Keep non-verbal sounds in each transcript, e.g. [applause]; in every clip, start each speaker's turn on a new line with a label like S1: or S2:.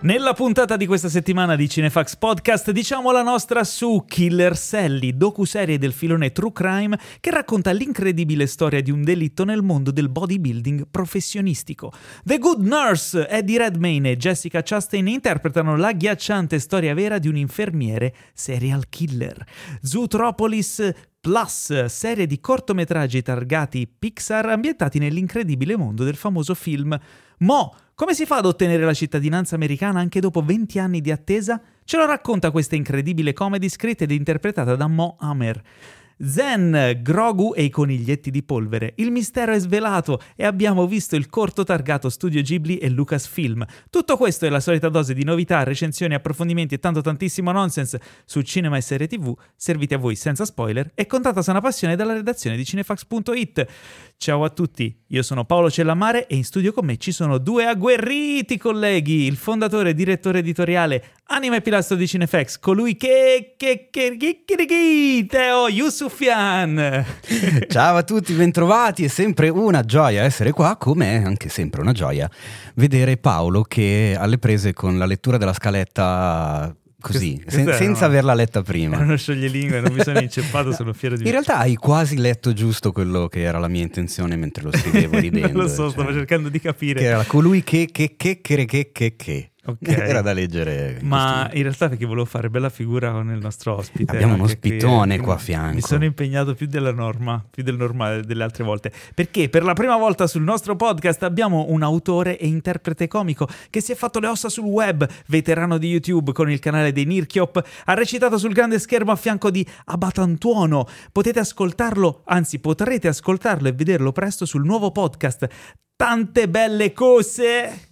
S1: Nella puntata di questa settimana di Cinefax Podcast diciamo la nostra su Killer Sally, docuserie del filone True Crime che racconta l'incredibile storia di un delitto nel mondo del bodybuilding professionistico. The Good Nurse, Eddie Redmayne e Jessica Chastain interpretano l'agghiacciante storia vera di un infermiere serial killer. Zootropolis Plus, serie di cortometraggi targati Pixar ambientati nell'incredibile mondo del famoso film Mo. Come si fa ad ottenere la cittadinanza americana anche dopo 20 anni di attesa? Ce lo racconta questa incredibile comedy scritta ed interpretata da Mo Hammer. Zen, Grogu e i coniglietti di polvere. Il mistero è svelato e abbiamo visto il corto targato Studio Ghibli e Lucasfilm. Tutto questo è la solita dose di novità, recensioni, approfondimenti e tanto tantissimo nonsense su cinema e serie tv, serviti a voi senza spoiler e con tanta sana passione dalla redazione di cinefax.it. Ciao a tutti, io sono Paolo Cellamare e in studio con me ci sono due agguerriti colleghi, il fondatore e direttore editoriale, anima e pilastro di Cinefax, colui che... che... che... che... che... che... Teo Yusuf Fian.
S2: Ciao a tutti, bentrovati. È sempre una gioia essere qua, come è anche sempre una gioia vedere Paolo che alle prese con la lettura della scaletta
S1: [laughs]
S2: così, sen- senza averla letta prima.
S1: Era uno scioglielingue, [laughs] non
S2: [laughs]
S1: mi sono inceppato, sono fiero di
S2: In realtà hai quasi letto giusto quello che era la mia intenzione mentre
S1: [laughs]
S2: lo scrivevo lì dentro.
S1: non lo so, stavo
S2: cioè,
S1: cercando di capire.
S2: Che era colui che, che, che, che, che, che, che.
S1: Ok.
S2: [laughs] Era da leggere.
S1: Ma
S2: questo.
S1: in realtà perché volevo fare bella figura con il nostro ospite.
S2: Abbiamo uno
S1: anche qui,
S2: ospitone
S1: eh,
S2: qua a fianco.
S1: Mi sono impegnato più della norma, più del normale delle altre volte. Perché per la prima volta sul nostro podcast abbiamo un autore e interprete comico che si è fatto le ossa sul web, veterano di YouTube con il canale dei Nirchiop, ha recitato sul grande schermo a fianco di Abatantuono. Potete ascoltarlo, anzi potrete ascoltarlo e vederlo presto sul nuovo podcast. Tante belle cose!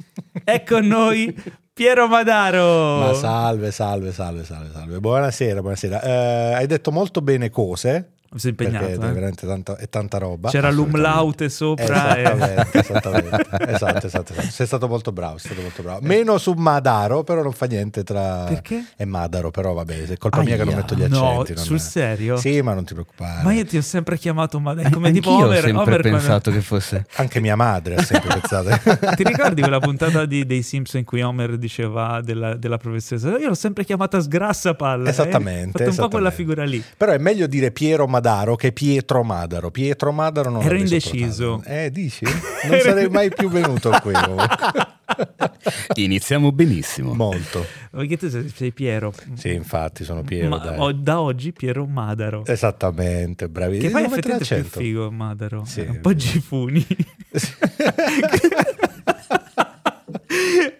S1: È con noi Piero Madaro!
S3: Ma salve, salve, salve, salve, salve. Buonasera, buonasera. Eh, hai detto molto bene cose.
S1: Mi sono
S3: perché
S1: impegnato.
S3: è
S1: eh.
S3: veramente tanta, è tanta roba.
S1: C'era
S2: assolutamente.
S1: l'umlaute sopra. e-
S3: Esattamente, esattamente.
S1: [laughs]
S3: esatto, esatto, esatto. Sei stato molto bravo, sei stato molto bravo. Meno su Madaro, però non fa niente tra...
S1: Perché?
S3: È Madaro, però vabbè, è colpa mia che non
S2: Aia.
S3: metto gli
S1: No,
S3: accenti. non
S1: sul
S3: è-
S1: serio?
S3: Sì, ma non ti preoccupare.
S1: Ma io ti ho sempre chiamato Madaro.
S2: An-
S1: Come tipo
S2: anch'io
S1: Homer.
S2: ho sempre
S1: Homer quando-
S2: pensato che
S1: [laughs]
S2: fosse...
S3: Anche mia madre ha sempre pensato.
S1: Ti ricordi quella puntata di- dei Simpson in cui Homer diceva della, della professoressa? Io l'ho sempre chiamata sgrassa palla.
S3: Esattamente,
S1: Ho fatto un po' quella
S3: esattamente.
S1: figura lì.
S3: Però è meglio dire Piero Madaro che Pietro Madaro. Pietro Madaro non
S1: Ero
S3: l'avrei
S1: indeciso.
S3: sopportato.
S1: [laughs]
S3: Eh, dici? Non sarei mai più venuto a quello.
S2: Iniziamo benissimo.
S3: Molto.
S1: Perché tu sei, sei Piero.
S3: Sì, infatti, sono Piero.
S1: Ma-
S3: dai.
S1: o- da oggi Piero Madaro.
S3: Esattamente, bravi.
S1: Che poi
S3: Devo mettere
S1: effettivamente è più
S3: l'accento.
S1: figo Madaro.
S3: Sì,
S1: È un po'
S3: vero. [laughs]
S1: Gifuni.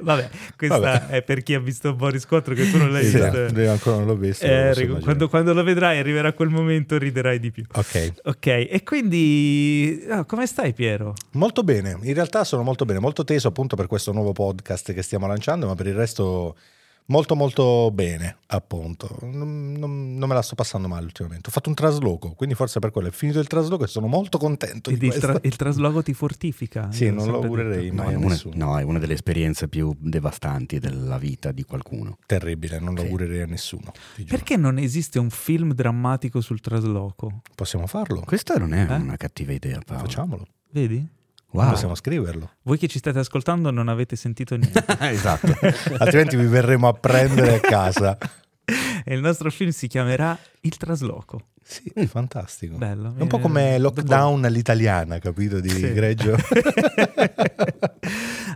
S1: Vabbè, questa
S3: Vabbè.
S1: è per chi ha visto Boris 4 che tu non l'hai
S3: Sì,
S1: visto.
S3: esatto, io ancora non l'ho visto,
S1: Eh,
S3: non lo so
S1: Enrico,
S3: immaginare.
S1: quando, quando lo vedrai arriverà quel momento riderai di più.
S3: Ok,
S1: Ok, e quindi ah, come stai Piero?
S3: molto bene. In realtà sono molto bene, molto teso appunto per questo nuovo podcast che stiamo lanciando, ma per il resto molto molto bene, appunto. Non, non- non me la sto passando male ultimamente. Ho fatto un trasloco, quindi forse per quello è finito il trasloco e sono molto contento
S1: Ed
S3: di
S1: il,
S3: questo.
S1: tra- il trasloco ti fortifica?
S3: Sì,
S1: io
S3: non
S1: l'ho
S3: lo
S1: sempre
S3: augurerei
S1: detto.
S3: mai
S2: No,
S3: a
S2: è una,
S3: nessuno.
S2: no, è una delle esperienze più devastanti della vita di qualcuno.
S3: Terribile, non lo augurerei a nessuno. ti giuro.
S1: Perché non esiste un film drammatico sul trasloco?
S3: Possiamo farlo?
S2: Questa non è
S1: Eh?
S2: una cattiva idea, Paolo.
S3: Facciamolo.
S1: Vedi?
S2: Wow.
S3: Possiamo scriverlo.
S1: Voi che ci state ascoltando non avete sentito niente.
S2: [laughs]
S3: [laughs]
S2: esatto.
S3: Altrimenti vi verremo a prendere
S2: [laughs]
S3: a casa.
S1: e il nostro film si chiamerà Il trasloco.
S3: Sì,
S2: Mm.
S3: fantastico.
S1: Bello.
S3: È un po' come
S1: Eh,
S3: lockdown all'italiana, capito? Di
S1: Sì.
S2: [laughs]
S3: greggio.
S1: [laughs]
S2: Eh,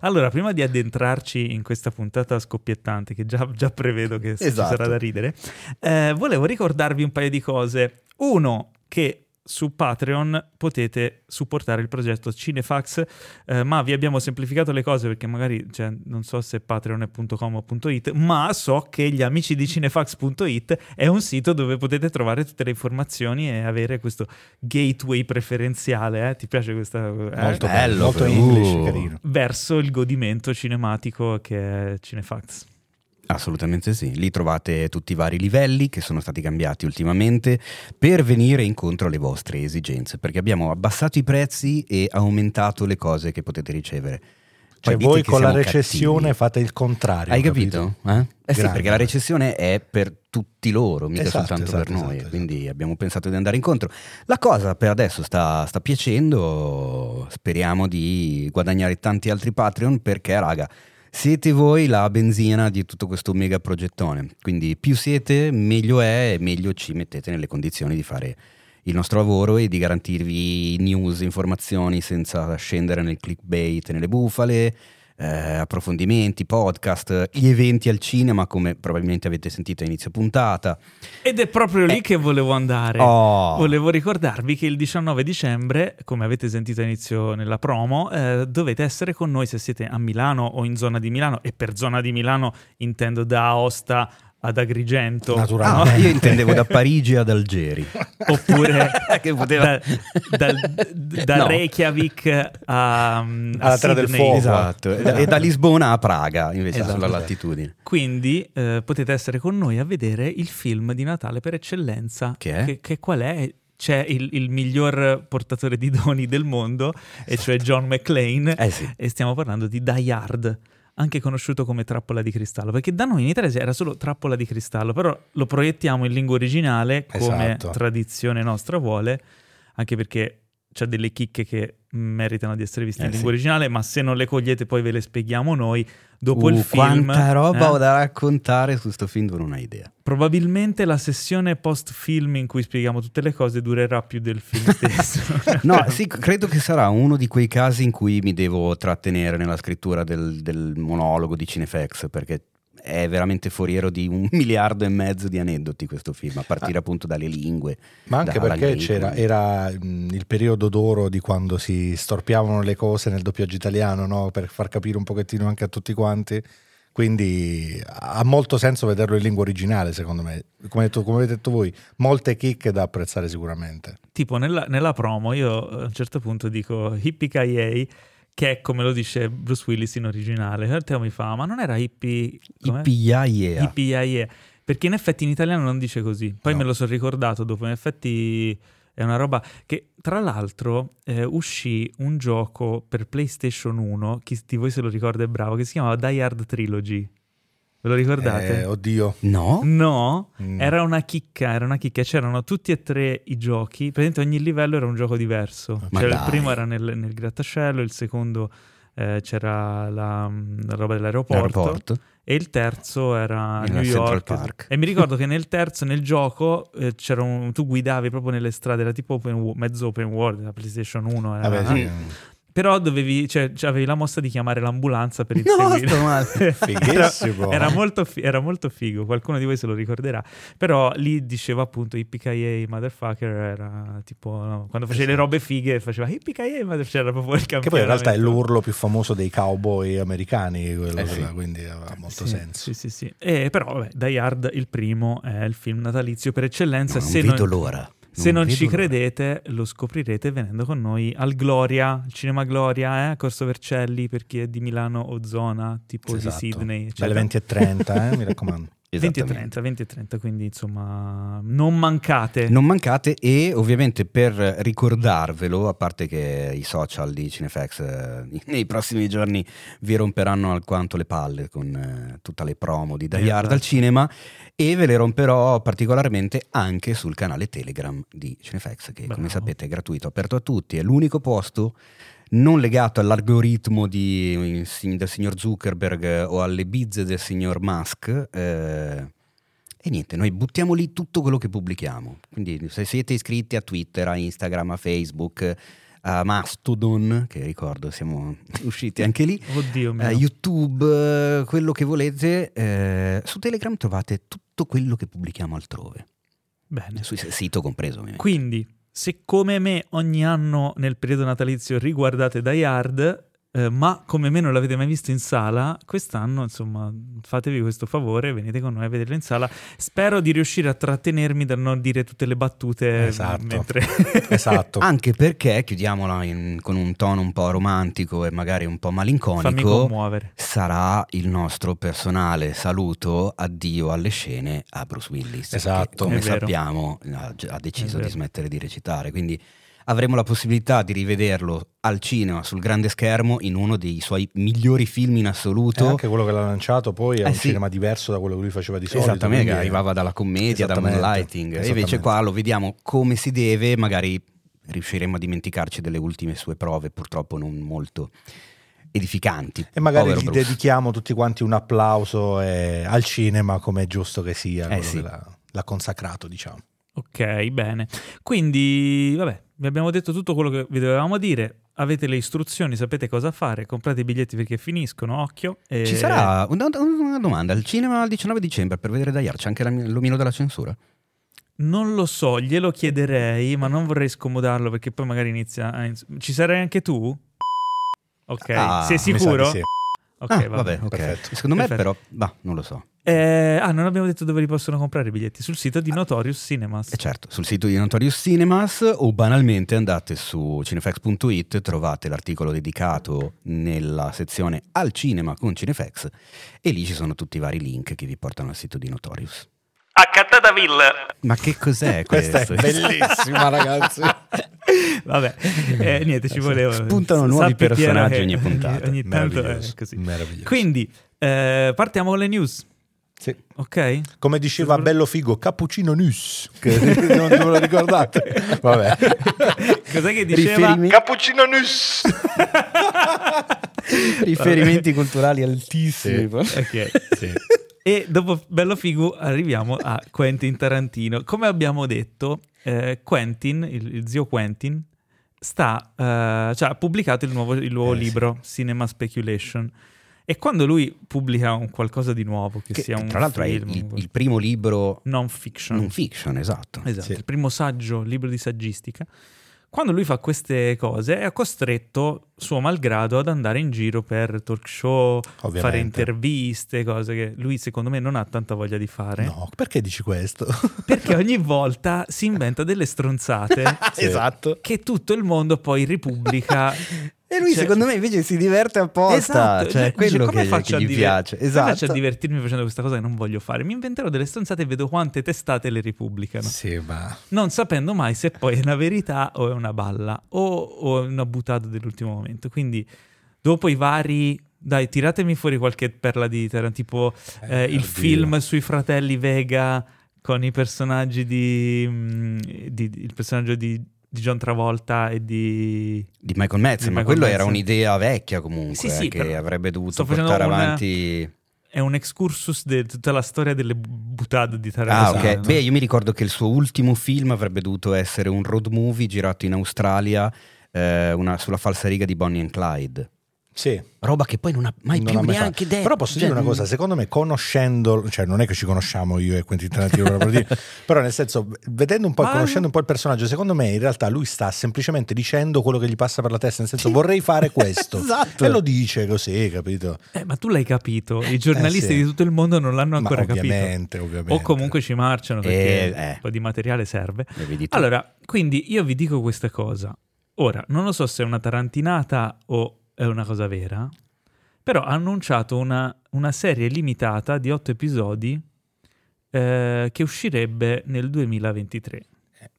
S1: allora, prima di addentrarci in questa puntata scoppiettante, che già, già prevedo che ci
S2: Esatto.
S1: sarà da ridere, eh, volevo ricordarvi un paio di cose. Uno, che su Patreon potete supportare il progetto Cinefax, eh, ma vi abbiamo semplificato le cose perché magari cioè, non so se patreon.com o .it, ma so che gli amici di cinefax.it è un sito dove potete trovare tutte le informazioni e avere questo gateway preferenziale. eh? Ti piace questa? eh?
S2: bello,
S3: molto bello, molto
S2: però.
S3: English,
S2: Uh.
S3: carino.
S1: verso il godimento cinematico che è Cinefax.
S2: Assolutamente sì. Lì trovate tutti i vari livelli che sono stati cambiati ultimamente per venire incontro alle vostre esigenze, perché abbiamo abbassato i prezzi e aumentato le cose che potete ricevere. Poi
S3: Cioè
S2: dite
S3: voi
S2: che
S3: con la
S2: siamo cattivi.
S3: recessione fate il contrario.
S2: Hai capito? Eh, Eh sì,
S3: Grande.
S2: perché la recessione è per tutti loro, mica
S3: Esatto,
S2: soltanto
S3: esatto,
S2: per noi,
S3: esatto,
S2: quindi abbiamo pensato di andare incontro. La cosa per adesso sta, sta piacendo, speriamo di guadagnare tanti altri Patreon perché, raga, Siete voi la benzina di tutto questo mega progettone. Quindi più siete, meglio è e meglio ci mettete nelle condizioni di fare il nostro lavoro e di garantirvi news, informazioni senza scendere nel clickbait, nelle bufale, eh, approfondimenti, podcast, gli eventi al cinema come probabilmente avete sentito a inizio puntata.
S1: Ed è proprio lì
S2: Eh.
S1: che volevo andare.
S2: Oh.
S1: Volevo ricordarvi che il 19 dicembre, come avete sentito a inizio nella promo, eh, dovete essere con noi se siete a Milano o in zona di Milano, e per zona di Milano intendo da Aosta ad Agrigento.
S3: Naturalmente.
S1: no?
S2: Ah, io intendevo da Parigi ad Algeri.
S1: [laughs]
S3: [laughs]
S1: Oppure
S3: Eh,
S2: Che poteva-
S1: da, dal- da
S2: No.
S1: Reykjavik a, um, a
S3: Alla Terra del
S1: Sydney.
S3: Fuoco.
S2: Esatto, e da- e da Lisbona a Praga invece
S1: Esatto.
S2: sulla latitudine.
S1: Quindi eh, potete essere con noi a vedere il film di Natale per eccellenza.
S2: Che è?
S1: qual è? C'è il, il miglior portatore di doni del mondo, e cioè John McClane,
S2: Esatto. Eh sì.
S1: e stiamo parlando di Die Hard, anche conosciuto come Trappola di Cristallo, perché da noi in Italia era solo Trappola di Cristallo, però lo proiettiamo in lingua originale come
S3: Esatto.
S1: tradizione nostra vuole, anche perché c'è delle chicche che meritano di essere viste
S2: Eh
S1: in
S2: sì.
S1: lingua originale, ma se non le cogliete poi ve le spieghiamo noi dopo
S2: Uh,
S1: il film.
S2: Quanta roba
S1: eh?
S2: ho da raccontare su sto film, tu non hai idea.
S1: Probabilmente la sessione post-film in cui spieghiamo tutte le cose durerà più del
S2: [laughs]
S1: film stesso. [laughs]
S2: No, sì, credo che sarà uno di quei casi in cui mi devo trattenere nella scrittura del, del monologo di Cinefex perché è veramente foriero di un [laughs] miliardo e mezzo di aneddoti questo film, a
S1: Ah.
S2: partire appunto dalle lingue.
S3: Ma anche
S2: da-
S3: perché
S2: dalla
S3: c'era,
S2: lingua.
S3: era mh, il periodo d'oro di quando si storpiavano le cose nel doppiaggio italiano, no? per far capire un pochettino anche a tutti quanti. Quindi ha molto senso vederlo in lingua originale, secondo me. Come, detto- come avete detto voi, molte chicche da apprezzare sicuramente.
S1: tipo nella, nella promo io a un certo punto dico hippie che è come lo dice Bruce Willis in originale. E Teo mi fa, ma non era hippie... com'è?
S2: Ipiaia.
S1: Hippie-iaie". Perché in effetti in italiano non dice così. Poi
S3: No.
S1: me lo sono ricordato dopo, in effetti... È una roba che, tra l'altro, eh, uscì un gioco per PlayStation 1, chi di voi se lo ricorda è bravo, che si chiamava Die Hard Trilogy. Ve lo ricordate?
S3: Eh, oddio.
S2: No?
S1: No,
S3: Mm.
S1: era una chicca, era una chicca. C'erano tutti e tre i giochi. Praticamente ogni livello era un gioco diverso.
S2: Ma
S1: Cioè, il
S2: dai.
S1: primo era nel, nel grattacielo, il secondo eh, c'era la, mm, la roba dell'aeroporto.
S2: L'aeroporto?
S1: E il terzo era
S2: Era
S1: New
S2: Central
S1: York.
S2: Park.
S1: E mi ricordo che nel terzo, nel gioco, eh, c'era un- tu guidavi proprio nelle strade, era tipo open wo- mezzo open world, la PlayStation 1. Era,
S3: Vabbè, Eh sì.
S1: Però dovevi, cioè, cioè, avevi la mossa di chiamare l'ambulanza
S3: [laughs]
S1: per
S2: No,
S1: [laughs] inseguire.
S2: sto male.
S3: Fighissimo.
S1: Era molto, fi- era molto figo, qualcuno di voi se lo ricorderà. Però lì diceva appunto Yippee motherfucker, era tipo no, quando faceva le robe fighe faceva Yippee motherfucker, c'era proprio il campionato.
S3: Esatto. Che poi in realtà è l'urlo più famoso dei cowboy americani, quello
S2: Eh sì.
S3: là, quindi ha molto
S1: Sì,
S3: senso.
S1: Sì, sì, sì. Eh, però vabbè, Die Hard, il primo, è il film natalizio per eccellenza.
S2: No, non
S1: se non,
S2: vedo l'ora.
S1: se non
S2: vedo
S1: ci
S2: l'ora.
S1: credete, lo scoprirete venendo con noi al Gloria, al Cinema Gloria, eh, a Corso Vercelli, per chi è di Milano o zona, tipo
S3: Esatto.
S1: di Sydney. eccetera.
S3: Dalle 20 e 30, eh, mi raccomando.
S1: 20 e 30,
S2: Esattamente.
S1: 20 e 30, quindi insomma non mancate.
S2: Non mancate e ovviamente per ricordarvelo, a parte che i social di Cinefx eh, nei prossimi giorni vi romperanno alquanto le palle con eh, tutte le promo di Die Hard
S1: Esatto.
S2: al cinema e ve le romperò particolarmente anche sul canale Telegram di Cinefx che
S1: Bravo.
S2: come sapete è gratuito, aperto a tutti, è l'unico posto non legato all'algoritmo di- del signor Zuckerberg eh, o alle bizze del signor Musk. eh, e niente, noi buttiamo lì tutto quello che pubblichiamo. Quindi se siete iscritti a Twitter, a Instagram, a Facebook, a Mastodon, che ricordo siamo [laughs] usciti anche lì,
S1: Oddio mio.
S2: a Eh, YouTube, eh, quello che volete, eh, su Telegram trovate tutto quello che pubblichiamo altrove,
S1: Bene.
S2: sul sito compreso ovviamente.
S1: Quindi, se come me ogni anno nel periodo natalizio riguardate Die Hard, eh, ma come me non l'avete mai visto in sala, quest'anno insomma fatevi questo favore, venite con noi a vederlo in sala. Spero di riuscire a trattenermi dal non dire tutte le battute
S3: Esatto.
S1: Eh,
S2: [laughs]
S1: mentre...
S3: Esatto.
S2: Anche perché, chiudiamola in- con un tono un po' romantico e magari un po'
S1: Fammi
S2: malinconico,
S1: commuovere.
S2: sarà il nostro personale saluto addio alle scene a Bruce Willis. che,
S3: Esatto.
S1: È
S2: come
S1: vero.
S2: sappiamo ha, ha deciso
S1: È vero.
S2: di smettere di recitare, quindi avremo la possibilità di rivederlo al cinema, sul grande schermo, in uno dei suoi migliori film in
S3: E
S1: Eh,
S2: assoluto.
S3: Eh, anche quello che l'ha lanciato poi è
S2: Esatto. Eh
S3: un
S2: sì.
S3: cinema diverso da quello che lui faceva di solito.
S2: Esattamente, che
S3: quindi-
S2: arrivava dalla commedia, da
S3: Esattamente,
S2: Moonlighting. E invece
S3: esattamente.
S2: qua lo vediamo come si deve, magari riusciremo a dimenticarci delle ultime sue prove, purtroppo non molto edificanti.
S3: E magari
S2: Povero
S3: gli
S2: Bruce.
S3: dedichiamo tutti quanti un applauso eh, al cinema, come è giusto che sia, quello
S2: Eh, sì.
S3: che l'ha, l'ha consacrato, diciamo.
S1: Ok, bene. Quindi, vabbè, vi abbiamo detto tutto quello che vi dovevamo dire. Avete le istruzioni, sapete cosa fare. Comprate i biglietti perché finiscono, occhio. E-
S2: Ci sarà una, una domanda, al cinema il 19 dicembre per vedere Dayar c'è anche la- l'omino della censura?
S1: Non lo so, glielo chiederei, ma non vorrei scomodarlo perché poi magari inizia. a ins- Ci sarai anche tu? Ok,
S2: Ah,
S1: sei
S3: Mi sa di
S1: sicuro?
S3: sì.
S1: Ok,
S2: Ah,
S1: va
S2: vabbè,
S1: bene.
S2: ok.
S3: perfetto.
S2: Secondo me
S1: Perfetto.
S2: però, bah, non lo so.
S1: Eh, ah, non abbiamo detto dove li possono comprare i biglietti. Sul sito di Notorious Cinemas.
S2: E certo, sul sito di Notorious Cinemas o banalmente andate su cinefax.it, trovate l'articolo dedicato nella sezione al cinema con Cinefax e lì ci sono tutti i vari link che vi portano al sito di Notorious.
S1: A Catataville!
S2: Ma che
S1: [laughs]
S2: cos'è [laughs] questo?
S3: Questa è bellissima, [laughs] ragazzi.
S1: [laughs] Vabbè, eh, niente, ci volevo.
S2: Spuntano nuovi
S1: Sappi, Piero,
S2: personaggi
S1: che
S2: ogni puntata.
S1: Ogni tanto è
S3: eh, Meraviglioso,
S1: così.
S3: meraviglioso.
S1: Quindi, eh, partiamo con le news,
S3: Sì.
S1: ok?
S3: Come diceva Bello Figo, cappuccino nus, che [laughs] non ve lo
S1: [laughs]
S3: ricordate? [laughs] Vabbè.
S2: Eh?
S1: Cos'è che diceva? [laughs]
S2: Riferimi-
S3: Cappuccino nus!
S1: [laughs]
S2: riferimenti [laughs] culturali altissimi.
S1: Ok.
S3: Sì.
S1: [laughs] E dopo Bello Figu arriviamo a Quentin Tarantino. Come abbiamo detto, eh, Quentin, il, il zio Quentin, sta, eh, cioè, ha pubblicato il nuovo, il nuovo
S3: Eh, sì.
S1: libro, Cinema Speculation. E quando lui pubblica un qualcosa di nuovo, che,
S2: Che,
S1: sia un
S2: tra l'altro
S1: film,
S2: è il, il primo libro
S1: non fiction,
S2: non fiction, esatto.
S1: Esatto,
S3: Sì.
S1: il primo saggio, libro di saggistica. Quando lui fa queste cose è costretto, suo malgrado, ad andare in giro per talk show, fare
S3: Ovviamente.
S1: interviste, cose che lui secondo me non ha tanta voglia di fare.
S3: No, perché dici questo?
S1: Perché ogni volta si inventa delle
S2: [laughs]
S1: stronzate [laughs]
S3: Sì. Esatto.
S1: che tutto il mondo poi ripubblica.
S2: E lui
S1: Cioè-
S2: secondo me invece si diverte apposta,
S1: Esatto,
S2: cioè
S1: dice,
S2: quello
S1: "Come
S2: che,
S1: faccio
S2: che
S1: a
S2: gli
S1: diver-
S2: piace.
S1: come
S2: Esatto.
S1: faccio a divertirmi facendo questa cosa che non voglio fare? Mi inventerò delle stronzate e vedo quante testate le ripubblicano.
S3: Sì, ma...
S1: non sapendo mai se poi è una verità o è una balla o, o è una buttata dell'ultimo momento. Quindi, dopo i vari. Dai, tiratemi fuori qualche perla di Tarantino, tipo eh, il
S3: oddio.
S1: film sui fratelli Vega con i personaggi di. mm, di- di- il personaggio di, di John Travolta e di.
S2: Di Michael Madsen,
S1: Di
S2: ma
S1: Michael
S2: quello era
S1: Madsen.
S2: un'idea vecchia comunque,
S1: Sì, sì,
S2: eh, che
S1: però
S2: avrebbe dovuto
S1: sto facendo
S2: portare
S1: una-
S2: avanti...
S1: È un excursus di tutta la storia delle buttate di Esatto.
S2: Ah
S1: Tarantino.
S2: ok,
S1: no?
S2: beh io mi ricordo che il suo ultimo film avrebbe dovuto essere un road movie girato in Australia eh, una- sulla falsariga di Bonnie and Clyde.
S3: Sì.
S2: Roba che poi non ha mai
S3: Non
S2: più
S3: ha mai
S2: neanche
S3: fatto.
S2: detto.
S3: Però posso
S2: Cioè,
S3: dire
S1: mm.
S3: una
S2: non-
S3: cosa, secondo me conoscendo, cioè non è che ci conosciamo io e Quentin Tarantino,
S1: [laughs]
S3: per dire, però nel senso, vedendo un po' e
S1: Ma-
S3: conoscendo un po' il personaggio, secondo me in realtà lui sta semplicemente dicendo quello che gli passa per la testa, nel senso vorrei fare
S1: [laughs]
S3: questo.
S2: Esatto.
S3: E lo dice così, capito? Eh,
S1: Eh, ma tu l'hai capito, i giornalisti
S3: sì.
S1: di tutto il mondo non l'hanno
S3: Ma
S1: ancora capito.
S3: ovviamente, ovviamente.
S1: O comunque ci marciano perché
S2: Eh, eh.
S1: un po' di materiale serve.
S2: E vedi tu.
S1: Allora, quindi io vi dico questa cosa. Ora, non lo so se è una tarantinata o è una cosa vera, però ha annunciato una, una serie limitata di otto episodi eh, che uscirebbe nel 2023.
S3: Eh,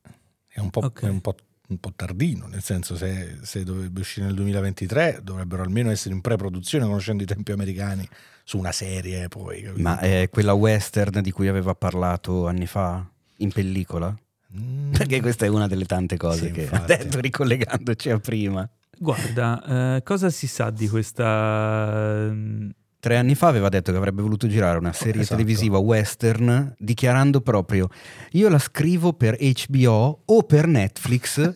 S3: È un po',
S1: Ok.
S3: è un po'- un po' tardino, nel senso se, se dovrebbe uscire nel 2023 dovrebbero almeno essere in pre-produzione conoscendo i tempi americani su una serie poi. capito?
S2: Ma è quella western di cui aveva parlato anni fa in pellicola?
S3: Mm.
S2: Perché questa è una delle tante cose
S3: Sì,
S2: che ha
S3: infatti.
S2: detto ricollegandoci a prima.
S1: Guarda, eh, cosa si sa di questa... mm,
S2: Tre anni fa aveva detto che avrebbe voluto girare una serie
S3: Esatto.
S2: televisiva western dichiarando proprio io la scrivo per HBO o per Netflix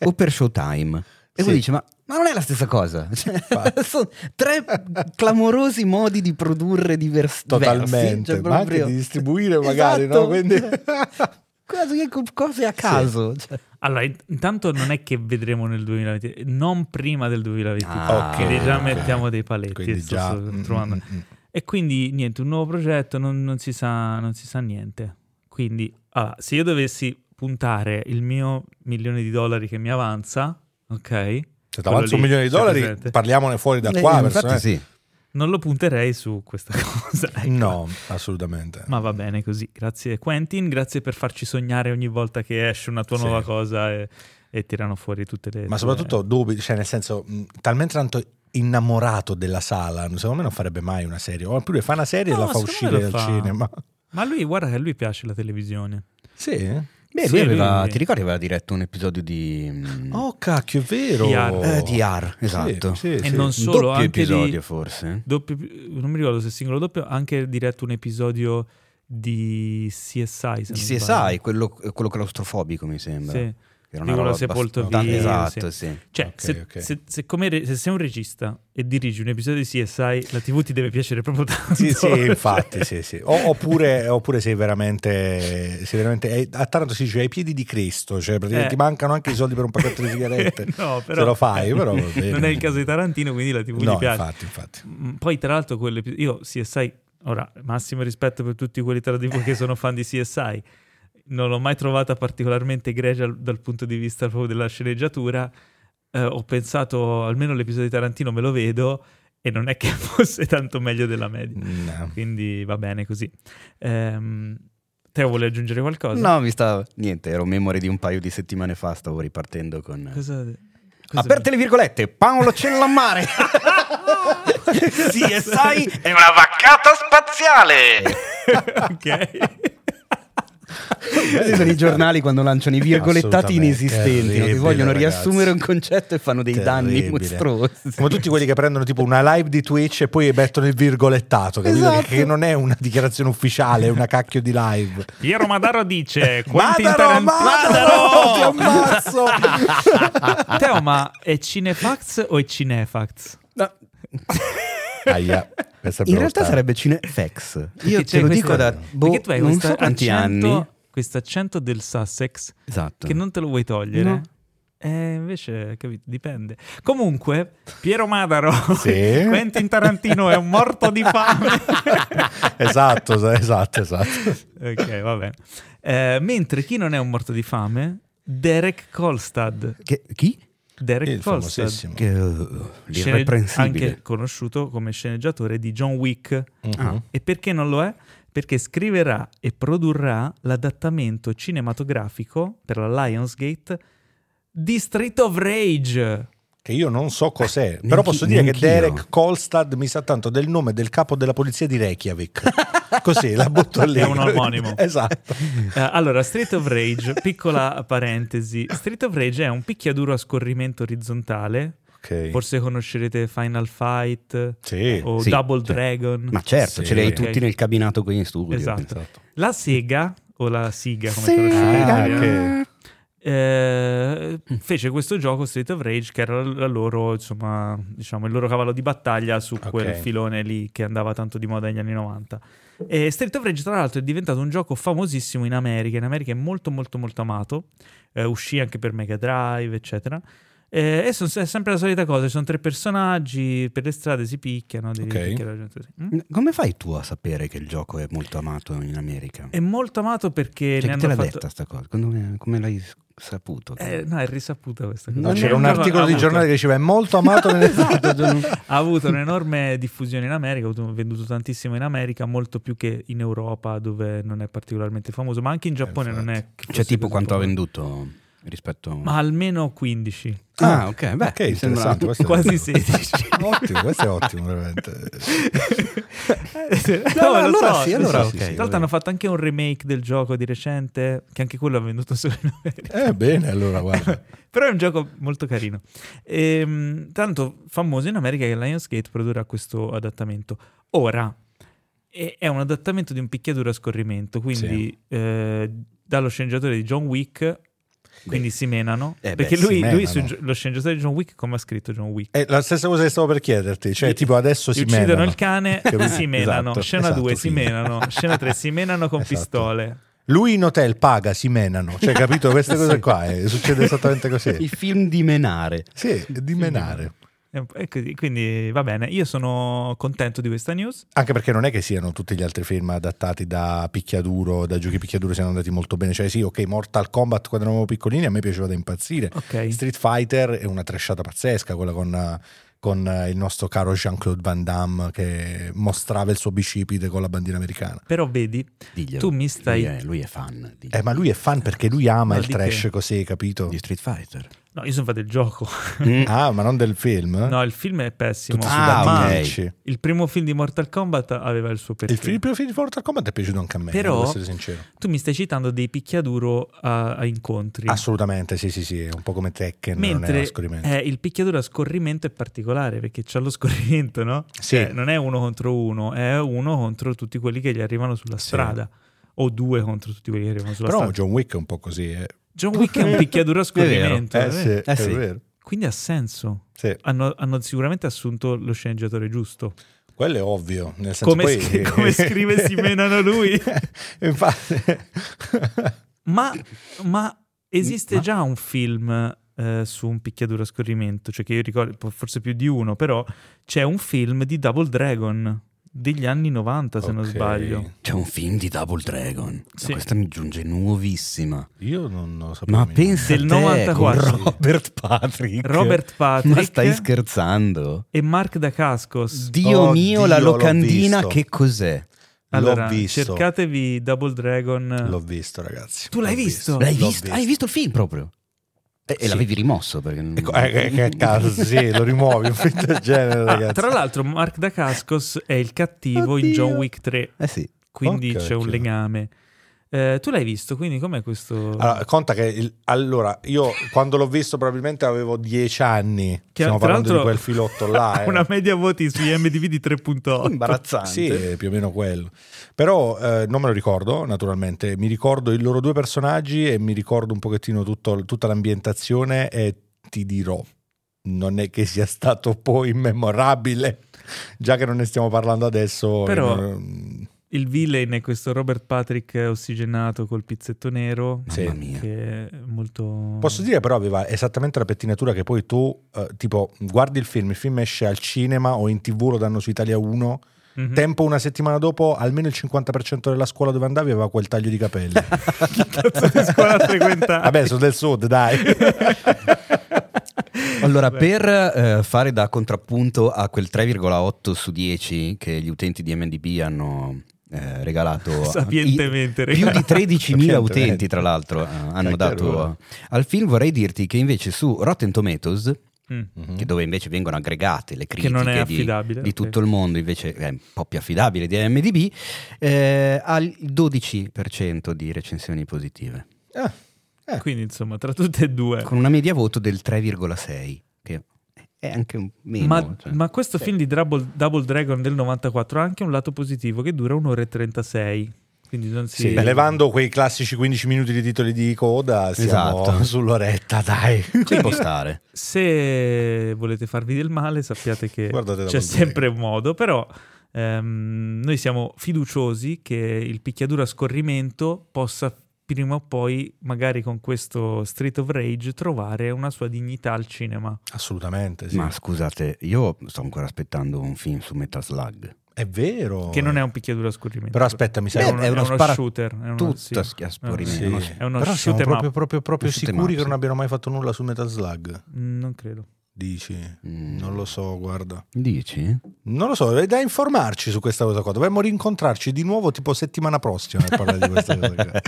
S2: o per Showtime. E
S3: Sì.
S2: lui dice ma, ma non è la stessa cosa. Cioè, [laughs]
S3: Infatti.
S2: sono tre clamorosi modi di produrre divers- diversi.
S3: [laughs] Totalmente,
S2: cioè
S3: ma anche
S2: proprio-
S3: di distribuire magari, no?
S2: Esatto.
S3: Quindi...
S2: [laughs]
S3: [laughs]
S2: Quasi che cose a caso. cioè.
S1: Allora, int- intanto non è che vedremo nel 2023, non prima del 2023.
S2: Ah,
S1: quindi
S2: ok,
S1: già
S2: ok.
S1: mettiamo dei paletti.
S3: Quindi
S1: sto-
S3: già...
S1: sto trovando.
S3: mm, mm, mm.
S1: E quindi niente, un nuovo progetto, non, non si, sa, non si sa niente. Quindi, allora, se io dovessi puntare il mio milione di dollari che mi avanza, ok,
S3: Se ti
S1: Quello
S3: avanza un
S1: lì,
S3: milione di
S1: c'è
S3: dollari,
S1: presente.
S3: parliamone fuori da
S2: Eh,
S3: qua.
S2: infatti
S3: personale.
S2: sì.
S1: non lo punterei su questa [laughs] cosa. ecco.
S3: No, assolutamente.
S1: Ma va bene così. Grazie Quentin, grazie per farci sognare ogni volta che esce una tua
S3: Sì.
S1: nuova cosa e, e tirano fuori tutte le...
S3: Ma
S1: tue-
S3: soprattutto dubbi, cioè nel senso, mh, talmente tanto innamorato della sala, secondo me non farebbe mai una serie, oppure fa una serie
S1: No,
S3: e la fa
S1: secondo me
S3: uscire
S1: lo
S3: dal
S1: fa.
S3: cinema.
S1: Ma lui, guarda che a lui piace la televisione.
S3: Sì?
S2: Beh, lui aveva, ti ricordi aveva diretto un episodio di... mm,
S3: Oh, cacchio, è vero.
S1: Yar.
S2: eh, di AR,
S3: Sì,
S2: esatto.
S3: sì,
S1: E
S3: sì.
S1: non
S2: Un
S1: solo,
S2: doppio
S1: anche
S2: episodio
S1: di
S3: Eh?
S2: forse.
S1: doppio- non mi ricordo se singolo o doppio, anche diretto un episodio di CSI. se
S2: Di
S1: non
S2: CSI,
S1: sbaglio.
S2: quello, quello claustrofobico mi sembra.
S1: Sì.
S2: Era
S1: Di quello
S2: roba
S1: sepolto
S2: abbastanza-
S3: via,
S2: Esatto, sì.
S1: Cioè,
S3: Ok,
S1: se,
S3: ok.
S1: se- se come re- se sei un regista e dirigi un episodio di CSI, la TV ti deve piacere proprio tanto.
S3: Sì,
S1: [laughs]
S3: sì,
S1: Cioè,
S3: infatti, sì, sì. O- oppure, oppure sei veramente, sei veramente eh, a Taranto si dice ai piedi di Cristo, cioè praticamente
S1: Eh.
S3: ti mancano anche i soldi per un pacchetto di sigarette.
S1: [laughs] no,
S3: Se lo fai, però va
S1: [laughs]
S3: bene.
S1: non è il caso di Tarantino, quindi la TV ti
S3: no,
S1: piace.
S3: infatti, infatti.
S1: Mm, Poi, tra l'altro, quelle, io CSI, ora massimo rispetto per tutti quelli tra di voi che sono fan di CSI, non l'ho mai trovata particolarmente egregia dal punto di vista proprio della sceneggiatura. Eh, ho pensato, almeno l'episodio di Tarantino me lo vedo e non è che [laughs] fosse tanto meglio della media.
S3: No.
S1: Quindi va bene così. Ehm, Teo vuole aggiungere qualcosa?
S2: No, mi stava... Niente, ero memore di un paio di settimane fa, stavo ripartendo con...
S1: Cosa- cosa-
S2: Aperte le virgolette, Paolo Cellammare. [laughs] sì, e sai, è una vaccata spaziale.
S1: [laughs] ok.
S2: Questi sono i giornali quando lanciano i virgolettati
S3: Assolutamente,
S2: inesistenti, no? che
S3: terribile,
S2: vogliono
S3: ragazzi.
S2: riassumere un concetto e fanno dei danni
S3: Terribile.
S2: mostruosi.
S3: Come tutti quelli che prendono tipo una live di Twitch e poi mettono il virgolettato, capito?
S2: Esatto.
S3: Che, che non è una dichiarazione ufficiale, è una cacchio di live.
S1: [laughs] Piero Madaro
S2: [laughs]
S1: dice: Quentin
S3: Madaro,
S1: Tarantino.
S3: Madaro, ti
S1: [laughs]
S3: ammazzo!
S1: Teo, ma è Cinefax o è Cinefax?
S2: No,
S3: Aia, questa è
S2: in realtà
S3: brutta.
S2: sarebbe Cinefax.
S1: Perché
S2: Io
S1: c'è
S2: te lo
S1: questo-
S2: dico da
S1: perché
S2: boh,
S1: tu hai
S2: non
S1: questo
S2: so quanti
S1: accento-
S2: anni.
S1: Questo accento del Sussex
S2: Esatto.
S1: che non te lo vuoi togliere.
S2: No.
S1: Eh, invece, capito, dipende. Comunque, Piero Madaro,
S3: Sì.
S1: [laughs] Quentin Tarantino è un morto di
S2: [laughs]
S1: fame.
S3: Esatto, es- esatto, esatto.
S1: ok, va bene. Eh, mentre chi non è un morto di fame? Derek Kolstad.
S2: Che- chi?
S1: Derek
S3: Il
S1: Kolstad.
S3: famosissimo.
S2: Che, uh,
S1: Scene-
S2: l'irreprensibile.
S1: Anche conosciuto come sceneggiatore di John Wick.
S2: Ah.
S3: Mhm.
S1: E perché non lo è? Perché scriverà e produrrà l'adattamento cinematografico per la Lionsgate di Street of Rage.
S3: Che io non so cos'è,
S2: Neanchi-
S3: però posso dire che
S2: neanch'io.
S3: Derek Kolstad mi sa tanto del nome del capo della polizia di [laughs] Reykjavik. Così la butto lì.
S1: È un omonimo.
S3: [laughs] Esatto.
S1: Eh, allora, Street of
S2: [laughs]
S1: Rage, piccola parentesi. Street of Rage è un picchiaduro a scorrimento orizzontale.
S3: Ok.
S1: Forse conoscerete Final Fight
S3: Sì.
S1: o
S2: Sì,
S1: Double
S2: cioè,
S1: Dragon.
S2: Ma certo,
S3: Sì.
S2: ce li hai
S1: Ok.
S2: tutti nel cabinato qui in studio.
S1: Esatto.
S2: Esatto.
S1: La Sega, o la Siga come
S2: Sega.
S1: conosciamo in
S3: Ah,
S1: italiano,
S3: ok.
S1: eh, fece questo gioco Street of Rage che era la loro, insomma, diciamo, il loro cavallo di battaglia su
S3: Ok.
S1: quel filone lì che andava tanto di moda negli anni 90. E Street of Rage tra l'altro è diventato un gioco famosissimo in America, in America è molto molto molto amato, Eh, uscì anche per Mega Drive eccetera. Eh, e son- è sempre la solita cosa, ci sono tre personaggi, per le strade si picchiano, devi
S3: Ok.
S1: picchiare la gente. Mm?
S2: Come fai tu a sapere che il gioco è molto amato in America?
S1: È molto amato perché
S2: Cioè,
S1: Eh, ne
S2: chi te
S1: hanno
S2: l'ha
S1: fatto...
S2: detta sta cosa? Come, come l'hai s- saputo?
S1: Eh, no, è risaputa questa cosa.
S3: No,
S2: Non
S3: c'era
S2: è-
S3: un
S2: no,
S3: articolo
S1: Ha
S3: di
S1: avuto-
S3: giornale che diceva è molto amato [laughs] nelle
S1: Ha avuto un'enorme diffusione in America, ha avuto- venduto tantissimo in America, molto più che in Europa dove non è particolarmente famoso, ma anche in Giappone non è... che
S2: cioè,
S1: fosse
S2: tipo
S1: così
S2: quanto ha
S1: famoso.
S2: venduto rispetto...
S1: Ma almeno 15,
S2: Ah, ok, beh,
S3: ok,
S2: mi sembra-
S3: interessante. questo è-
S1: quasi 16.
S3: [laughs] Ottimo, questo è ottimo, veramente.
S1: [laughs] No, ma lo
S2: Eh, allora sì,
S1: lo
S2: allora ok,
S1: Tra
S2: va
S1: l'altro
S2: bene.
S1: hanno fatto anche un remake del gioco di recente, che anche quello ha venduto solo in America.
S3: Eh, bene, allora, guarda.
S1: Però è un gioco molto carino. Ehm, tanto famoso in America che Lionsgate produrrà questo adattamento. Ora, è, è un adattamento di un picchiaduro a scorrimento, quindi eh, dallo sceneggiatore di John Wick, quindi si menano.
S2: Eh beh,
S1: perché
S2: si
S1: lui, lui
S3: menano.
S1: su Gio- lo sceneggiatore di John Wick, come ha scritto John Wick?
S3: È la stessa cosa che stavo per chiederti, cioè tipo adesso
S1: Gli
S3: si
S1: uccidono
S3: menano.
S1: il cane,
S3: [laughs] Capito?
S1: si menano.
S3: Esatto,
S1: scena
S3: esatto,
S1: 2 si
S3: fine.
S1: menano. Scena 3 si menano con
S3: Esatto.
S1: pistole.
S3: Lui in hotel paga, si menano, cioè
S1: [laughs]
S2: [laughs]
S3: capito queste cose qua, eh, succede esattamente
S2: I
S3: così.
S2: film di Menare.
S3: Sì, di menare.
S1: È un po' è così, Quindi va bene, io sono contento di questa news.
S3: Anche perché non è che siano tutti gli altri film adattati da picchiaduro, da giochi picchiaduro siano andati molto bene, cioè sì, ok, Mortal Kombat quando eravamo piccolini a me piaceva da impazzire.
S1: Ok.
S3: Street Fighter è una trashata pazzesca, quella con, eh, con, eh, il nostro caro Jean-Claude Van Damme che mostrava il suo bicipite con la bandiera americana.
S1: Però vedi,
S2: Diglielo.
S1: Tu mi stai-
S2: Lui è, lui è fan di,
S3: Eh, ma lui è fan perché lui ama
S1: No,
S3: il
S1: di
S3: trash
S1: che?
S3: così, capito?
S2: di Street Fighter.
S1: No, io sono fatto il gioco.
S3: Ah, ma non del film?
S1: No, il film è pessimo.
S3: Tutti
S2: Ah,
S3: sudati,
S2: ok.
S3: dici.
S1: Il primo film di Mortal Kombat aveva il suo perché.
S3: Il film, il film di Mortal Kombat è piaciuto anche a me,
S1: Però-
S3: devo essere sincero.
S1: Tu mi stai citando dei picchiaduro a, a incontri.
S3: Assolutamente, Ah, sì, sì, sì, è un po' come Tekken, non è uno
S1: Mentre
S3: scorrimento.
S1: eh, il picchiaduro a scorrimento è particolare perché c'ha lo scorrimento, no?
S3: Sì.
S1: Cioè, non è uno contro uno, è uno contro tutti quelli che gli arrivano sulla
S3: Sì.
S1: strada. O due contro tutti quelli che arrivano sulla
S3: Però
S1: strada.
S3: John Wick è un po' così, eh.
S1: John Wick è
S3: [laughs]
S1: un picchiaduro a
S2: È vero,
S1: scorrimento.
S3: Eh
S1: eh. Ah.
S3: sì, è
S2: sì.
S3: vero.
S1: Quindi ha senso.
S3: Sì.
S1: Hanno, hanno sicuramente assunto lo sceneggiatore giusto.
S3: Quello è ovvio, nel senso
S1: Come,
S3: poi...
S1: scri- come scrive
S3: [laughs]
S1: si menano lui.
S3: Infatti...
S1: Ma, ma esiste
S2: Ma-
S1: già un film eh, su un picchiaduro a scorrimento, cioè che io ricordo po- forse più di uno, però c'è un film di Double Dragon degli anni 90 se non
S3: Ok.
S1: sbaglio.
S2: C'è un film di Double Dragon.
S1: Sì.
S2: Questa mi giunge nuovissima.
S3: Io non lo sapevo.
S2: Ma
S3: nemmeno.
S2: pensa
S1: Del
S2: a te, con
S1: 94.
S2: Robert Patrick.
S1: Robert
S2: Ma stai
S1: Patrick
S2: scherzando?
S1: e Mark Dacascos.
S2: Dio mio,
S3: Oh, Dio,
S2: la
S3: l'ho
S2: locandina
S3: visto.
S2: che cos'è?
S1: Allora,
S3: l'ho visto.
S1: cercatevi Double Dragon.
S3: L'ho visto, ragazzi.
S1: Tu l'hai
S3: L'ho
S1: visto?
S2: L'hai
S3: L'ho
S2: visto? Hai visto il film proprio? E, e
S3: Sì.
S2: l'avevi rimosso perché...
S3: Ecco, eh, che che cazzo, sì, lo rimuovi, un film del genere,
S1: Ah,
S3: ragazzi.
S1: tra l'altro Mark Dacascos è il cattivo in
S2: Oddio.
S1: John Wick 3,
S2: Eh sì.
S1: quindi
S3: Porca
S1: c'è un
S3: vacchina.
S1: legame. Eh, tu l'hai visto, quindi com'è questo?
S3: Allora, conta che il- allora,
S1: [laughs]
S3: io quando l'ho visto probabilmente avevo 10 anni.
S1: Che,
S3: Stiamo
S1: tra
S3: parlando di
S1: l'altro,
S3: quel filotto
S1: [laughs]
S2: [laughs]
S3: là.
S1: ha
S3: eh.
S1: Una media voti su IMDb di 3.8.
S2: Imbarazzante.
S3: Sì, è più o meno quello. Però eh, non me lo ricordo, naturalmente. Mi ricordo i loro due personaggi e mi ricordo un pochettino tutto- tutta l'ambientazione e ti dirò, non è che sia stato poi memorabile, già che non ne stiamo parlando adesso. eh,
S1: Però-
S3: non-
S1: Il villain è questo Robert Patrick ossigenato col pizzetto nero.
S3: Sì.
S2: Mamma mia.
S1: Che è molto.
S3: Posso dire però aveva esattamente la pettinatura che poi tu, eh, tipo, guardi il film, il film esce al cinema o in tv, lo danno su Italia 1,
S1: Mhm. [laughs]
S3: tempo una settimana dopo, almeno il 50% della scuola dove andavi aveva quel taglio
S1: [laughs]
S3: di capelli.
S1: Che cazzo di scuola frequentata?
S3: Vabbè, sono del
S1: [laughs]
S3: sud, dai.
S2: Allora,
S1: Vabbè.
S2: per eh, fare da contrappunto a quel 3,8 su 10 che gli utenti di MDB hanno eh,
S1: [laughs]
S2: regalato,
S1: Sapientemente,
S2: i- più di
S1: regalato.
S2: 13.000
S3: Sapientemente.
S2: utenti tra l'altro
S1: Ah,
S2: eh, hanno
S3: Dai,
S2: dato
S3: allora.
S2: al film, vorrei dirti che invece su Rotten Tomatoes,
S1: Mm.
S2: che dove invece vengono aggregate
S1: Che
S2: le critiche
S1: non è
S2: di,
S1: affidabile.
S2: di
S1: ok.
S2: tutto il mondo, invece è un po' più affidabile di MDB, eh, ha il 12% di recensioni positive,
S3: Ah, eh.
S1: Quindi, insomma, tra tutte e due.
S2: con una media voto del 3,6, che è anche un meno.
S1: Ma,
S2: cioè.
S1: ma questo film di Double, Double Dragon del 94 ha anche un lato positivo che dura un'ora e 36. Quindi non si.
S3: Sì, beh, levando quei classici 15 minuti di titoli di coda, siamo
S2: Esatto.
S3: [laughs] sull'oretta, dai.
S2: Ci può stare.
S1: Se volete farvi del male, sappiate che
S3: [laughs] Guardate la
S1: c'è
S3: Volkswagen.
S1: sempre un modo, però ehm, noi siamo fiduciosi che il picchiaduro a scorrimento possa prima o poi, magari con questo Street of Rage, trovare una sua dignità al cinema.
S3: Assolutamente, sì.
S2: Ma scusate, io sto ancora aspettando un film su Metal Slug.
S3: È vero.
S1: Che non è un picchiaduro a scorrimento.
S3: Però aspetta, mi sa
S1: Cioè, È
S3: che
S1: uno- è uno
S2: spara-
S1: shooter, è uno-
S2: tutto
S1: sì.
S2: a schi- a sporimento,
S1: Sì.
S2: no?
S1: È uno
S3: Però siamo
S1: shoot 'em up.
S3: proprio, proprio, proprio
S2: Un shoot 'em
S3: sicuri
S2: up,
S3: che
S2: sì.
S3: non abbiano mai fatto nulla su Metal Slug.
S1: Mm, Non credo.
S3: Dici?
S2: Mm.
S3: Non lo so, guarda.
S2: Dici?
S3: Non lo so, è da informarci su questa cosa qua. Dovremmo rincontrarci di nuovo tipo settimana prossima per parlare di questa cosa. [laughs] qua.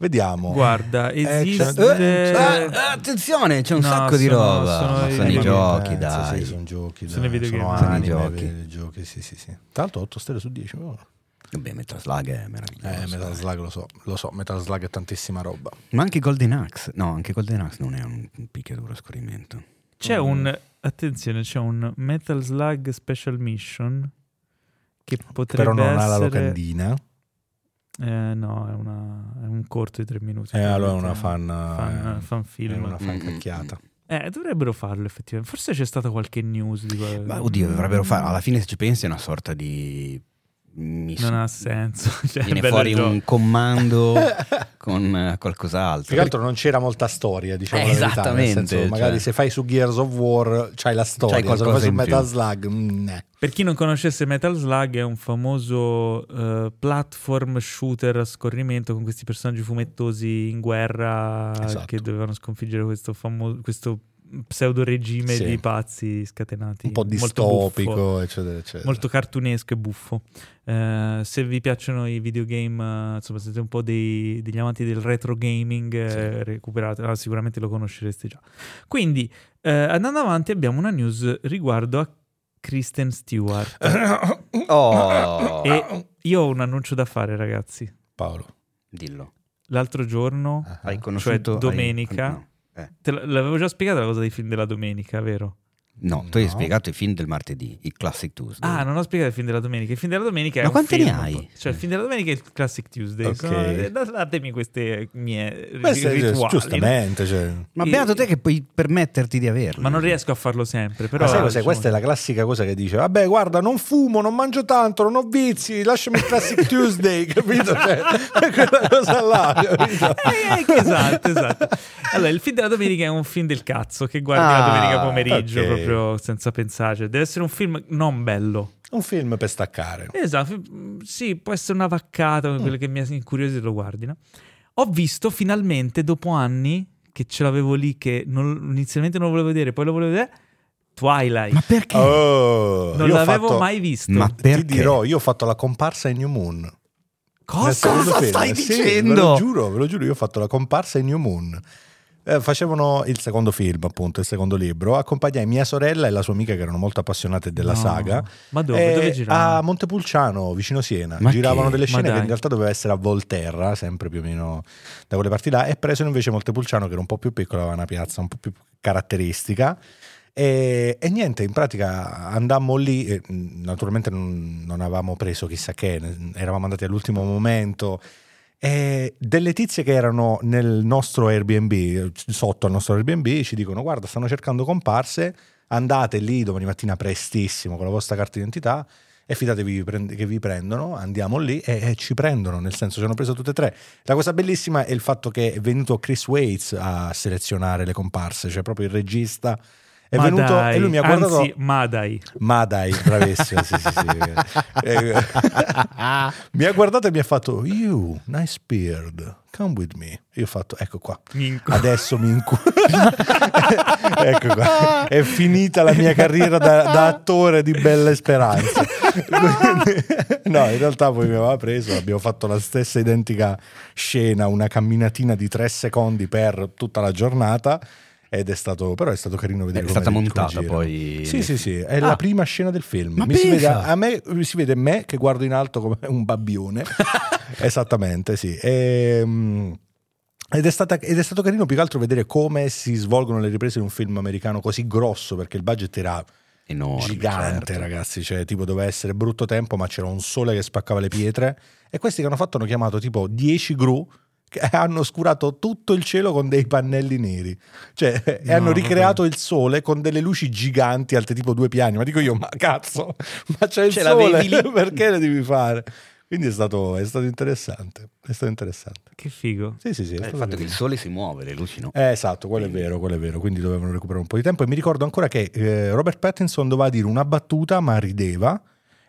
S3: Vediamo.
S1: Guarda,
S2: Eh,
S1: esiste...
S2: ah, attenzione, c'è un
S1: No,
S2: sacco di
S1: sono-
S2: roba.
S1: sono
S2: Ma
S1: i
S2: sono i
S1: videogame.
S2: giochi,
S3: Eh,
S2: dai.
S3: Sì, sono giochi, dai.
S1: Sono
S3: Sono,
S1: i videogame.
S2: Sono i
S3: anime,
S2: giochi.
S3: veri giochi, sì, sì, sì. Tra l'altro 8 stelle su 10. oh.
S2: Vabbè, Metal Slug è meraviglioso.
S3: Eh, Metal Slug lo so, lo so, Metal Slug è tantissima roba.
S2: Ma anche Golden Axe. No, anche Golden Axe non è un un picchiaduro a scorrimento.
S1: C'è un... Attenzione, c'è un Metal Slug Special Mission che potrebbe
S3: Però non ha la
S1: essere...
S3: locandina.
S1: Eh, no, è, una- è un corto di tre minuti.
S3: Eh, allora è una
S1: probabilmente.
S3: fan,
S1: Fan,
S3: eh,
S1: fan film.
S3: è una fan
S2: Mm,
S3: cacchiata.
S1: Eh, dovrebbero farlo effettivamente. Forse c'è stata qualche news di qual-
S2: Ma oddio, dovrebbero fare. Alla fine, se ci pensi, è una sorta di. mis-
S1: Non ha senso. [laughs] Cioè,
S2: Viene
S1: bello
S2: fuori
S1: il gioco.
S2: un
S1: [laughs]
S2: comando con eh, qualcos'altro.
S3: Più che altro non c'era molta storia, diciamo
S2: Eh,
S3: la verità, nel
S2: esattamente,
S3: senso,
S2: cioè.
S3: magari se fai su Gears of War c'hai la storia,
S2: C'hai
S3: se lo fai
S2: qualcosa
S3: su
S2: in più.
S3: Metal Slug, mm, eh.
S1: Per chi non conoscesse Metal Slug è un famoso eh, platform shooter a scorrimento con questi personaggi fumettosi in guerra
S3: Esatto.
S1: che dovevano sconfiggere questo, famo- questo pseudo regime
S3: Sì.
S1: di pazzi scatenati.
S2: Un
S3: un po'
S1: Molto buffo.
S3: distopico, eccetera, eccetera.
S1: molto cartunesco e buffo. Eh, se vi piacciono i videogame, eh, insomma, siete un po' dei- degli amanti del retro gaming, eh,
S3: Sì.
S1: recuperate, ah, sicuramente lo conoscereste già. Quindi, eh, andando avanti, abbiamo una news riguardo a Kristen Stewart.
S3: Ah,
S2: Oh,
S1: E io ho un annuncio da fare, ragazzi.
S3: [coughs] Paolo.
S2: dillo.
S1: L'altro giorno,
S3: Ah,
S2: Hai conosciuto hai-
S1: cioè domenica?
S2: no. Eh,
S1: te l- l'avevo già spiegata la cosa dei film della domenica, vero?
S2: no, tu hai
S3: No.
S2: spiegato i film del martedì, i Classic Tuesday.
S1: Ah, non ho spiegato il film della domenica. Il film della domenica è
S2: Ma
S1: un
S2: quante
S1: film,
S2: ne hai?
S1: un po'. Cioè, il film della domenica è il Classic Tuesday.
S3: Ok.
S1: Sono- eh, datemi queste mie ri-
S3: Beh, sì,
S1: rituali. no?
S3: giustamente. cioè.
S2: Ma
S1: e-
S2: beato te che puoi permetterti di averlo.
S1: Ma non riesco a farlo sempre. Però,
S3: Ma sai cos'è?
S1: diciamo-
S3: Questa è la classica cosa che dice: Vabbè, guarda, non fumo, non mangio tanto, non ho vizi, lasciami il
S1: [laughs]
S3: Classic Tuesday, capito? Cioè, quella cosa là,
S1: [laughs]
S3: capito?
S1: Eh, eh, esatto, esatto. Allora, il film della domenica è un film del cazzo che guardi la
S2: Ah,
S1: domenica pomeriggio
S3: ok.
S1: proprio senza pensarci. Deve essere un film non bello.
S3: Un film per staccare.
S1: Esatto, fi- sì, può essere una vaccata,
S3: Mm.
S1: quello che mi ha incuriosito lo guardi, no? Ho visto finalmente dopo anni che ce l'avevo lì che non- inizialmente non lo volevo vedere, poi lo volevo vedere Twilight.
S2: Ma perché?
S3: Oh,
S1: non
S3: io ho
S1: l'avevo
S3: fatto-
S1: mai visto.
S2: Ma perché?
S3: Ti dirò, io ho fatto la comparsa in New Moon. Nel
S1: Cosa?
S3: secondo
S2: Cosa
S3: film.
S2: stai
S3: Sì,
S2: dicendo?
S3: Ve lo giuro, ve lo giuro, io ho fatto la comparsa in New Moon. Eh, facevano il secondo film, appunto, il secondo libro. Accompagnai mia sorella e la sua amica, che erano molto appassionate della
S1: No.
S3: saga.
S1: Ma dove?
S3: Eh,
S1: dove
S3: a
S1: girava?
S3: Montepulciano, vicino Siena.
S2: Ma
S3: Giravano
S2: che?
S3: delle
S1: Ma
S3: scene che
S1: dai.
S3: in realtà doveva essere a Volterra, sempre più o meno da quelle parti là. E presero invece Montepulciano, che era un po' più piccola, aveva una piazza un po' più caratteristica. E, e niente, in pratica andammo lì, e, mh, naturalmente non, non avevamo preso chissà che, ne- eravamo andati all'ultimo momento. E Eh, delle tizie che erano nel nostro Airbnb, eh, sotto al nostro Airbnb, ci dicono: Guarda, stanno cercando comparse, andate lì domani mattina prestissimo con la vostra carta d'identità e fidatevi vi prend- che vi prendono, andiamo lì e, e ci prendono, nel senso ci hanno preso tutte e tre. La cosa bellissima è il fatto che è venuto Chris Waits a selezionare le comparse, cioè proprio il regista. È
S1: Ma
S3: venuto
S1: dai,
S3: e lui mi ha guardato.
S1: Anzi, ma dai.
S3: Ma dai, bravissimo, sì,
S2: [laughs]
S3: sì, sì. Eh, mi ha guardato e mi ha fatto You, nice beard, come with me. Io ho fatto, ecco qua,
S1: Minco.
S3: adesso mi incubo. [laughs] ecco qua, è finita la mia carriera da, da attore di Belle Speranze. Quindi- [laughs] no, in realtà poi mi aveva preso, abbiamo fatto la stessa identica scena, una camminatina di tre secondi per tutta la giornata. Ed è stato, però è stato carino vedere
S2: È
S3: come-
S2: stata
S3: come
S2: montata
S3: gira.
S2: poi.
S3: Sì, sì, sì, è
S2: Ah.
S3: la prima scena del film.
S2: Ma
S3: Mi si vede,
S2: pensa!
S3: a me si vede me che guardo in alto come un
S2: [laughs]
S3: babbione. Esattamente, sì. Ehm, ed, è stata- ed è stato carino più che altro vedere come si svolgono le riprese di un film americano così grosso, perché il budget era
S2: Enorme,
S3: gigante,
S2: certo.
S3: ragazzi. Cioè, tipo, doveva essere brutto tempo, ma c'era un sole che spaccava le pietre. E questi che hanno fatto hanno chiamato tipo 10 gru che hanno oscurato tutto il cielo con dei pannelli neri. Cioè, e
S1: No,
S3: hanno ricreato il sole con delle luci giganti alte tipo due piani. Ma dico io, ma cazzo, [laughs] ma c'è il
S2: Ce
S3: sole,
S2: l'avevi lì?
S3: [laughs] perché le devi fare? Quindi è stato, è stato interessante. È stato interessante.
S1: [laughs] Che figo.
S3: Sì, sì, sì. è
S2: Eh,
S3: stato
S2: il fatto che
S3: carino.
S2: il sole si muove, le luci no. [laughs]
S3: Eh, esatto, quello è vero, quello è vero, quindi dovevano recuperare un po' di tempo e mi ricordo ancora che eh, Robert Pattinson doveva dire una battuta ma rideva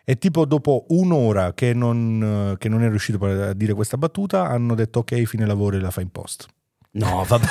S3: e tipo dopo un'ora che non, eh, che non è riuscito poi a dire questa battuta hanno detto ok, fine lavoro e la fa in post. [laughs]
S2: No, vabbè.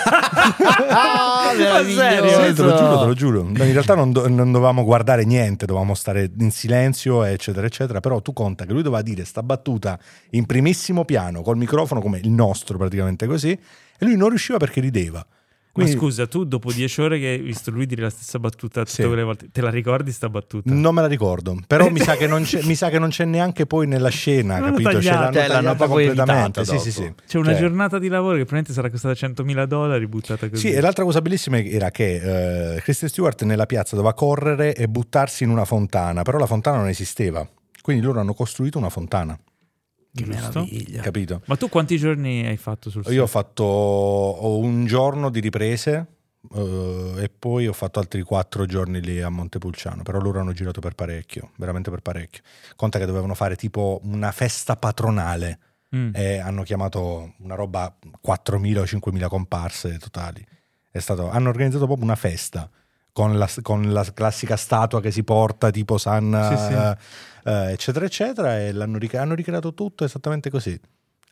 S1: Ah, Curioso.
S3: Sì, te lo giuro, te lo giuro. No, in realtà non, do- non dovevamo guardare niente, dovevamo stare in silenzio eccetera eccetera, però tu conta che lui doveva dire sta battuta in primissimo piano col microfono come il nostro praticamente così e lui non riusciva perché rideva. Quindi-
S1: Ma scusa, tu dopo dieci ore che hai visto lui dire la stessa battuta tutte
S3: Sì.
S1: quelle volte, te la ricordi sta battuta?
S3: Non me la ricordo, però mi sa che
S1: [laughs]
S3: non c'è, mi sa che non c'è neanche poi nella scena,
S1: L'hanno
S3: capito? Ce
S1: tagliata.
S3: l'hanno
S2: Cioè, l'hanno
S3: tagliata
S2: proprio
S3: completamente.
S2: evitata
S3: Sì, sì,
S2: dopo.
S3: sì.
S1: C'è una
S3: Cioè,
S1: giornata di lavoro che probabilmente sarà costata 100.000 dollari buttata così.
S3: Sì, e l'altra cosa bellissima era che eh, Kristen Stewart nella piazza doveva correre e buttarsi in una fontana, però la fontana non esisteva. Quindi loro hanno costruito una fontana,
S2: Che
S1: Giusto?
S2: meraviglia.
S3: capito?
S1: Ma tu quanti giorni hai fatto sul
S3: Io ho
S1: set?
S3: fatto ho un giorno di riprese eh, e poi ho fatto altri quattro giorni lì a Montepulciano, però loro hanno girato per parecchio, veramente per parecchio. Conta che dovevano fare tipo una festa patronale.
S1: Mm.
S3: e hanno chiamato una roba 4.000 o 5.000 comparse totali. È stato- hanno organizzato proprio una festa con la, con la classica statua che si porta tipo San
S1: Sì, sì.
S3: eh, eh, eccetera eccetera e l'hanno ric- hanno ricreato tutto esattamente così.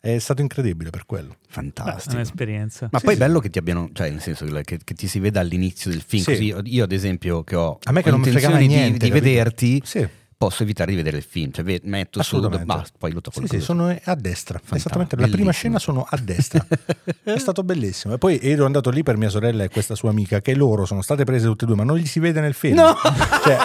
S3: È È stato incredibile per quello.
S1: È
S2: Fantastico.
S1: Ah, un'esperienza.
S2: Ma
S3: Sì,
S2: poi è
S3: sì.
S2: bello che ti abbiano, cioè nel senso che, che ti si veda all'inizio del film.
S3: Sì.
S2: Così io ad esempio che ho,
S3: A me che
S2: ho
S3: non mi fregava
S2: intenzione di-
S3: niente,
S2: di,
S3: capito?
S2: vederti,
S3: Sì,
S2: posso evitare di vedere il film. Cioè ve- metto su,
S3: assolutamente.
S2: basta, poi lo tocco
S3: Sì,
S2: il
S3: sì,
S2: coso. [laughs]
S3: sono a destra.
S2: Fantastico,
S3: Esattamente, la prima
S2: bellissimo.
S3: scena sono a
S2: [laughs]
S3: destra. è stato bellissimo. E poi ero andato lì per mia sorella e questa sua amica, che loro sono state prese tutte e due, ma non gli si vede nel film.
S2: No!
S3: [laughs] Cioè,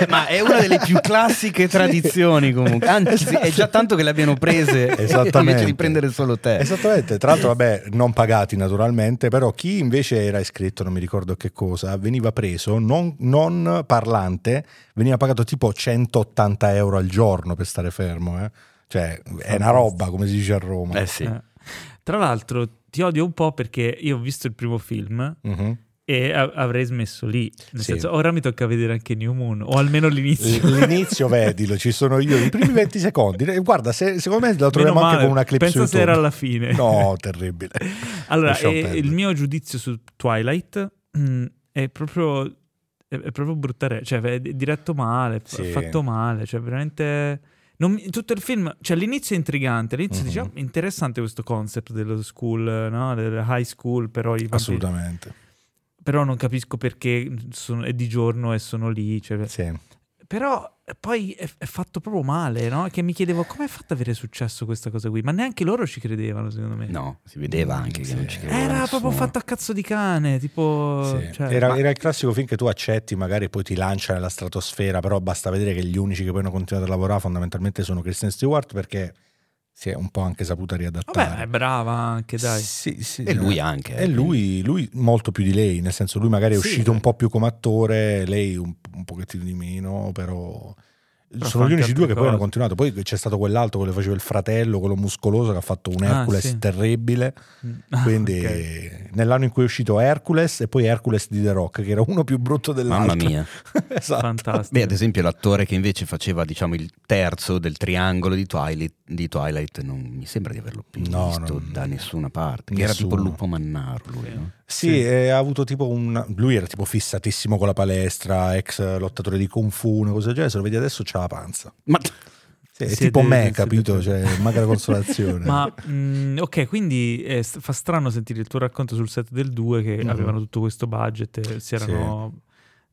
S2: Beh, ma è una delle più classiche
S3: [laughs] Sì.
S2: tradizioni comunque. Anzi, sì,
S3: Esatto.
S2: è già tanto che le abbiano
S3: [laughs]
S2: prese [laughs] invece
S3: Esattamente.
S2: di prendere solo te.
S3: Esattamente, tra l'altro, vabbè, non pagati naturalmente, però chi invece era iscritto, non mi ricordo che cosa, veniva preso non, non parlante, veniva pagato tipo 180 euro al giorno per stare fermo. eh. Cioè, è una roba, come si dice a Roma.
S2: Eh sì.
S1: Eh. Tra l'altro, ti odio un po' perché io ho visto il primo film
S3: Mhm.
S1: e a- avrei smesso lì. Nel
S3: Sì.
S1: senso, ora mi tocca vedere anche New Moon, o almeno l'inizio.
S3: L-
S1: [laughs]
S3: L'inizio, vedilo, ci sono io, i primi 20 secondi. Eh, Guarda, se- secondo me la troviamo
S1: Meno
S3: anche
S1: male.
S3: con una clip
S1: Penso
S3: su
S1: se
S3: YouTube.
S1: era alla fine.
S3: No, terribile. [laughs]
S1: Allora,
S3: Lasciamo
S1: eh,
S3: perdere.
S1: il mio giudizio su Twilight mm, è proprio, è, è proprio brutta re- cioè è diretto male, fa-
S3: Sì.
S1: fatto male, cioè veramente... non mi- tutto il film, cioè l'inizio è intrigante, all'inizio
S3: Mhm.
S1: dici, "Ah, interessante questo concept dello school, no? del high school, però, i bambini-
S3: Assolutamente.
S1: però non capisco perché sono- è di giorno e sono lì, cioè-
S3: Sì.
S1: però poi è, è fatto proprio male, no? Che mi chiedevo come è fatto ad avere successo questa cosa qui, ma neanche loro ci credevano secondo me.
S2: No, si vedeva anche che
S3: Sì.
S2: non ci credeva
S1: Era
S2: nessuno.
S1: proprio fatto a cazzo di cane, tipo...
S3: Sì.
S1: cioè-
S3: era,
S1: ma-
S3: era il classico film che tu accetti, magari poi ti lancia nella stratosfera, però basta vedere che gli unici che poi hanno continuato a lavorare fondamentalmente sono Kristen Stewart perché si è un po' anche saputa riadattare.
S1: Vabbè, è brava anche, dai.
S3: Sì, sì.
S2: E lui anche. eh,
S3: E lui, lui molto più di lei, nel senso lui magari è
S2: Sì.
S3: uscito un po' più come attore, lei un, un pochettino di meno, però...
S1: fa
S3: sono gli
S1: anche
S3: unici due
S1: altre
S3: che poi
S1: cose.
S3: hanno continuato. Poi c'è stato quell'altro, quello che faceva il fratello, quello muscoloso che ha fatto un
S1: Ah,
S3: Hercules
S1: sì.
S3: terribile.
S1: Ah,
S3: Quindi
S1: [laughs] ok.
S3: nell'anno in cui è uscito Hercules e poi Hercules di The Rock, che era uno più brutto dell'altro.
S2: Mamma
S3: [laughs]
S2: mia.
S3: esatto.
S1: Fantastico.
S2: Beh, ad esempio l'attore che invece faceva, diciamo, il terzo del triangolo di Twilight, di Twilight non mi sembra di averlo più
S3: No,
S2: visto
S3: non-
S2: da nessuna parte. Che
S3: nessuno.
S2: Era tipo Lupo Mannaro lui, no?
S3: Sì, eh, ha avuto tipo un. Lui era tipo fissatissimo con la palestra, ex lottatore di Kung Fu, una cosa del genere. Se lo vedi adesso, c'ha la panza.
S2: Ma
S1: Eh,
S3: Sì, è
S1: Siete-
S3: tipo me,
S1: siete-
S3: capito? Cioè, magra [laughs] consolazione.
S1: Ma, mm, ok, quindi eh, st- fa strano sentire il tuo racconto sul set del 2 che
S3: Mhm.
S1: avevano tutto questo budget e si erano...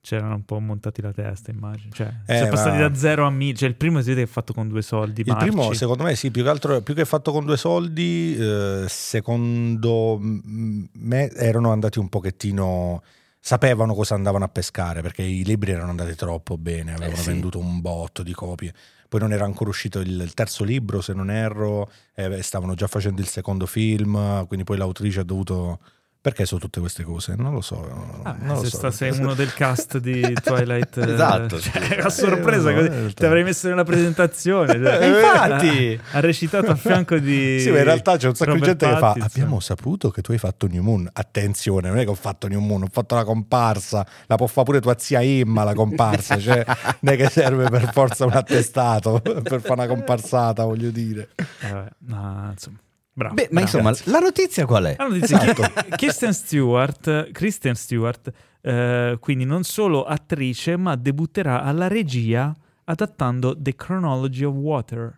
S1: C'erano un po' montati la testa, immagino. Cioè,
S3: Eh,
S1: si è passati
S3: ma-
S1: da 0 a 1000. Cioè, il primo si vede che è fatto con due soldi.
S3: Il primo,
S1: marci.
S3: secondo me, sì, più che altro, più che fatto con due soldi, eh, secondo m- me erano andati un pochettino. Sapevano cosa andavano a pescare perché i libri erano andati troppo bene,
S1: Eh,
S3: avevano
S2: sì.
S3: venduto un botto di copie. Poi non era ancora uscito il, il terzo libro, se non erro, eh, beh, stavano già facendo il secondo film, quindi poi l'autrice ha dovuto. Perché so tutte queste cose? Non lo so. non-
S1: Ah,
S3: non lo
S1: se
S3: so.
S1: sta- sei uno del cast
S3: [laughs]
S1: di Twilight, eh,
S2: [laughs] Esatto,
S1: [laughs] cioè,
S2: scusa. [laughs]
S1: a sorpresa
S3: Eh, no,
S1: così,
S3: in realtà.
S1: ti avrei messo nella presentazione.
S3: [laughs]
S1: cioè.
S2: Eh, infatti!
S1: ha, ha recitato a fianco di.
S3: Sì, ma in realtà c'è un sacco di
S1: Robert
S3: gente che fa.
S1: Pattinson.
S3: Abbiamo saputo che tu hai fatto New Moon. Attenzione, non è che ho fatto New Moon, ho fatto la comparsa. La può fare pure tua zia Imma la
S1: [laughs]
S3: comparsa. cioè, non è che serve per forza un attestato [laughs] per fare una comparsata, voglio dire.
S1: Eh, vabbè, no, insomma, bravo,
S2: Beh, ma
S1: bravo.
S2: insomma, la notizia qual è?
S1: La notizia è che
S3: Esatto.
S1: Kirsten Stewart, Kristen Stewart eh, quindi non solo attrice, ma debutterà alla regia adattando The Chronology of Water,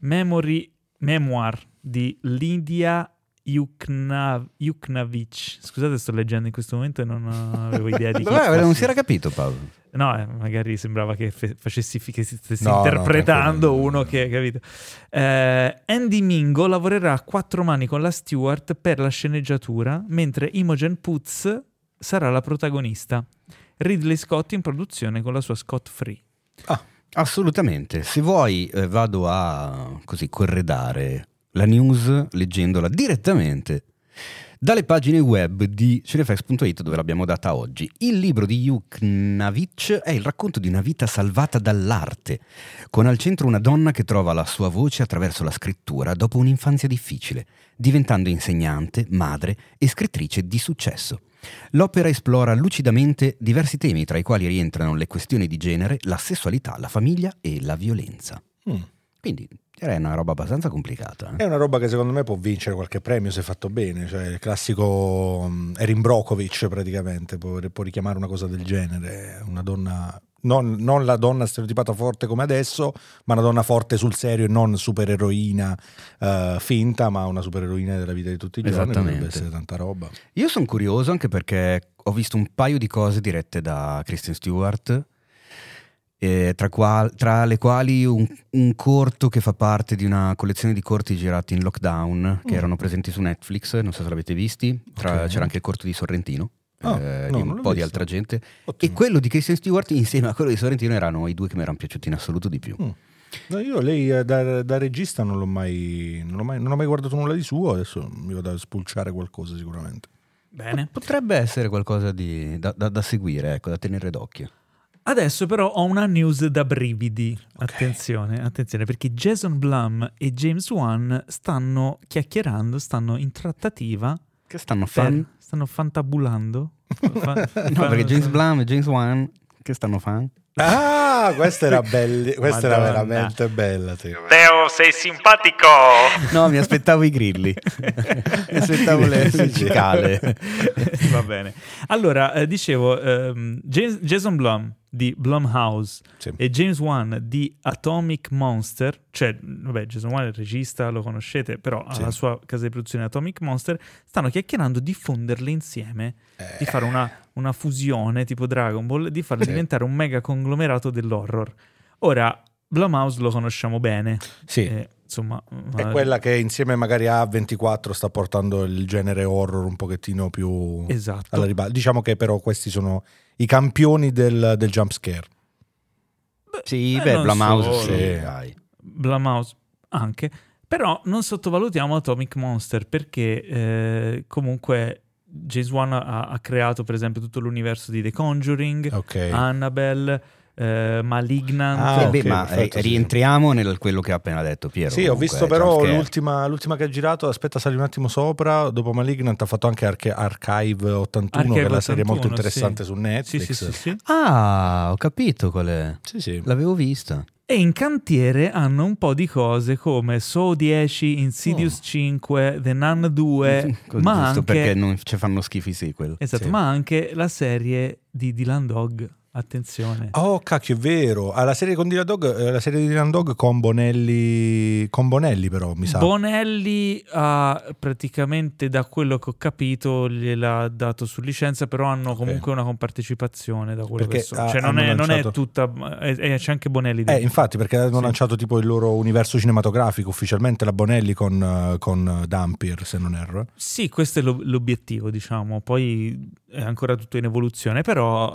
S1: memory, memoir di Lydia Yukna- Yuknavich. Scusate, sto leggendo in questo momento e non avevo idea di chi
S2: Vabbè, non
S1: fosse.
S2: si era capito Paolo.
S1: No, eh, magari sembrava che fe- facessi fi- che si stessi
S3: No, no,
S1: interpretando
S3: tranquillo.
S1: uno che, capito. Eh, Andy Mingo lavorerà a quattro mani con la Stewart per la sceneggiatura, mentre Imogen Putz sarà la protagonista. Ridley Scott in produzione con la sua Scott Free.
S2: Assolutamente. Se vuoi eh, vado a così corredare la news leggendola direttamente dalle pagine web di cinefax.it dove l'abbiamo data oggi. Il libro di Yuknavich è il racconto di una vita salvata dall'arte, con al centro una donna che trova la sua voce attraverso la scrittura dopo un'infanzia difficile, diventando insegnante, madre e scrittrice di successo. L'opera esplora lucidamente diversi temi, tra i quali rientrano le questioni di genere, la sessualità, la famiglia e la violenza.
S3: Mm.
S2: Quindi direi una roba abbastanza complicata.
S3: È
S2: eh.
S3: una roba che secondo me può vincere qualche premio se fatto bene. Cioè, il classico mm, Erin Brokovich praticamente può, può richiamare una cosa del genere. Una donna non, non la donna stereotipata forte come adesso, ma una donna forte sul serio e non supereroina eh, finta, ma una supereroina della vita di tutti i giorni. Dovrebbe
S2: Esattamente.
S3: essere tanta roba.
S2: Io sono curioso anche perché ho visto un paio di cose dirette da Kristen Stewart, eh, tra, qual- tra le quali un, un corto che fa parte di una collezione di corti girati in lockdown che
S3: Mm.
S2: erano presenti su Netflix, non so se l'avete visti, tra-
S3: Ok.
S2: c'era anche il corto di Sorrentino.
S3: Ah,
S2: eh,
S3: no,
S2: di
S3: non
S2: un
S3: l'ho
S2: po' di
S3: visto.
S2: altra gente
S3: Ottimo.
S2: e quello di Kristen Stewart insieme a quello di Sorrentino erano i due che mi erano piaciuti in assoluto di più
S3: Mm, No, io lei eh, da, da regista non l'ho, mai, non, l'ho mai, non ho mai guardato nulla di suo, adesso mi vado a spulciare qualcosa sicuramente.
S1: Bene.
S2: potrebbe essere qualcosa di- da, da- da seguire ecco, da tenere d'occhio
S1: Adesso però ho una news da brividi. Attenzione, attenzione, perché Jason Blum e James Wan stanno chiacchierando, stanno in trattativa.
S2: che stanno
S1: per-
S2: fan?
S1: Stanno fantabulando.
S2: [laughs]
S3: [laughs]
S2: no perché James Blum e James Wan che stanno fan?
S3: Ah,
S1: [laughs]
S3: questa era, belli- questa era
S1: Madonna.
S3: veramente bella. sì.
S1: Teo, sei simpatico!
S2: No, mi aspettavo i
S3: [laughs]
S2: grilli. mi aspettavo le le cicale.
S1: [laughs] Va bene. Allora, eh, dicevo, ehm, James- Jason Blum di Blumhouse
S3: Sì.
S1: e James Wan di Atomic Monster, cioè, vabbè, Jason Wan è il regista, lo conoscete, però ha
S3: Sì.
S1: la sua casa di produzione Atomic Monster, stanno chiacchierando di fonderle insieme, di fare una, una fusione tipo Dragon Ball, di farle
S3: Sì.
S1: diventare un mega conglomerato dell'horror. Ora, Blumhouse lo conosciamo bene,
S3: Sì.
S1: eh, insomma...
S3: È quella che insieme magari a 24 sta portando il genere horror un pochettino più
S1: Esatto.
S3: alla ribalta. Diciamo che però questi sono i campioni del, del jump scare.
S2: Sì,
S1: Eh,
S2: beh,
S1: non
S2: Blumhouse,
S1: solo.
S2: sì, dai.
S1: Blumhouse anche, però non sottovalutiamo Atomic Monster perché eh, comunque James Wan ha, ha creato per esempio tutto l'universo di The Conjuring,
S3: Ok.
S1: Annabelle, eh, Malignant.
S3: Ah,
S2: Eh,
S3: ok,
S2: beh, ma
S3: perfetto,
S2: eh,
S3: sì, sì.
S2: rientriamo nel quello che ha appena detto Piero.
S3: Sì, ho
S2: comunque, cioè,
S3: visto
S2: jump
S3: però
S2: scare.
S3: l'ultima, l'ultima che ha girato, aspetta sali un attimo sopra, dopo Malignant ha fatto anche Arche- Archive 81, che è
S1: Archive
S3: la serie
S1: 81,
S3: molto interessante
S1: sì.
S3: su Netflix.
S1: Sì, sì, sì, sì.
S2: Ah, ho capito qual è.
S3: Sì, sì.
S2: L'avevo vista.
S1: E in cantiere hanno un po' di cose come So 10, Insidious
S2: Oh.
S1: 5, The Nun
S2: [laughs]
S1: 2,
S2: Giusto
S1: ma anche,
S2: perché non ci fanno schifo i [laughs] sequel.
S1: esatto,
S3: Sì.
S1: ma anche la serie di Dylan Dog. Attenzione.
S3: Oh, cacchio, è vero. Ah, la serie con Dylan Dog, eh, la serie di Dylan Dog con Bonelli, con Bonelli però, mi sa.
S1: Bonelli ha praticamente, da quello che ho capito, gliel'ha dato su licenza, però hanno comunque una compartecipazione da quello
S3: Perché
S1: che so.
S3: ha-
S1: Cioè, non
S3: hanno
S1: è, non è
S3: lanciato-
S1: tutta. è- è- c'è anche Bonelli
S3: eh,
S1: dentro.
S3: infatti, perché hanno
S1: Sì.
S3: lanciato tipo il loro universo cinematografico ufficialmente la Bonelli con, eh, con eh, Dampier, se non erro.
S1: Sì, questo è l'ob- l'obiettivo, diciamo. Poi è ancora tutto in evoluzione, però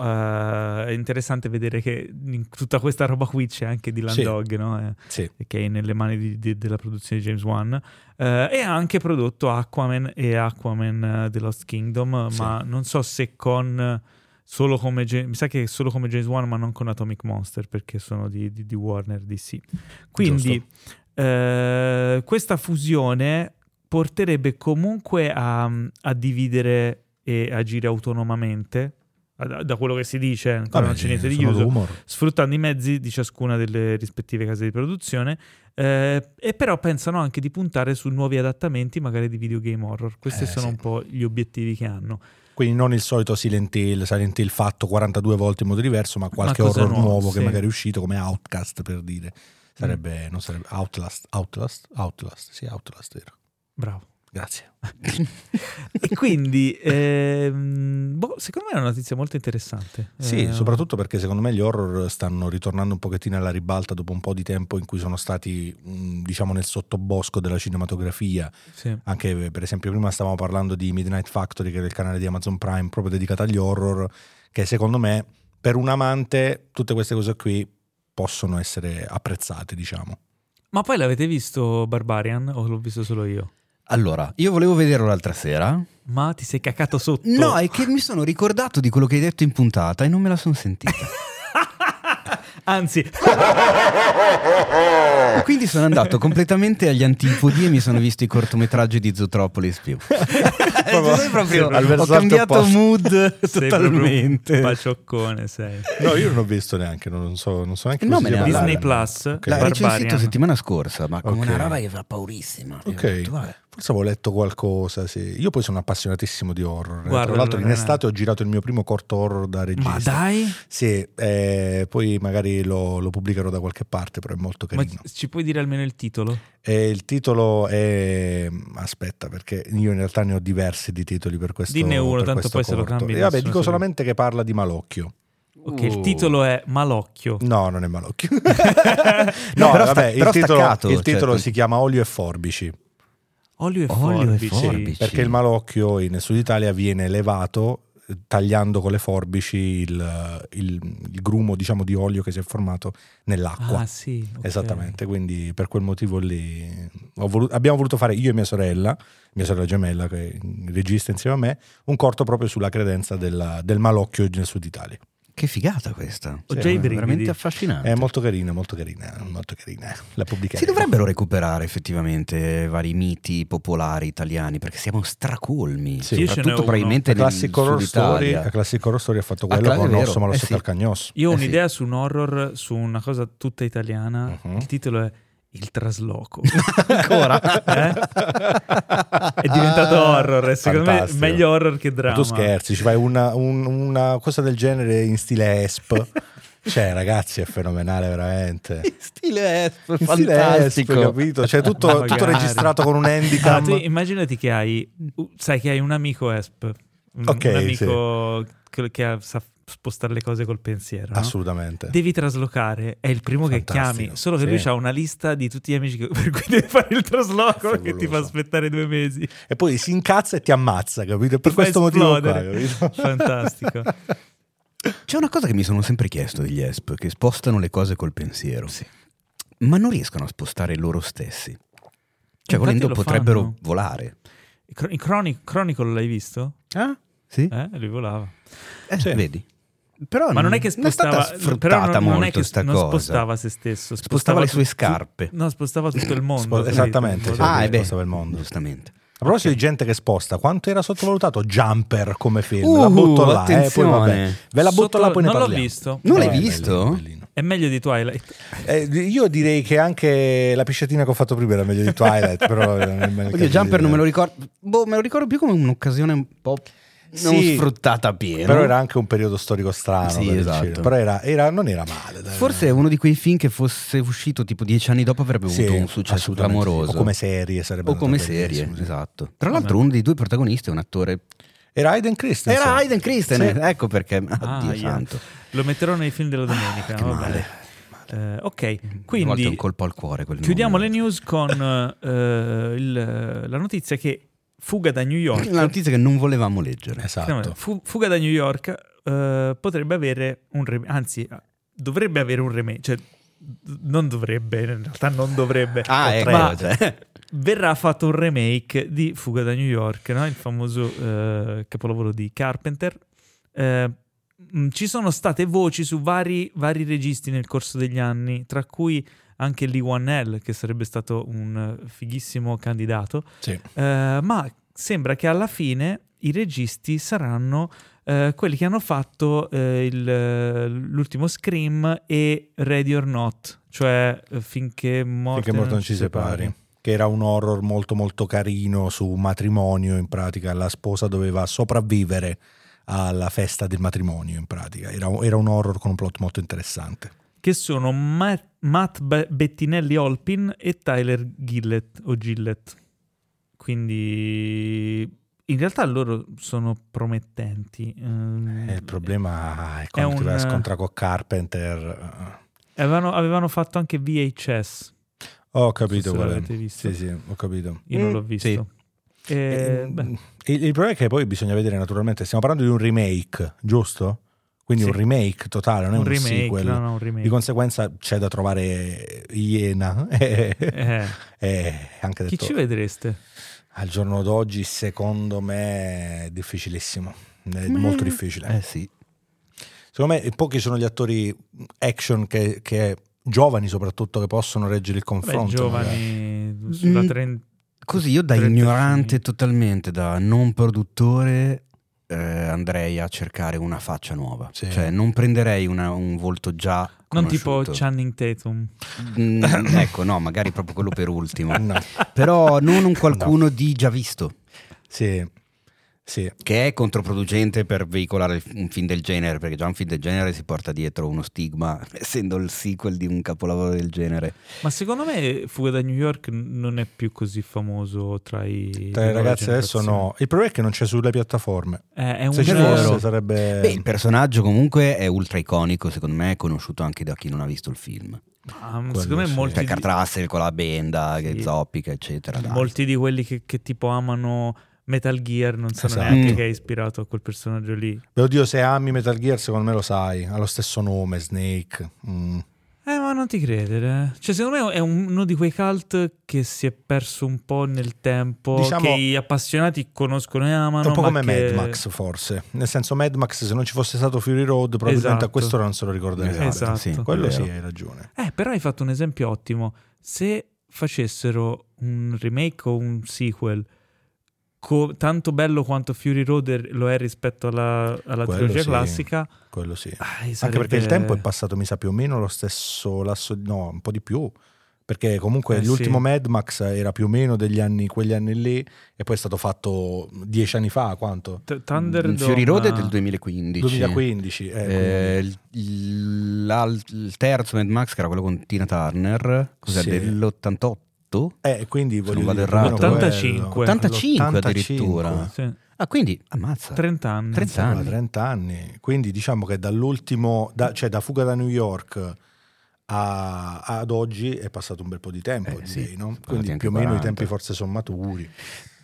S1: eh, è interessante vedere che in tutta questa roba qui c'è anche Dylan
S3: Sì.
S1: Dog, no? Eh,
S3: Sì.
S1: che è nelle mani di- di- della produzione di James Wan eh, e ha anche prodotto Aquaman e Aquaman eh, The Lost Kingdom
S3: Sì.
S1: ma non so se con eh, solo come Ja- mi sa che solo come James Wan ma non con Atomic Monster perché sono di, di- di Warner DC quindi eh, questa fusione porterebbe comunque a, a dividere e agire autonomamente da, da quello che si dice ancora
S3: Vabbè,
S1: non c'è
S3: sì,
S1: niente di
S3: sono
S1: chiuso
S3: rumor.
S1: sfruttando i mezzi di ciascuna delle rispettive case di produzione, eh, e però pensano anche di puntare su nuovi adattamenti, magari di videogame horror. Questi
S3: Eh,
S1: sono
S3: sì.
S1: un po' gli obiettivi che hanno.
S3: Quindi non il solito Silent Hill, Silent Hill fatto 42 volte in modo diverso, ma qualche
S1: cosa
S3: horror
S1: nuova,
S3: nuovo,
S1: sì. Mm.
S3: che magari è uscito come Outcast per dire. Sarebbe, non sarebbe Outlast, Outlast, Outlast, sì, Outlast era. [laughs]
S1: Bravo.
S3: Grazie.
S1: E quindi, ehm, boh, secondo me è una notizia molto interessante.
S3: Sì,
S1: Eh,
S3: soprattutto perché secondo me gli horror stanno ritornando un pochettino alla ribalta dopo un po' di tempo in cui sono stati, mh, diciamo, nel sottobosco della cinematografia.
S1: sì.
S3: Anche per esempio prima stavamo parlando di Midnight Factory, che era il canale di Amazon Prime proprio dedicato agli horror, che secondo me per un amante tutte queste cose qui possono essere apprezzate, diciamo.
S1: Ma poi l'avete visto Barbarian o l'ho visto solo io?
S2: Allora, io volevo vederlo l'altra sera.
S1: Ma ti sei cacato sotto? [laughs]
S2: No, è che mi sono ricordato di quello che hai detto in puntata e non me la sono sentita.
S1: Anzi,
S2: [laughs] Quindi sono andato completamente agli antipodi e mi sono visto i cortometraggi di Zootropolis [laughs] più.
S3: [laughs] Proprio-
S2: Sei proprio-
S3: al
S2: ho
S3: versante
S2: cambiato
S3: opposto.
S1: [laughs]
S2: mood
S1: sei proprio
S2: totalmente.
S1: un pacioccone sei.
S3: No, io non ho visto neanche, non so, non so neanche
S2: No,
S3: come
S2: me
S3: si
S2: ne
S3: chiama.
S1: Disney Plus,
S3: Ok.
S2: L'ha
S1: Barbarian.
S2: recensito settimana scorsa, ma come
S3: Ok.
S2: una roba che fa paurissima. Io ho
S3: Ok.
S2: detto, vabbè.
S3: Forse avevo letto qualcosa, sì. Io poi sono appassionatissimo di horror.
S1: Guarda,
S3: Tra l'altro in
S1: allora,
S3: estate ho girato il mio primo corto horror da regista.
S1: Ma dai,
S3: Sì, eh, poi magari lo, lo pubblicherò da qualche parte, però è molto
S1: ma
S3: carino.
S1: ci puoi dire almeno il titolo?
S3: E il titolo è... mm, aspetta, perché io in realtà ne ho diversi di titoli per questo
S1: Dinne uno,
S3: per
S1: tanto
S3: questo
S1: poi se lo
S3: corto.
S1: cambi
S3: E vabbè,
S1: nessuno
S3: dico
S1: sa-
S3: solamente che parla di Malocchio.
S1: Ok,
S3: Uh.
S2: Uh.
S1: il titolo è Malocchio.
S3: No, non è
S1: [laughs]
S3: Malocchio.
S2: [laughs] No, però sta-
S3: il
S2: però
S3: titolo,
S2: staccato,
S3: il
S2: cioè-
S1: certo.
S3: titolo si chiama Olio e Forbici.
S1: Olio e
S2: Olio e
S1: forbici.
S2: forbici.
S3: Perché il malocchio in Sud Italia viene levato eh, tagliando con le forbici il, eh, il- il grumo diciamo, di olio che si è formato nell'acqua.
S1: Ah, sì. ok.
S3: Esattamente, quindi per quel motivo lì ho volu- abbiamo voluto fare io e mia sorella, mia sorella gemella che è regista insieme a me, un corto proprio sulla credenza della- del malocchio nel Sud Italia.
S2: Che figata questa. Cioè,
S1: Ho
S3: Sì,
S1: già i
S3: è
S1: brividi.
S2: Veramente affascinante.
S3: È molto carina, molto carina, molto carina. La pubblicheremo.
S2: Si dovrebbero recuperare effettivamente vari miti popolari italiani perché siamo stracolmi,
S1: Io
S3: Sì.
S1: ce n'ho
S2: soprattutto
S1: uno.
S2: probabilmente
S3: La
S2: nel
S3: classic, horror
S2: sud
S3: story,
S2: Italia.
S3: la classic horror story ha fatto
S2: Ah,
S3: quello
S2: claro, è
S3: con
S2: vero.
S3: Orso Malossi
S2: Eh sì.
S3: al Cagnos.
S1: Io ho
S2: Eh sì.
S1: un'idea su un horror, su una cosa tutta italiana.
S3: Mhm.
S1: Il titolo è Il
S3: [laughs]
S1: trasloco. [laughs]
S2: Ancora?
S1: Eh? È diventato horror. e Secondo
S3: Eh? Ah, Fantastico.
S1: me è meglio horror che
S3: Ma
S1: dramma. [laughs]
S3: tu scherzi, ci fai una, un- una cosa del genere in
S1: [laughs]
S3: stile ESP. cioè, ragazzi, è fenomenale, veramente.
S2: [laughs] Stile esp,
S3: In stile
S2: fantastico.
S3: ESP, capito? Cioè, tutto,
S1: Magari.
S3: tutto
S1: [laughs]
S3: registrato con un
S1: Allora,
S3: handicap.
S1: tu immaginati che hai, uh, sai che hai un amico ESP, un,
S3: Ok,
S1: un amico che, che ha- sa spostare le cose col pensiero. no?
S3: Assolutamente.
S1: Devi traslocare, è il primo che
S3: Fantastico,
S1: chiami, solo che
S3: sì.
S1: lui ha una lista di tutti gli amici che- [laughs] per cui devi fare il trasloco che ti fa
S3: Favoloso.
S1: aspettare due mesi.
S3: E poi si incazza e ti ammazza, capito? Per
S1: Ti fa
S3: questo motivo qua,
S1: esplodere. [laughs]
S3: capito?
S1: Fantastico.
S2: Cioè, C'è una cosa che mi sono sempre chiesto degli esp, che spostano le cose col pensiero, ma non riescono a spostare loro stessi. Cioè,
S1: Infatti
S2: volendo
S1: lo
S2: potrebbero
S1: fanno.
S2: volare.
S1: Cro- in Chronic- Chronicle l'hai visto?
S2: Ah? Sì?
S1: Eh, lui volava.
S2: Eh,
S3: Sì.
S2: Vedi? Però
S1: Ma non è che
S2: è
S1: spostava, però
S2: stata
S1: non-
S2: sfruttata
S1: non,
S2: molto
S1: è che s-
S2: sta
S1: non
S2: cosa.
S1: spostava se stesso,
S2: Spostava le sue
S1: tut-
S2: scarpe.
S1: No, spostava tutto il mondo.
S3: Spo-
S1: capito?
S3: esattamente,
S1: Un
S3: sì.
S1: modo
S2: Ah,
S1: di-
S2: è beh,
S3: Spostava il mondo.
S2: Giustamente.
S3: A proposito di gente che sposta, quanto era sottovalutato Jumper come film?
S2: Uh,
S3: la butto là, eh, poi
S2: attenzione.
S3: vabbè. Ve la butto
S1: Sotto-
S3: là, poi ne
S1: non l'ho
S3: parliamo.
S1: visto.
S2: Non l'hai
S3: Eh, bellino,
S2: visto?
S3: bellino.
S1: È meglio di Twilight.
S3: Eh, io direi che anche la pisciatina che ho fatto prima era meglio di Twilight, però eh,
S2: Oddio, Jumper non me lo ricordo. Boh, me lo ricordo più come un'occasione un po' non
S3: Sì,
S2: sfruttata a pieno.
S3: Però era anche un periodo storico strano,
S2: Sì,
S3: per il
S2: esatto.
S3: cinema. però era, era- non era male. dai.
S2: Forse è uno di quei film che fosse uscito tipo dieci anni dopo avrebbe
S3: Sì,
S2: avuto un successo
S3: assolutamente sì.
S2: clamoroso.
S3: O come serie sarebbe
S2: O come
S3: andato
S2: serie,
S3: benissimo, sì.
S2: esatto. Tra l'altro uno dei due protagonisti è un attore...
S3: Era Hayden Christensen.
S2: Era Hayden Christensen,
S3: Sì.
S2: ecco perché...
S1: Ah,
S2: Oddio
S1: yeah.
S2: santo. Ah,
S1: Lo metterò nei film della domenica.
S2: che
S1: va
S2: male.
S1: bene. Eh, ok,
S2: Una volta è un
S1: quindi
S2: colpo al cuore quel
S1: chiudiamo
S2: nome.
S1: le news con eh, il- la notizia che Fuga da New York.
S2: La notizia che non volevamo leggere.
S3: Esatto.
S1: Fu- Fuga da New York eh, potrebbe avere un remake, anzi ah, dovrebbe avere un remake, cioè d- non dovrebbe, in realtà non dovrebbe.
S2: Ah, ecco.
S1: Ma
S2: cioè.
S1: [laughs] verrà fatto un remake di Fuga da New York, no? il famoso eh, capolavoro di Carpenter. Eh, mh, ci sono state voci su vari, vari registi nel corso degli anni, tra cui anche Lee Wanell, che sarebbe stato un eh, fighissimo candidato.
S3: Sì.
S1: Eh, ma sembra che alla fine i registi saranno eh, quelli che hanno fatto eh, il, eh, l'ultimo Scream e Ready or Not, cioè eh, finché morte,
S3: Finché morto non ci separi. Che era un horror molto molto carino su un matrimonio, in pratica la sposa doveva sopravvivere alla festa del matrimonio, in pratica. Era, era un horror con un plot molto interessante.
S1: Che sono Ma- Matt Be- Bettinelli Olpin e Tyler Gillett o Gillett. Quindi in realtà loro sono promettenti. Ehm,
S3: Eh, Il problema è quando
S1: È
S3: ti vai a
S1: un-
S3: scontrare con Carpenter. eh,
S1: avevano, avevano fatto anche VHS.
S3: Ho capito
S1: Non so se
S3: qual è.
S1: l'avete visto.
S3: Sì, sì, ho capito.
S1: Io non l'ho
S2: Mm,
S1: visto.
S2: sì.
S1: Eh, beh.
S3: Ehm, il, il problema è che poi bisogna vedere naturalmente, stiamo parlando di un remake, giusto? Quindi
S1: Sì.
S3: un remake totale, non è un,
S1: remake,
S3: sequel.
S1: no, no, un remake.
S3: Di conseguenza c'è da trovare Iena [laughs] e,
S1: Eh,
S3: e anche
S1: chi
S3: detto,
S1: ci vedreste?
S3: al giorno d'oggi secondo me è difficilissimo, è molto difficile.
S2: Eh sì.
S3: Secondo me pochi sono gli attori action che, che- giovani soprattutto che possono reggere il
S1: Beh,
S3: confronto. magari.
S1: giovani sulla
S2: Mm,
S1: tren-
S2: Così io da
S1: Trentacinque.
S2: ignorante totalmente, da non produttore, eh, andrei a cercare una faccia nuova.
S3: Sì.
S2: Cioè, non prenderei una- un volto già.
S1: Non tipo
S2: conosciuto.
S1: Channing Tatum.
S2: Mm, ecco, no, magari proprio quello per ultimo. [laughs]
S3: No.
S1: [laughs]
S2: Però non un qualcuno di già visto,
S3: Sì, sì.
S2: che è controproducente per veicolare il- un film del genere, perché già un film del genere si porta dietro uno stigma, [laughs] essendo il sequel di un capolavoro del genere.
S1: Ma secondo me Fuga da New York n- non è più così famoso tra i...
S3: Tra
S1: le nuove
S3: i ragazzi adesso
S1: generazioni.
S3: no. Il problema è che non c'è sulle piattaforme.
S1: Eh, è un
S3: Se ci
S2: vero.
S3: fosse sarebbe...
S2: Beh, Eh, il personaggio comunque è ultra iconico, secondo me è conosciuto anche da chi non ha visto il film.
S1: Ah, secondo me
S3: sì.
S1: molti,
S2: Cioè
S1: di-
S2: Kurt Russell con la benda, che
S1: Sì.
S2: zoppica, eccetera. dai.
S1: molti di quelli che, che tipo amano Metal Gear non sanno
S3: Esatto.
S1: neanche
S2: Mm.
S1: che è ispirato a quel personaggio lì.
S3: Beh, Oddio, se ami Metal Gear, secondo me lo sai. Ha lo stesso nome, Snake. Mm.
S1: Eh, ma non ti credere. Cioè, secondo me è un- uno di quei cult che si è perso un po' nel tempo,
S3: Diciamo-
S1: che gli appassionati conoscono e
S3: È
S1: amano.
S3: un po'
S1: ma
S3: come
S1: che-
S3: Mad Max, forse. Nel senso, Mad Max, se non ci fosse stato Fury Road, probabilmente
S1: Esatto.
S3: a questo non se lo ricorderebbe.
S1: Esatto.
S2: sì,
S3: Quello
S2: vero.
S3: sì, hai ragione.
S1: Eh, però hai fatto un esempio ottimo. Se facessero un remake o un sequel co- tanto bello quanto Fury Road er- lo è rispetto alla, alla
S3: Quello
S1: trilogia
S3: sì.
S1: classica,
S3: Quello sì.
S1: ah,
S3: Anche
S1: sarebbe-
S3: perché il tempo è passato, mi sa, più o meno lo stesso lasso, no, un po' di più. Perché comunque
S1: Eh,
S3: l'ultimo
S1: sì.
S3: Mad Max era più o meno degli anni, quegli anni lì, e poi è stato fatto dieci anni fa, quanto?
S1: T- Thunderdome-
S2: Fury Road è del 2015.
S3: 2015. eh,
S2: Eh, il, il- l'al- il terzo Mad Max, che era quello con Tina Turner, cos'è
S3: Sì.
S2: dell'88?
S3: quindi, eh, quindi
S2: se
S3: voglio
S2: non vado
S3: dire, più o
S1: errato.
S3: meno quello.
S1: 85.
S2: 85
S3: 85.
S2: addirittura.
S1: Sì,
S2: Ah, quindi ammazza.
S1: 30 anni.
S2: 30
S3: Siamo a
S2: anni.
S3: 30 anni. Quindi diciamo che dall'ultimo, da, cioè da Fuga da New York a- ad oggi è passato un bel po' di tempo,
S2: Eh, sì,
S3: direi, no?
S2: sono
S3: Quindi
S2: passati
S3: più
S2: anche
S3: o meno i
S2: 40.
S3: tempi forse sono maturi.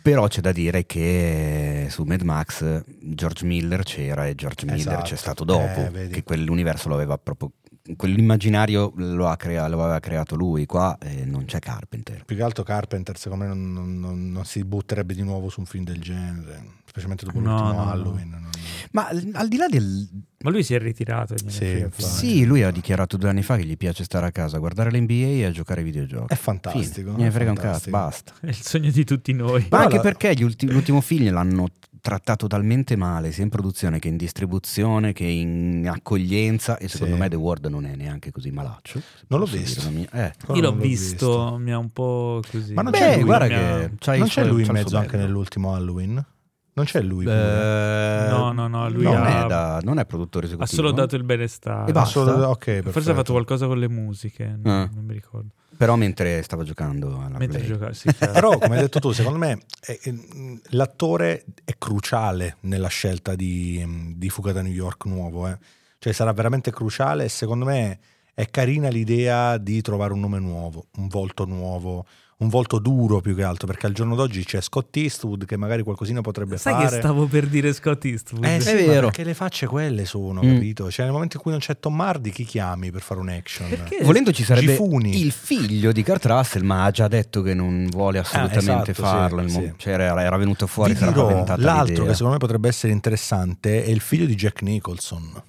S2: Però c'è da dire che su Mad Max George Miller c'era e George Miller
S3: Esatto.
S2: c'è stato dopo,
S3: Eh, vedi.
S2: che quell'universo lo aveva proprio, quell'immaginario lo, ha crea- lo aveva creato lui, qua eh, non c'è Carpenter.
S3: Più che altro Carpenter, secondo me, non, non- non- non si butterebbe di nuovo su un film del genere, specialmente dopo
S1: No,
S3: l'ultimo
S1: no, no.
S3: Halloween. non- non-
S2: Ma al al di là del...
S1: Ma lui si è ritirato. gliene
S3: Sì,
S1: frega.
S3: infatti.
S2: Sì, lui ha dichiarato due anni fa che gli piace stare a casa, a guardare l'NBA e a giocare ai videogiochi.
S3: È fantastico.
S2: Fine. Me ne
S3: è
S2: frega un cazzo,
S3: fantastico.
S2: basta.
S1: È il sogno di tutti noi.
S2: Ma
S3: Però
S2: anche
S3: la-
S2: perché gli ulti- l'ultimo film l'hanno trattato talmente male, sia in produzione che in distribuzione, che in accoglienza, e secondo
S3: Sì.
S2: me The Ward non è neanche così malaccio.
S3: Non l'ho
S2: Posso
S3: visto.
S2: dire la mia- eh.
S3: Quello
S1: Io l'ho
S3: non
S1: visto, mi ha un po' così.
S3: Ma non
S2: Beh,
S3: c'è lui,
S2: guarda
S1: mi ha-
S2: che c'ha il
S3: non c'è
S2: suo-
S3: lui
S2: c'ha
S3: in
S2: il suo
S3: mezzo anche
S2: bello.
S3: nell'ultimo Halloween? Non c'è lui. pure?
S2: Eh,
S1: No, no, no, lui
S2: non,
S1: ha-
S2: è da- non è produttore esecutivo.
S1: Ha solo dato il benestare.
S2: E basta.
S3: Solo- ok,
S1: Forse
S3: perfetto.
S1: ha fatto qualcosa con le musiche, non,
S2: Ah.
S1: non mi ricordo.
S2: Però mentre stava giocando alla
S1: Mentre
S2: Play.
S1: giocava, sì, chiaro.
S3: Però, come hai detto tu, secondo me eh, eh, l'attore è cruciale nella scelta di, mm, di Fuga da New York nuovo. eh. Cioè, sarà veramente cruciale e secondo me è carina l'idea di trovare un nome nuovo, un volto nuovo, un volto duro più che altro, perché al giorno d'oggi c'è Scott Eastwood che magari qualcosina potrebbe
S1: Sai
S3: fare.
S1: che stavo per dire Scott Eastwood?
S3: Eh,
S2: È
S3: sì, ma
S2: vero.
S3: Perché le facce quelle sono,
S2: Mm.
S3: capito? Cioè, nel momento in cui non c'è Tom Hardy, chi chiami per fare un action?
S1: Perché?
S2: Volendo ci sarebbe
S3: Gifuni.
S2: il figlio di Kurt Russell, ma ha già detto che non vuole assolutamente
S3: esatto, sì,
S2: farlo. il mo-
S3: sì.
S2: cioè, era, era venuto fuori,
S3: Vi
S2: si era
S3: dirò,
S2: paventata
S3: l'altro
S2: l'idea.
S3: che secondo me potrebbe essere interessante è il figlio di Jack Nicholson,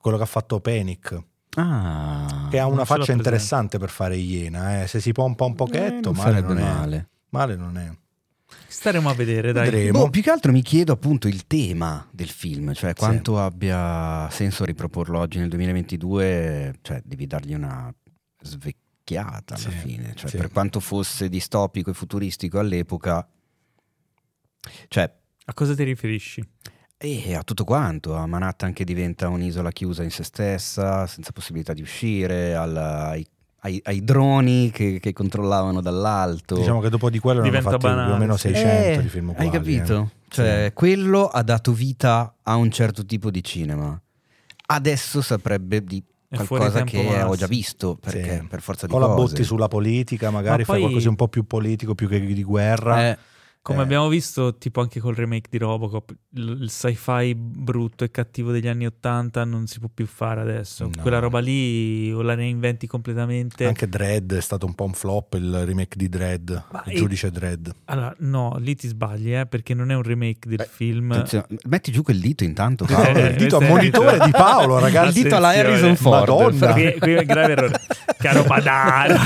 S3: quello che ha fatto Panic,
S2: Ah,
S3: che ha
S1: non ce
S3: una
S1: l'ho
S3: faccia
S1: presente.
S3: interessante per fare Iena, eh. se si pompa un
S2: Eh,
S3: pochetto
S2: non
S3: male,
S2: farebbe
S3: non è.
S2: male.
S3: male non è.
S1: Staremo a vedere, dai.
S3: Vedremo.
S2: Boh, più che altro mi chiedo appunto il tema del film, cioè quanto abbia senso riproporlo oggi nel 2022, cioè devi dargli una svecchiata alla
S3: Sì,
S2: fine, cioè
S3: sì.
S2: per quanto fosse distopico e futuristico all'epoca, cioè
S1: A cosa ti riferisci?
S2: e a tutto quanto, a Manhattan che diventa un'isola chiusa in se stessa, senza possibilità di uscire, al- ai, ai- ai droni che, che controllavano dall'alto.
S3: Diciamo che dopo di quello ne hanno
S1: Diventa
S3: fatti più
S1: banale,
S3: o meno
S1: sì.
S3: 600
S2: Eh,
S3: di film uguali.
S2: Hai
S3: eh.
S2: capito? Cioè, quello ha dato vita a un certo tipo di cinema. Adesso saprebbe di
S1: È
S2: qualcosa
S1: fuori
S2: che
S1: tempo massimo.
S2: ho già visto, perché
S3: Sì.
S2: per forza di
S3: O la
S2: cose.
S3: botti sulla politica, magari
S1: Ma
S3: fai
S1: poi-
S3: qualcosa un po' più politico, più che di guerra.
S2: Eh,
S1: Come
S3: Eh.
S1: abbiamo visto, tipo anche col remake di Robocop, il il sci-fi brutto e cattivo degli anni 80 non si può più fare adesso.
S3: No.
S1: Quella roba lì o la reinventi completamente.
S3: Anche Dread è stato un po' un flop, il remake di Dread,
S1: Ma
S3: il
S1: e-
S3: giudice Dread.
S1: Allora, no, lì ti sbagli, eh, perché non è un remake del
S2: Beh,
S1: film.
S2: attenzione, metti giù quel dito intanto.
S3: Paolo,
S2: Paolo.
S1: Eh,
S3: il dito
S1: questo
S3: a
S1: è-
S3: monitore di
S1: [laughs]
S3: Paolo,
S2: Il
S3: ragazzi.
S2: dito alla
S1: attenzione.
S2: Harrison Ford.
S3: Madonna.
S1: Perché
S2: Perché-
S1: qui è un grave errore. Caro Padaro.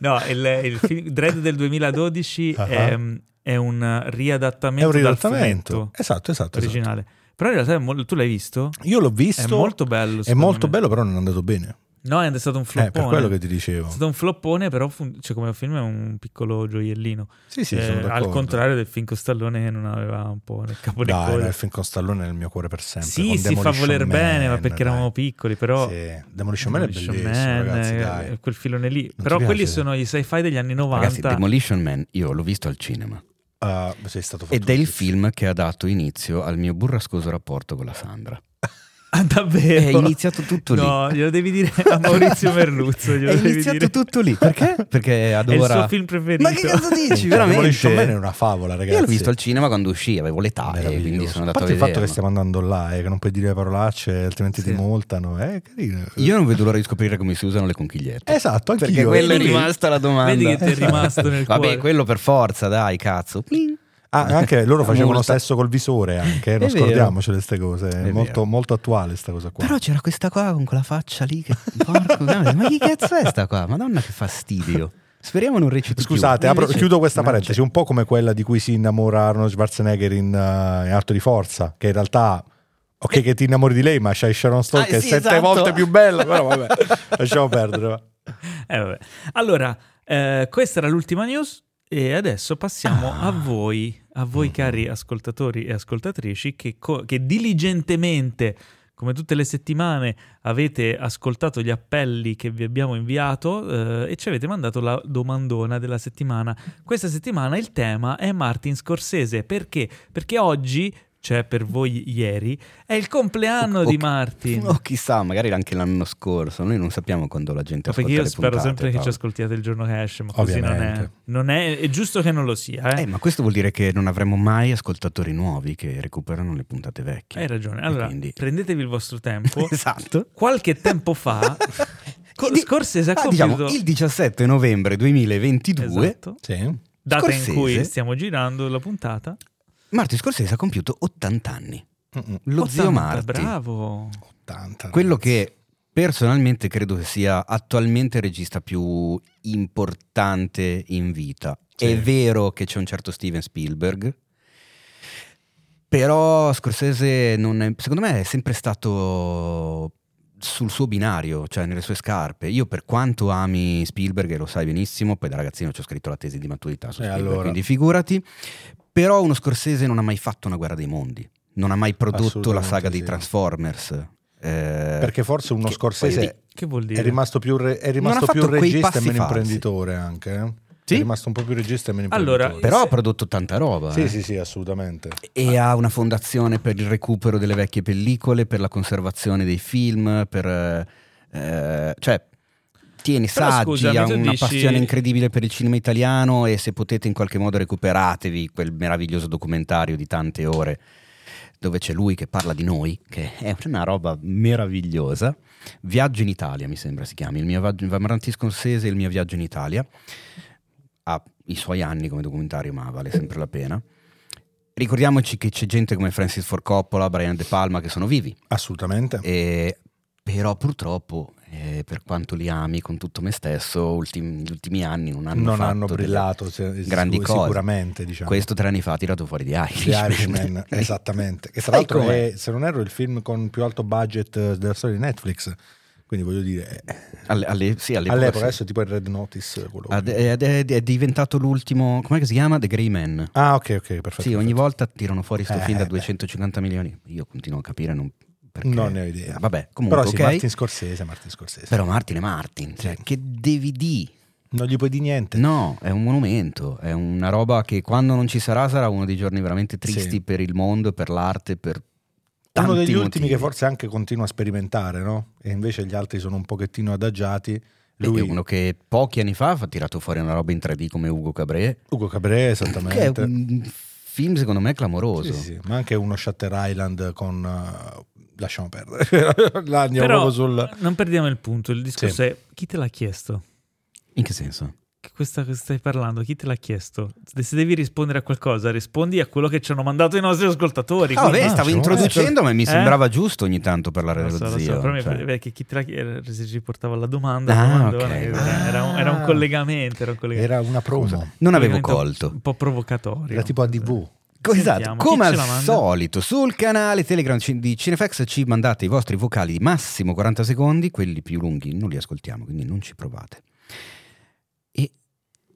S1: No, il, il film Dread del 2012
S3: Ah.
S1: è, è un riadattamento,
S3: È un
S1: dal
S3: ridattamento.
S1: fumetto
S3: Esatto, esatto. esatto.
S1: originale. Però in realtà è mol- tu l'hai visto?
S3: Io l'ho visto.
S1: È molto bello.
S3: È
S1: secondo
S3: molto
S1: me.
S3: bello, però non è andato bene.
S1: No, è stato un
S3: Eh, per quello
S1: floppone.
S3: che ti dicevo.
S1: È stato un floppone, però fun- cioè, come film è un piccolo gioiellino.
S3: Sì, sì,
S1: Eh,
S3: sono d'accordo.
S1: al contrario del film Costallone che non aveva un po' nel capo del
S3: Dai,
S1: collo.
S3: il film con Stallone nel mio cuore per sempre.
S1: Sì,
S3: con
S1: si fa
S3: Demolition
S1: voler bene, ma
S3: Man,
S1: perché
S3: dai.
S1: eravamo piccoli, però...
S3: Sì, Demolition Man è
S1: Demolition
S3: bellissimo,
S1: Man,
S3: ragazzi,
S1: eh,
S3: dai.
S1: Quel filone lì.
S3: ti
S1: Però quelli
S3: piace?
S1: sono i sci-fi degli anni 90.
S2: Ragazzi, Demolition Man, io l'ho visto al cinema
S3: Ah, sei stato
S2: ed è il
S3: fortunatissimo.
S2: film che ha dato inizio al mio burrascoso rapporto con la Sandra.
S1: Ah,
S2: Eh,
S1: [laughs]
S2: È
S1: davvero?
S2: iniziato tutto lì.
S1: No, glielo devi dire
S2: [laughs]
S1: a Maurizio Merluzzo. glielo
S2: È
S1: devi
S2: iniziato
S1: dire.
S2: tutto
S1: [laughs]
S2: lì. Perché? Perché ad
S1: È il
S2: ora-
S1: suo film preferito.
S2: Ma che cazzo dici?
S3: Cioè, Demolition Man è
S2: Veramente?
S3: una favola, ragazzi.
S2: Io l'ho visto al cinema quando uscì, avevo l'età e
S3: Meraviglioso.
S2: quindi sono
S3: a
S2: andato a
S3: parte il
S2: vedere.
S3: fatto che stiamo andando là eh, che non puoi dire parolacce altrimenti
S2: Sì.
S3: ti multano è carino
S2: Io non vedo l'ora di scoprire come si usano le conchigliette.
S3: esatto anche
S2: Perché quella è
S1: Vedi?
S2: rimasta la domanda.
S1: Vedi che ti è rimasto nel
S2: [laughs] Vabbè,
S1: cuore.
S2: quello per forza, dai, cazzo. Plin.
S3: Ah,
S2: [laughs]
S3: anche loro
S2: La
S3: facevano
S2: multa.
S3: sesso col visore anche eh, non
S2: È vero.
S3: scordiamoci queste cose è
S2: vero.
S3: molto, molto attuale sta cosa qua
S2: Però c'era questa qua con quella faccia lì. Che... Porco, ma chi cazzo è sta qua? Madonna, che fastidio. Speriamo non reciti più.
S3: Scusate, apro-
S2: Invece-
S3: chiudo questa
S2: non c'è.
S3: parentesi, un po' come quella di cui si innamora Arnold Schwarzenegger in, eh, in Atto di Forza, che in realtà, ok che ti innamori di lei, ma c'hai Sharon Stone
S2: Ah,
S3: che è
S2: sì,
S3: sette
S2: esatto.
S3: volte più bella, però
S2: [laughs]
S3: vabbè, lasciamo perdere. va.
S1: Eh, vabbè. Allora, eh, questa era l'ultima news e adesso passiamo
S2: Ah.
S1: a voi, a voi cari ascoltatori e ascoltatrici che, co- che diligentemente, come tutte le settimane, avete ascoltato gli appelli che vi abbiamo inviato eh, e ci avete mandato la domandona della settimana. Questa settimana il tema è Martin Scorsese, perché? Perché oggi, cioè per voi ieri, è il compleanno
S2: O- o-
S1: di Martin.
S2: O chissà, magari anche l'anno scorso. Noi non sappiamo quando la
S1: No,
S2: gente ascolta
S1: perché io
S2: le
S1: spero
S2: puntate,
S1: sempre che ci
S2: Paolo.
S1: ascoltiate il giorno che esce, ma così non è,
S3: Ovviamente.
S1: non è. È giusto che non lo sia, eh.
S2: Eh, ma questo vuol dire che non avremo mai ascoltatori nuovi che recuperano le puntate vecchie.
S1: Hai ragione. Allora,
S2: quindi-
S1: prendetevi il vostro tempo.
S2: [laughs] Esatto.
S1: Qualche tempo fa, Co-
S2: Il [laughs] di-
S1: Scorsese ha
S2: ah,
S1: compiuto.
S2: diciamo, il 17 novembre 2022
S1: Esatto.
S3: Sì.
S1: Data
S2: Scorsese.
S1: in cui stiamo girando la puntata.
S2: Martin Scorsese ha compiuto 80 anni.
S3: Mm-mm.
S2: Lo
S1: 80,
S2: zio Marti,
S1: Bravo.
S3: 80.
S2: quello che eh, personalmente credo che sia attualmente il regista più importante in vita.
S3: Sì.
S2: È vero che c'è un certo Steven Spielberg, però Scorsese non è- secondo me è sempre stato sul suo binario, cioè nelle sue scarpe. Io per quanto ami Spielberg, e lo sai benissimo, poi da ragazzino ci ho scritto la tesi di maturità su
S3: Eh,
S2: Spielberg,
S3: allora.
S2: quindi figurati, però uno Scorsese non ha mai fatto una guerra dei mondi, non ha mai prodotto la
S3: Assolutamente
S2: saga dei
S3: sì.
S2: Transformers. eh,
S3: Perché forse uno
S2: che-
S3: Scorsese
S2: voglio dire,
S1: Che vuol dire?
S3: è rimasto più, re-
S2: Non
S3: è
S2: ha
S3: rimasto
S2: fatto
S3: più
S2: quei
S3: regista e
S2: passi
S3: meno
S2: falsi.
S3: imprenditore anche. eh.
S2: Sì?
S3: È rimasto un po' più regista e meno
S1: Allora,
S3: imprenditore.
S2: Però ha
S1: se-
S2: prodotto tanta roba. eh.
S3: Sì, sì, sì, assolutamente.
S2: E ha una fondazione per il recupero delle vecchie pellicole, per la conservazione dei film, per... eh, cioè, tieni
S1: Però
S2: saggi,
S1: scusami,
S2: ha
S1: tu
S2: una
S1: dici-
S2: passione incredibile per il cinema italiano e se potete in qualche modo recuperatevi quel meraviglioso documentario di tante ore dove c'è lui che parla di noi, che è una roba meravigliosa. Viaggio in Italia, mi sembra si chiami, il mio viaggio, Martin Scorsese e il mio viaggio in Italia. Ha i suoi anni come documentario, ma vale sempre la pena. Ricordiamoci che c'è gente come Francis Ford Coppola, Brian De Palma che sono vivi,
S3: Assolutamente.
S2: E- però purtroppo, eh, per quanto li ami con tutto me stesso, ultim- gli ultimi anni non hanno,
S3: non
S2: fatto
S3: hanno
S2: delle
S3: brillato se-
S2: grandi
S3: sicu-
S2: cose.
S3: sicuramente, diciamo.
S2: Questo tre anni fa ha tirato fuori di
S3: The
S2: Irishman. [laughs]
S3: Irishman, esatto. esattamente. Che tra
S2: Sai
S3: l'altro
S2: com'è?
S3: è, se non erro, il film con più alto budget eh, della storia di Netflix. Quindi voglio dire, eh,
S2: Alle- alle- sì, all'epoca
S3: all'epoca
S2: sì.
S3: adesso è tipo il Red Notice. eh, quello-
S2: Ad- è, è- è diventato l'ultimo, com'è che si chiama? The Grey Man.
S3: ah, ok, ok, perfetto.
S2: sì, ogni
S3: perfetto.
S2: volta tirano fuori sto
S3: Eh,
S2: film da
S3: beh.
S2: 250 milioni. Io continuo a capire non perché. Eh,
S3: Non ne ho idea.
S2: Vabbè, comunque,
S3: Però sì,
S2: ok.
S3: Martin Scorsese, Martin Scorsese.
S2: Però Martin è Martin, cioè,
S3: Sì.
S2: che devi di?
S3: Non gli puoi dire niente.
S2: No, è un monumento, è una roba che quando non ci sarà sarà uno dei giorni veramente tristi
S3: Sì.
S2: per il mondo, per l'arte, per tanti
S3: Uno degli
S2: motivi.
S3: ultimi che forse anche continua a sperimentare, no? E invece gli altri sono un pochettino adagiati. Lui,
S2: È uno che pochi anni fa ha tirato fuori una roba in 3D come Ugo Cabré,
S3: Ugo Cabré,
S2: che è
S3: esattamente.
S2: un film secondo me clamoroso.
S3: Sì, sì, sì, Ma anche uno Shutter Island con... eh, lasciamo perdere. [laughs] Là andiamo
S1: Però
S3: proprio sul...
S1: non perdiamo il punto. Il discorso è chi te l'ha chiesto?
S2: In che senso?
S1: Che questa che stai parlando, chi te l'ha chiesto? Se devi rispondere a qualcosa, rispondi a quello che ci hanno mandato i nostri ascoltatori.
S2: Ah,
S1: quindi-
S2: vabbè,
S3: no,
S2: stavo
S3: ci vuole.
S2: introducendo, ma mi
S1: Eh?
S2: sembrava giusto ogni tanto parlare
S1: Lo
S2: dello
S1: so, lo so,
S2: zio.
S1: però mi-
S2: cioè.
S1: perché chi te la chiede- se ci portava la domanda,
S2: Ah,
S1: la domandona,
S2: ok.
S1: che era- era, un, era un
S3: Ah.
S1: collegamento, era un collegamento.
S3: Era una promo,
S2: Non avevo
S1: collegamento
S2: colto.
S1: Un po' provocatorio.
S3: era tipo ADV.
S1: Sentiamo,
S2: esatto,
S1: chi
S2: come
S1: ce
S2: al
S1: la manda?
S2: solito sul canale Telegram ci- di Cinefax ci mandate i vostri vocali di massimo 40 secondi, quelli più lunghi non li ascoltiamo, quindi non ci provate. E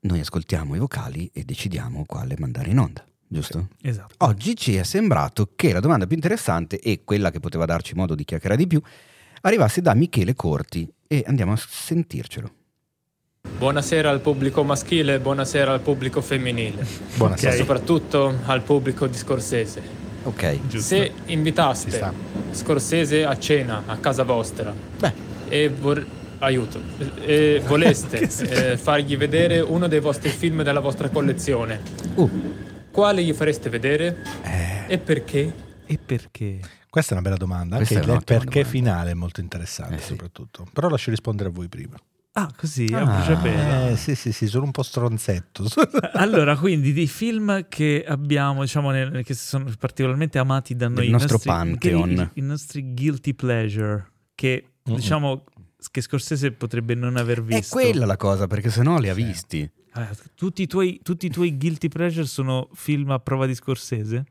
S2: noi ascoltiamo i vocali e decidiamo quale mandare in onda, giusto?
S1: Esatto.
S2: Oggi ci è sembrato che la domanda più interessante e quella che poteva darci modo di chiacchierare di più arrivasse da Michele Corti e andiamo a sentircelo.
S4: Buonasera al pubblico maschile, buonasera al pubblico femminile,
S3: Buonasera.
S4: ma
S1: Ok.
S4: soprattutto al pubblico di Scorsese.
S2: Ok.
S1: Giusto.
S4: Se
S3: Ci sta.
S4: invitaste Scorsese a cena a casa vostra e vor- aiuto, e voleste eh, fargli vedere uno dei vostri film della vostra collezione,
S2: Uh,
S4: quale gli fareste vedere
S2: eh,
S4: e perché?
S1: E perché?
S3: Questa è una bella domanda, anche
S2: Questa è
S3: il
S2: un'ottima
S3: perché
S2: domanda.
S3: finale è molto interessante
S2: Eh sì.
S3: soprattutto. Però lascio rispondere a voi prima.
S1: Ah, così, a
S2: Ah.
S1: bruciapelo.
S3: Eh, sì, sì, sì, sono un po' stronzetto. [laughs]
S1: Allora, quindi di film che abbiamo, diciamo, nel- che sono particolarmente amati da noi,
S2: Del
S1: i
S2: nostro
S1: nostri-
S2: pantheon.
S1: che- i, i nostri guilty pleasure, che
S3: Mm-mm.
S1: diciamo che Scorsese potrebbe non aver
S2: è
S1: visto.
S2: quella la cosa perché sennò li ha visti.
S1: Allora, Ah, tutti, i tuoi, tutti i tuoi guilty pleasure sono film a prova di Scorsese?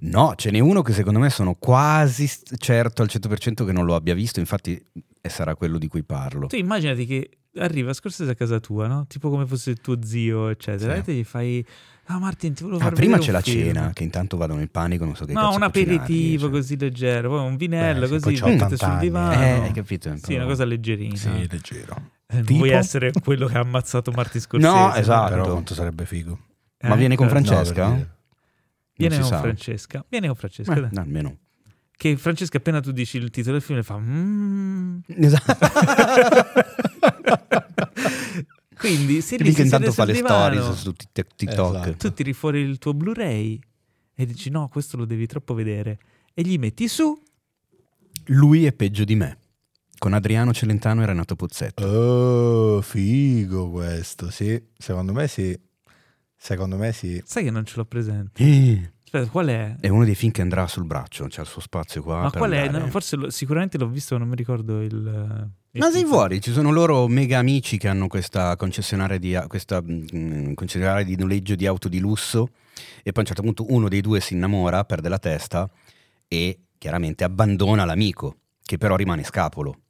S2: No, ce n'è uno che secondo me sono quasi s- certo al 100% che non lo abbia visto, infatti eh, sarà quello di cui parlo.
S1: Tu immaginati che arriva Scorsese a casa tua, no? Tipo come fosse il tuo zio, eccetera.
S2: Sì.
S1: E te gli fai... Ah, Martin, ti volevo
S2: Ah,
S1: far
S2: prima c'è
S1: vedere
S2: la
S1: un film."
S2: cena, che intanto vado nel panico, non so che
S1: No,
S2: cazzo
S1: un
S2: cucinargli,
S1: aperitivo
S2: cioè.
S1: così leggero, poi un vinello
S3: Beh, sì,
S1: così,
S3: poi c'ho
S1: mettete
S3: 80
S1: sul
S3: anni.
S1: divano.
S2: Eh, hai capito?
S1: Sì, una cosa leggerina.
S3: sì, leggero.
S1: Eh, non
S3: Tipo?
S1: vuoi essere quello che ha ammazzato Martin Scorsese.
S2: No, esatto.
S3: Però quanto sarebbe figo.
S2: Ma viene con
S1: Eh,
S2: Francesco? Francesca?
S3: No, per dire.
S1: Viene
S2: Non
S1: con
S2: si sa.
S1: Francesca. Viene con Francesca.
S2: Eh,
S1: dai.
S2: no, almeno.
S1: Che Francesca appena tu dici il titolo del film fa... "Mm".
S2: Esatto.
S1: [laughs] Quindi se
S2: Che
S1: lì
S2: mica
S1: si
S2: intanto
S1: siede
S2: fa
S1: sul
S2: le
S1: divano,
S2: stories su tutti i TikTok.
S3: Esatto.
S1: tu tiri fuori il tuo Blu-ray e dici no, questo lo devi troppo vedere. E gli metti su
S2: Lui è peggio di me. Con Adriano Celentano e Renato Pozzetto.
S3: Oh, figo questo, sì. Secondo me sì. Secondo me sì.
S1: Sai che non ce l'ho presente.
S2: Eh,
S1: Aspetta, qual è?
S2: È uno dei film che andrà sul braccio, c'è il suo spazio qua.
S1: Ma
S2: per
S1: qual è?
S2: andare.
S1: No, forse lo- sicuramente l'ho visto, ma non mi ricordo il. il
S2: Ma sei
S1: titolo.
S2: fuori, ci sono loro mega amici che hanno questa concessionaria di, questa, mm, concessionaria di noleggio di auto di lusso e poi a un certo punto uno dei due si innamora, perde la testa e chiaramente abbandona l'amico che però rimane scapolo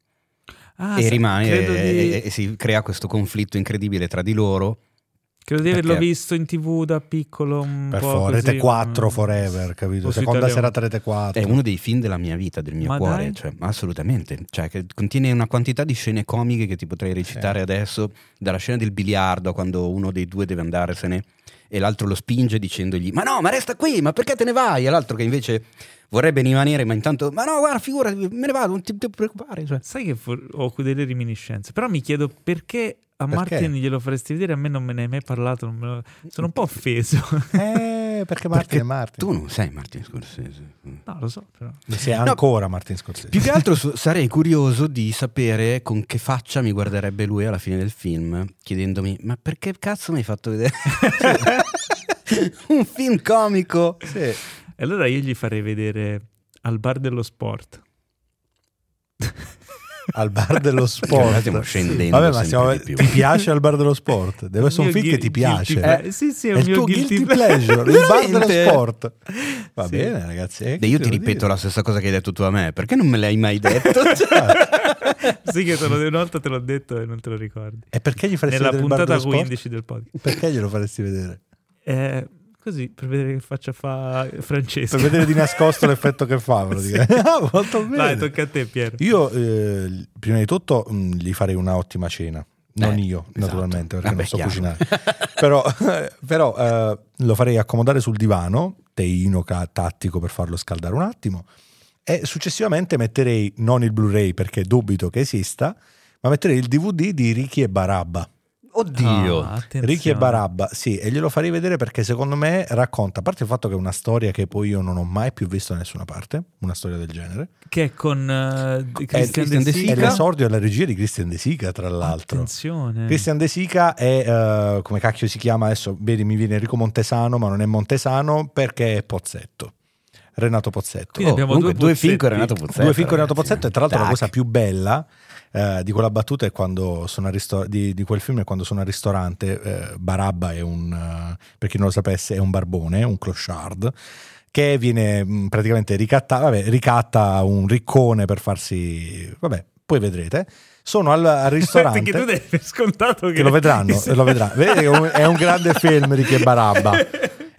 S1: Ah,
S2: e
S1: sì,
S2: rimane
S1: Credo
S2: e,
S1: di,
S2: e- e si crea questo conflitto incredibile tra di loro.
S1: credo di averlo
S2: perché-
S1: visto in tv da piccolo. Un
S3: Per
S1: po'
S3: favore,
S1: così,
S3: rete 4
S1: mm,
S3: forever, capito?
S1: o su
S3: Seconda
S1: Italia
S3: serata rete
S2: È
S3: 4.
S2: uno dei film della mia vita, del mio
S1: Ma
S2: cuore,
S1: dai.
S2: cioè, assolutamente. Cioè, che contiene una quantità di scene comiche che ti potrei recitare adesso, dalla scena del biliardo a quando uno dei due deve andarsene e l'altro lo spinge dicendogli "Ma no, ma resta qui, ma perché te ne vai?" E l'altro che invece vorrebbe rimanere, ma intanto "Ma no, guarda, figurati, me ne vado, non ti, ti preoccupare", cioè.
S1: Sai che for- ho delle reminiscenze, però mi chiedo perché a
S3: Perché?
S1: Martin glielo faresti vedere. A me non me ne hai mai parlato. non me lo- Sono un po' offeso.
S3: Eh, [laughs] perché Martin
S2: Perché
S3: è Martin.
S2: Tu non sei Martin Scorsese.
S1: [laughs] no, lo so, però.
S3: Sì, ancora Martin Scorsese.
S2: Più che altro su- sarei curioso di sapere con che faccia mi guarderebbe lui alla fine del film, chiedendomi: Ma perché cazzo mi hai fatto
S3: [laughs]
S2: vedere un film comico?
S3: Sì.
S1: E allora io gli farei vedere al bar dello sport.
S3: Al bar dello
S2: Perché
S3: sport.
S2: stiamo Cioè, scendendo
S3: Vabbè, ma
S2: sempre
S3: stiamo-
S2: di più.
S3: ti piace al bar
S2: [laughs]
S3: dello sport? Deve essere un
S1: Mio
S3: film che ti
S1: gui- guilty
S3: piace. Eh,
S1: ple- sì, sì, è un
S3: il
S1: mio
S3: tuo
S1: guilty
S3: guilty,
S1: pleasure.
S3: pleasure, il bar dello
S2: Veramente?
S3: sport. Va
S1: Sì.
S3: bene, ragazzi. eh,
S2: Beh,
S3: che
S2: io ti
S3: devo
S2: ripeto
S3: dire?
S2: la stessa cosa che hai detto tu a me, perché non me l'hai mai detto?
S1: [laughs] sì, che te l'ho una volta te l'ho detto e non te lo ricordi.
S3: E perché gli faresti
S1: Nella
S3: vedere il bar
S1: puntata
S3: dello sport?
S1: 15 del podcast.
S3: Perché glielo faresti vedere?
S1: Eh, così per vedere che faccia fa Francesco.
S3: Per vedere di nascosto l'effetto che fa,
S2: [laughs]
S3: praticamente. [laughs] Ah, molto bene.
S1: Dai, tocca a te, Piero.
S3: Io, eh, prima di tutto, mh, gli farei una ottima cena. Non
S2: Eh,
S3: io,
S2: esatto.
S3: naturalmente, perché
S2: Vabbè,
S3: non so
S2: chiaro.
S3: cucinare.
S2: [laughs]
S3: però [laughs] però, eh, lo farei accomodare sul divano, teino ca- tattico per farlo scaldare un attimo. E successivamente metterei non il Blu-ray perché dubito che esista, ma metterei il DVD di Ricky e Barabba.
S2: Oddio.
S1: [laughs] Ah, attenzione.
S3: Ricky e Barabba, sì, e glielo farei vedere perché secondo me racconta, a parte il fatto che è una storia che poi io non ho mai più visto da nessuna parte, una storia del genere.
S1: Che è con eh,
S3: È,
S1: Christian
S2: Christian
S1: De
S2: De
S1: Sica.
S3: è
S2: Sica.
S3: l'esordio alla regia di Christian De Sica, tra l'altro.
S1: Attenzione. [laughs]
S3: Christian De Sica è, eh, come cacchio si chiama adesso, vedi mi viene Enrico Montesano, ma non è Montesano perché è Pozzetto, Renato Pozzetto. Oh.
S1: Quindi abbiamo
S2: comunque,
S1: due
S2: due film con
S1: pozzetti.
S2: Renato Pozzetto.
S3: Due film con Renato
S2: ragazzi,
S3: Pozzetto e tra l'altro la
S2: tac.
S3: cosa più bella eh, di quella battuta è quando sono al risto- di, di quel film è quando sono al ristorante eh, Barabba è un eh, per chi non lo sapesse è un barbone, un clochard che viene mh, praticamente ricattato, vabbè, ricatta un riccone per farsi vabbè, poi vedrete. Sono
S2: [laughs]
S3: al, al ristorante
S1: Perché tu dai per scontato che...
S3: che
S1: [laughs]
S3: lo vedranno, lo vedrà. Vedete che è un- è un grande film Ricky e Barabba.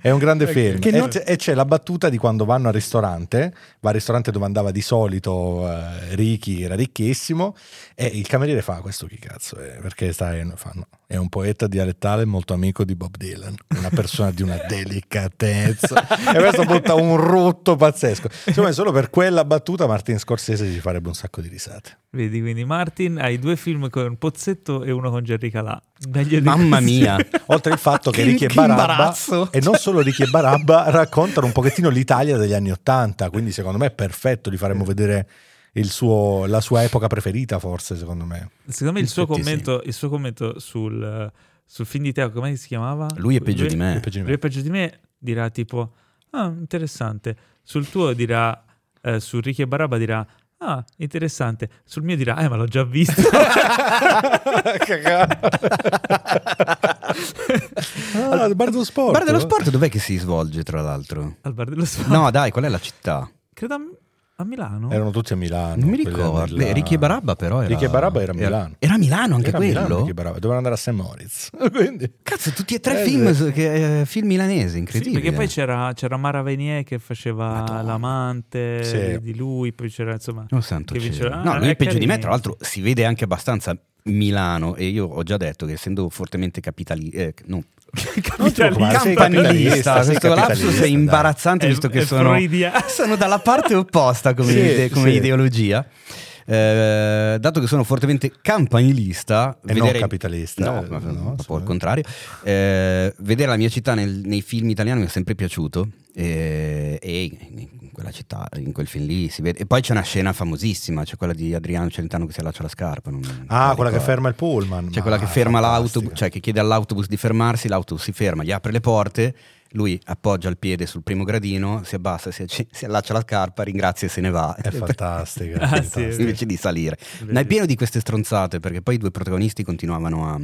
S3: È un grande
S1: Ok.
S3: film.
S1: Che
S3: e,
S1: non-
S3: Eh, c'è- e c'è la battuta di quando vanno al ristorante, va al ristorante dove andava di solito eh, Ricky, era ricchissimo, e il cameriere fa questo chi cazzo è? Perché stai, fanno, è un poeta dialettale molto amico di Bob Dylan, una persona di una [laughs] delicatezza. e questo butta un rotto pazzesco. Insomma, solo per quella battuta Martin Scorsese ci farebbe un sacco di risate.
S1: Vedi, quindi Martin hai due film con Pozzetto e uno con Jerry Calà. Daglieli-
S2: Mamma mia.
S3: [laughs] Oltre al fatto che,
S2: Che-
S3: Ricky e
S2: che
S3: Barabba,
S2: imbarazzo.
S3: e non solo Ricky e Barabba, raccontano un pochettino l'Italia degli anni Ottanta, quindi secondo me è perfetto, gli faremo vedere il suo- la sua epoca preferita forse, secondo me.
S1: [laughs] Secondo me il suo,
S3: Infatti sì.
S1: commento, il suo commento sul, sul film di Teo, come si chiamava?
S2: Lui è peggio di me.
S3: [laughs] È peggio di me.
S1: Lui è peggio di me dirà tipo, ah, interessante. Sul tuo dirà, eh, su Ricky e Barabba dirà, ah, interessante. Sul mio dirà, eh, ma l'ho già
S2: [laughs]
S1: visto. [laughs]
S3: Ah, il bar dello sport. Ah.
S2: Guarda lo sport dov'è che si svolge, tra l'altro?
S1: Al bar dello spazio.
S2: No, dai, qual è la città?
S1: Credo a, a Milano.
S3: Erano tutti a Milano.
S2: Non mi
S3: quelli
S2: ricordo.
S3: della-
S2: Beh, Ricky e Barabba però era...
S3: Ricchi e Barabba era a Milano.
S2: Era a Milano anche
S3: Era a Milano,
S2: quello?
S3: Ricchi e Barabba. Dovevano andare a St.
S2: [laughs]
S3: Moritz. Quindi...
S2: Cazzo, tutti e tre
S3: Eh,
S2: film,
S3: sì.
S2: su- che- eh, film milanesi,
S1: Sì,
S2: incredibile.
S1: perché poi c'era, c'era Mara Venier che faceva
S2: Madonna.
S1: l'amante
S3: Sì.
S1: di lui, poi c'era insomma...
S2: Oh, santo
S1: che
S2: cielo.
S1: vinceva-
S2: No,
S1: Ah,
S2: lui
S1: è
S2: è peggio di me,
S1: carino.
S2: tra l'altro si vede anche abbastanza Milano e io ho già detto che essendo fortemente eh, capitalista...
S1: [laughs]
S2: no,
S3: Non ti preoccupare, sei capitalista,
S2: campanilista,
S3: sei
S2: questo lapsus
S3: capitalista,
S2: è
S3: dai.
S2: imbarazzante
S1: È-
S2: visto che
S1: è
S2: sono,
S1: freudiano.
S2: [laughs] sono dalla parte
S1: [laughs]
S2: opposta come,
S3: Sì,
S2: ide- come
S3: sì.
S2: ideologia. Eh, dato che sono fortemente campanilista
S3: E non capitalista,
S2: no,
S3: eh,
S2: ma- un
S3: no,
S2: po' al
S3: assolutamente.
S2: contrario Eh, vedere la mia città nel- nei film italiani mi è sempre piaciuto eh, e in quella città in quel film lì si vede e poi c'è una scena famosissima c'è quella di Adriano Celentano che si allaccia la scarpa non- non
S3: Ah,
S2: mi
S3: quella che
S2: ricordo.
S3: ferma il pullman.
S2: C'è
S3: Ma
S2: quella che ferma
S3: fantastica.
S2: l'autobus, cioè che chiede all'autobus di fermarsi, l'autobus si ferma, gli apre le porte, lui appoggia il piede sul primo gradino, si abbassa, si, acc- si allaccia la scarpa, ringrazia e se ne [laughs] va.
S3: È
S2: [laughs]
S3: fantastica.
S1: Ah,
S3: è
S1: sì,
S3: fantastica.
S1: vero.
S2: Invece di salire.
S1: Vedi.
S2: Ma è pieno di queste stronzate, perché poi i due protagonisti continuavano a...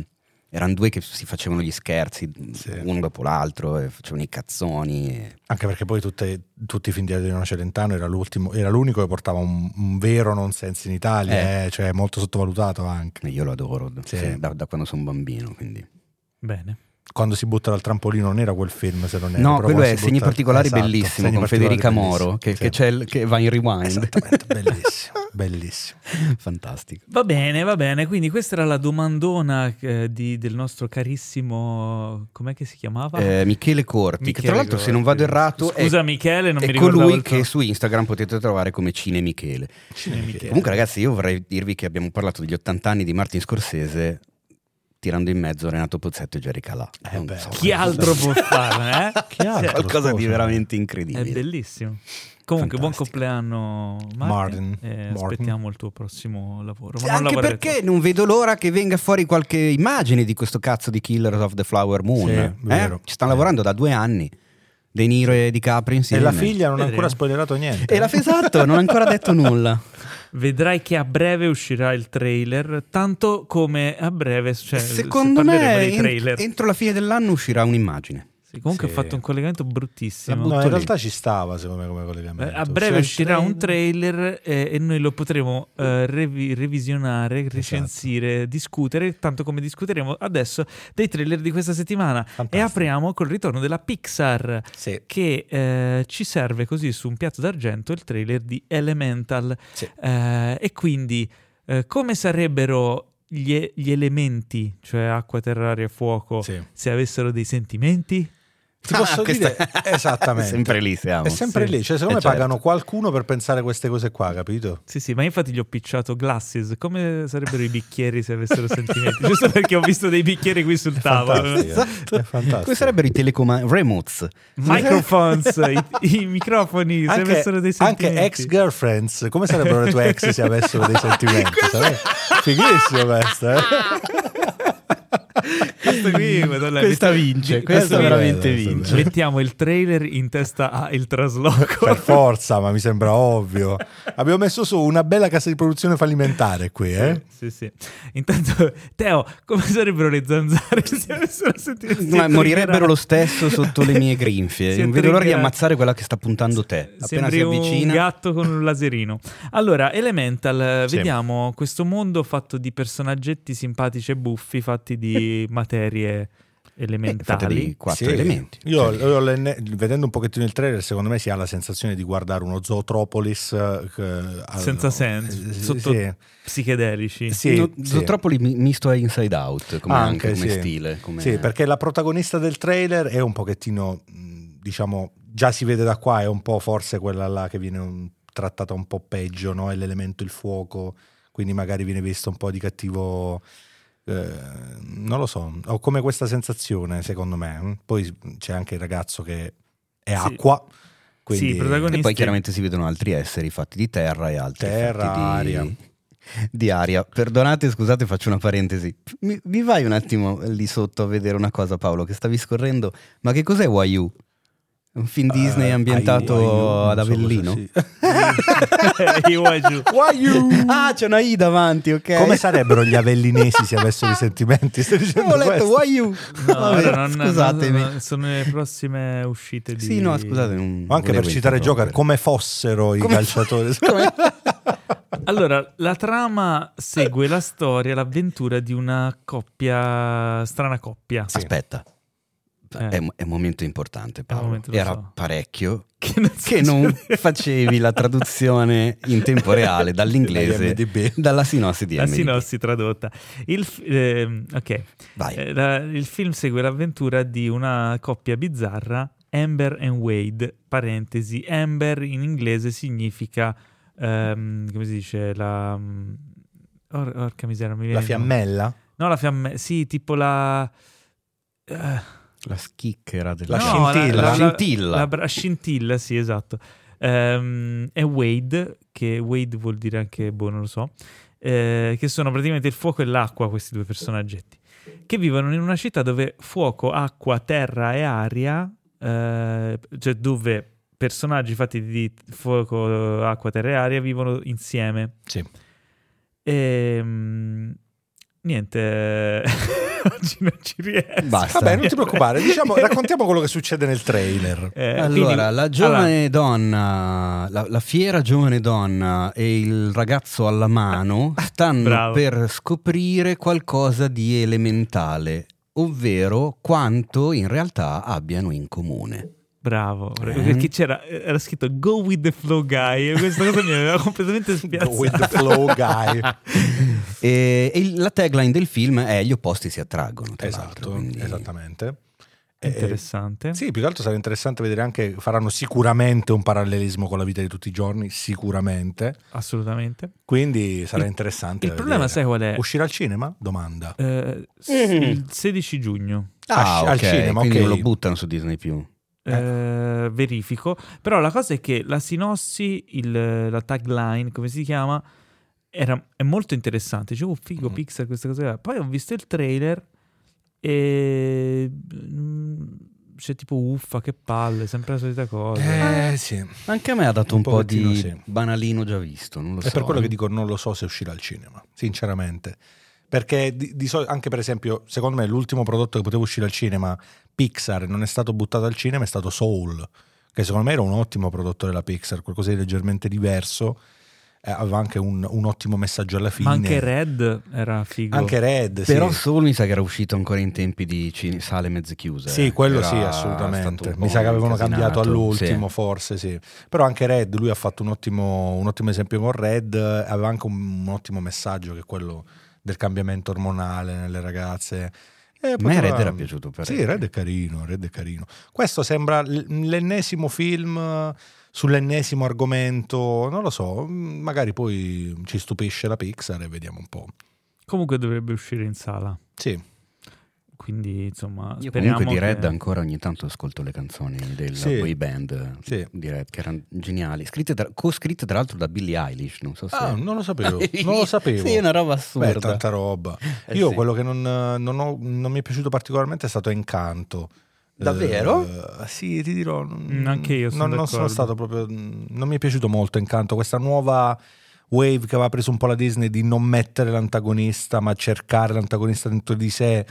S2: Erano due che si facevano gli scherzi,
S3: Sì.
S2: uno dopo l'altro, e facevano i cazzoni. e-
S3: Anche perché poi tutte- tutti i film di Adriano Celentano era, l'ultimo- era l'unico che portava un, un vero non senso in Italia,
S2: Eh.
S3: eh, cioè molto sottovalutato anche.
S2: e Io lo adoro d-
S3: Sì.
S2: sì, da, da quando sono bambino, quindi.
S1: Bene.
S3: Quando si butta dal trampolino non era quel film, se non era.
S2: no,
S3: però
S2: quello
S3: quando
S2: è
S3: si
S2: Segni
S3: butta-
S2: particolari
S3: Esatto,
S2: bellissimo
S3: Segni
S2: con
S3: particolari
S2: Federica
S3: bellissimo.
S2: Moro, che,
S3: Sì.
S2: che c'è il- che va in rewind.
S3: Esattamente, bellissimo, bellissimo.
S2: [laughs] Fantastico.
S1: Va bene, va bene. Quindi questa era la domandona eh, di- del nostro carissimo... Com'è che si chiamava?
S2: Eh, Michele Corti, che
S1: Michele
S2: tra l'altro se non vado
S1: Gorti.
S2: errato
S1: Scusa
S2: è,
S1: Michele, non
S2: è
S1: mi ricordavo
S2: colui
S1: il
S2: che
S1: tuo-
S2: su Instagram potete trovare come Cine Michele.
S1: Cine Michele.
S2: Comunque ragazzi io vorrei dirvi che abbiamo parlato degli 80 anni di Martin Scorsese tirando in mezzo Renato Pozzetto e Jerry Calà.
S3: Eh
S2: Non
S3: beh,
S2: so,
S1: Chi altro
S2: [laughs]
S1: può farlo, eh?
S3: Chi altro?
S1: Cioè,
S2: Qualcosa di
S3: Scusa.
S2: veramente
S1: È
S2: incredibile.
S1: bellissimo. Comunque, buon
S2: Fantastico.
S1: compleanno Martin.
S3: Martin.
S1: e
S3: Martin.
S1: Aspettiamo il tuo prossimo lavoro. Ma non
S2: Anche
S1: lavorare
S2: perché non vedo l'ora che venga fuori qualche immagine di questo cazzo di Killers of the Flower Moon.
S3: Sì,
S2: eh?
S3: vero.
S2: Ci stanno lavorando da due anni. De Niro e Di Capri
S3: E
S2: insieme.
S3: la figlia non ha
S1: Vedremo.
S3: ancora spoilerato niente. eh?
S2: E la esatto, non ha ancora detto
S3: [laughs]
S2: nulla.
S1: troppo. Vedrai che a breve uscirà il trailer, tanto come a breve, cioè, se
S2: Secondo
S1: parleremo
S2: me
S1: dei
S2: en-
S1: trailer.
S2: entro la fine dell'anno uscirà un'immagine.
S1: Sì, comunque
S3: Sì.
S1: ho fatto un collegamento bruttissimo.
S3: No,
S2: lì.
S3: in realtà ci stava, secondo me, come
S1: Eh,
S3: collegamento. Cioè,
S1: A breve
S3: Sì,
S1: uscirà un trailer eh, e noi lo potremo eh, revi- revisionare,
S3: Esatto.
S1: recensire, discutere, tanto come discuteremo adesso dei trailer di questa settimana. E
S3: Fantastico.
S1: apriamo col ritorno della Pixar.
S3: Sì.
S1: che eh, ci serve così su un piatto d'argento il trailer di Elemental.
S3: Sì.
S1: Eh, e quindi eh, come sarebbero gli, gli elementi, cioè acqua, terra, aria, fuoco,
S3: Sì.
S1: se avessero dei sentimenti?
S3: Ti posso
S2: Ah, questa-
S3: dire
S2: [laughs]
S3: esattamente.
S2: Sempre lì siamo.
S3: È sempre
S2: Sì.
S3: lì, cioè, secondo
S2: Eh,
S3: me
S2: certo.
S3: pagano qualcuno per pensare queste cose qua, capito?
S1: Sì, sì, ma infatti gli ho picciato glasses. Come sarebbero i bicchieri se avessero sentimenti? Giusto perché ho visto dei bicchieri qui sul tavolo.
S3: Fantastico,
S2: Esatto.
S3: È fantastico.
S2: Questi sarebbero i telecomandi remotes. [laughs]
S1: Microphones, i, i microfoni, se avessero dei sentimenti.
S3: anche ex girlfriends, come sarebbero le tue ex se avessero [laughs] dei sentimenti? Sarebbe Fighissimo questo, eh?
S1: Questo qui, madonna,
S2: Mm. Questa
S1: metti-
S2: vince,
S3: questo
S2: questa veramente
S3: bello, questo
S2: vince.
S1: Mettiamo il trailer in testa a il trasloco.
S3: per forza, ma mi sembra ovvio. Abbiamo messo su una bella casa di produzione fallimentare qui, eh?
S1: Sì, sì. Intanto, Teo, come sarebbero le zanzare se avessero sentimenti? Si
S2: Ma morirebbero
S1: triggerano.
S2: lo stesso sotto le [laughs]
S1: [laughs]
S2: mie grinfie.
S1: Si
S2: Non vedo l'ora di
S1: triggerano.
S2: ammazzare quella che sta puntando te. Appena
S1: Sembri
S2: si avvicina.
S1: un gatto con un laserino. Allora, Elemental, eh,
S3: Sì.
S1: vediamo questo mondo fatto di personaggetti simpatici e buffi, fatti
S2: [laughs]
S1: di materie
S2: Eh, fate
S1: elementali.
S2: dei quattro
S3: Sì.
S2: elementi. Cioè,
S3: Io, eh, io l'enne- vedendo un pochettino il trailer, secondo me si ha la sensazione di guardare uno Zootropolis eh, che-
S2: ah,
S1: Senza
S3: eh,
S1: senso,
S3: eh,
S1: sotto
S2: Eh,
S1: psichedelici.
S3: Sì,
S2: No,
S3: sì. Ah,
S2: Zootropoli mi- misto a Inside Out come, anche, come
S3: sì.
S2: stile. come-
S3: Sì, perché la protagonista del trailer è un pochettino, mh, diciamo, già si vede da qua, è un po' forse quella là che viene un- trattata un po' peggio, no? È l'elemento il fuoco, quindi magari viene visto un po' di cattivo... eh, non lo so, ho come questa sensazione secondo me. mm. Poi c'è anche il ragazzo che è
S1: Sì.
S3: acqua, quindi
S1: Sì, protagonisti.
S2: E
S1: [laughs]
S2: poi chiaramente [laughs] si vedono altri esseri fatti di terra e altri
S3: Terra,
S2: fatti di
S3: aria.
S2: di aria. Perdonate, scusate, faccio una parentesi. Mi, mi vai un attimo lì sotto a vedere una cosa, Paolo, che stavi scorrendo. Ma che cos'è YU? Un film Disney
S3: Eh,
S2: ambientato
S3: aiu- aiu, non
S2: ad
S3: so
S2: Avellino?
S3: cosa sia.
S1: Eh, Io qua giù.
S3: [laughs] Why [laughs] you?
S2: [laughs] Ah, c'è una I davanti, ok.
S3: Come sarebbero gli avellinesi se avessero
S2: [laughs]
S3: i [laughs] sentimenti? Stai dicendo
S2: Ho letto
S3: questo?
S2: why you? [laughs]
S1: No,
S2: Vabbè,
S1: allora non-
S2: scusatemi.
S1: non- sono le prossime uscite di...
S2: Sì, no, scusate. non
S3: Ma anche per
S2: volevo
S3: citare Joker,
S2: interrompere.
S3: come fossero i calciatori.
S2: [laughs] Come-
S1: Allora, la trama segue la storia, l'avventura di una coppia, strana coppia.
S2: Aspetta.
S1: Eh.
S2: È, è un momento importante, Paolo.
S1: momento, lo
S2: Era
S1: so. [laughs]
S2: parecchio
S1: Che non,
S2: che non
S1: succede.
S2: facevi la traduzione in tempo reale dall'inglese
S3: IMDb.
S2: dalla sinossi di
S1: La
S2: IMDb.
S1: sinossi tradotta. Il, fi- ehm, ok.
S2: Vai.
S1: Eh, la- il film segue l'avventura di una coppia bizzarra, Amber and Wade, parentesi, Amber in inglese significa, ehm, come si dice, la... mm, or- orca miseria, non mi viene
S3: [laughs] La
S1: il nome.
S3: fiammella?
S1: No, la fiammella, sì, tipo la... eh,
S2: La schicchera della
S3: La
S1: No,
S3: scintilla.
S2: La
S3: la-
S2: scintilla.
S1: la bra- scintilla, sì, esatto. Ehm, è Wade, che Wade vuol dire anche, boh, non lo so, eh, che sono praticamente il fuoco e l'acqua, questi due personaggetti, che vivono in una città dove fuoco, acqua, terra e aria, eh, cioè dove personaggi fatti di fuoco, acqua, terra e aria vivono insieme.
S3: Sì.
S1: Ehm, niente, [laughs] oggi non ci riesco.
S2: Basta.
S3: Vabbè, non
S1: [laughs]
S3: ti preoccupare, diciamo, raccontiamo quello che succede nel trailer.
S1: Eh, quindi-
S2: Allora, la
S1: allora,
S2: giovane donna, la, la fiera giovane donna e il ragazzo alla
S1: [laughs]
S2: mano stanno
S1: Ah, Bravo.
S2: per scoprire qualcosa di elementale, ovvero quanto in realtà abbiano in comune.
S1: Bravo,
S2: Eh.
S1: perché c'era era scritto Go with the flow guy e questa cosa mi aveva [laughs] completamente
S3: Go with
S1: spiazzato.
S3: the
S1: [laughs]
S3: flow guy.
S2: E, e il- la tagline del film è Gli opposti si attraggono. Tra l'altro,
S3: esatto,
S2: quindi-
S3: esattamente. Eh,
S1: Interessante.
S3: Sì, più che altro sarà interessante vedere anche, faranno sicuramente un parallelismo con la vita di tutti i giorni, sicuramente.
S1: Assolutamente.
S3: Quindi sarà interessante.
S1: Il
S3: da
S1: problema sai
S3: vedere.
S1: qual è?
S3: Uscirà al cinema? Domanda.
S1: Eh, s-
S2: Mm.
S1: Il 16 giugno.
S2: Ah,
S3: Al- al
S2: ok,
S3: cinema,
S2: quindi
S3: ok.
S2: non lo buttano su Disney più.
S3: Ecco.
S1: Eh, verifico. Però la cosa è che la sinossi, il- la tagline, come si chiama, era, è molto interessante. Dicevo, oh, figo,
S3: Mm.
S1: Pixar, questa cosa. qua". Poi ho visto il trailer e... mm, C'è tipo uffa, che palle, sempre la solita cosa.
S3: Eh sì,
S2: Anche a me ha dato un, po'
S3: pochettino,
S2: di
S3: sì.
S2: banalino già visto, non lo so.
S3: È per quello che dico non lo so se uscirà al cinema, sinceramente. Perché di, di solito, anche per esempio, secondo me l'ultimo prodotto che poteva uscire al cinema, Pixar, e non è stato buttato al cinema, è stato Soul, che secondo me era un ottimo prodotto della Pixar, qualcosa di leggermente diverso, eh, aveva anche un, un ottimo messaggio alla fine.
S1: Ma anche Red era figo.
S3: Anche Red, sì.
S2: Però solo mi sa che era uscito ancora in tempi di cine- sale mezze chiuse.
S3: Sì, quello
S2: eh, Era
S3: sì,
S2: stato
S3: assolutamente.
S2: un po'
S3: Mi sa che avevano
S2: incasinato,
S3: cambiato all'ultimo,
S2: sì.
S3: forse sì. Però anche Red, lui ha fatto un ottimo, un ottimo esempio con Red, eh, aveva anche un, un ottimo messaggio che è quello del cambiamento ormonale nelle ragazze. Eh,
S2: A me Red era piaciuto per
S3: Sì, Red è carino, Red è carino. Questo sembra l- l'ennesimo film eh, sull'ennesimo argomento, non lo so, mm, magari poi ci stupisce la Pixar e vediamo un po'.
S1: Comunque dovrebbe uscire in sala.
S3: Sì,
S1: Quindi, insomma,
S2: Io
S1: speriamo
S2: comunque di
S1: che-
S2: Red ancora ogni tanto ascolto le canzoni della
S3: Sì.
S2: boy band
S3: Sì.
S2: di Red che erano geniali, scritte tra- co-scritte tra l'altro da Billie Eilish, non so se...
S3: ah, non lo
S2: [laughs]
S3: sapevo, non lo sapevo.
S2: Sì, è una roba
S3: Beh,
S2: assurda.
S3: tanta roba.
S2: Eh,
S3: Io
S2: sì.
S3: quello che non, non ho- non mi è piaciuto particolarmente è stato Encanto.
S2: Davvero?
S3: Eh, sì, ti dirò. non-
S1: Mm, anche io sono
S3: non, non
S1: d'accordo.
S3: sono stato proprio. Non mi è piaciuto molto Encanto. Questa nuova wave che aveva preso un po' la Disney di non mettere l'antagonista, ma cercare l'antagonista dentro di sé.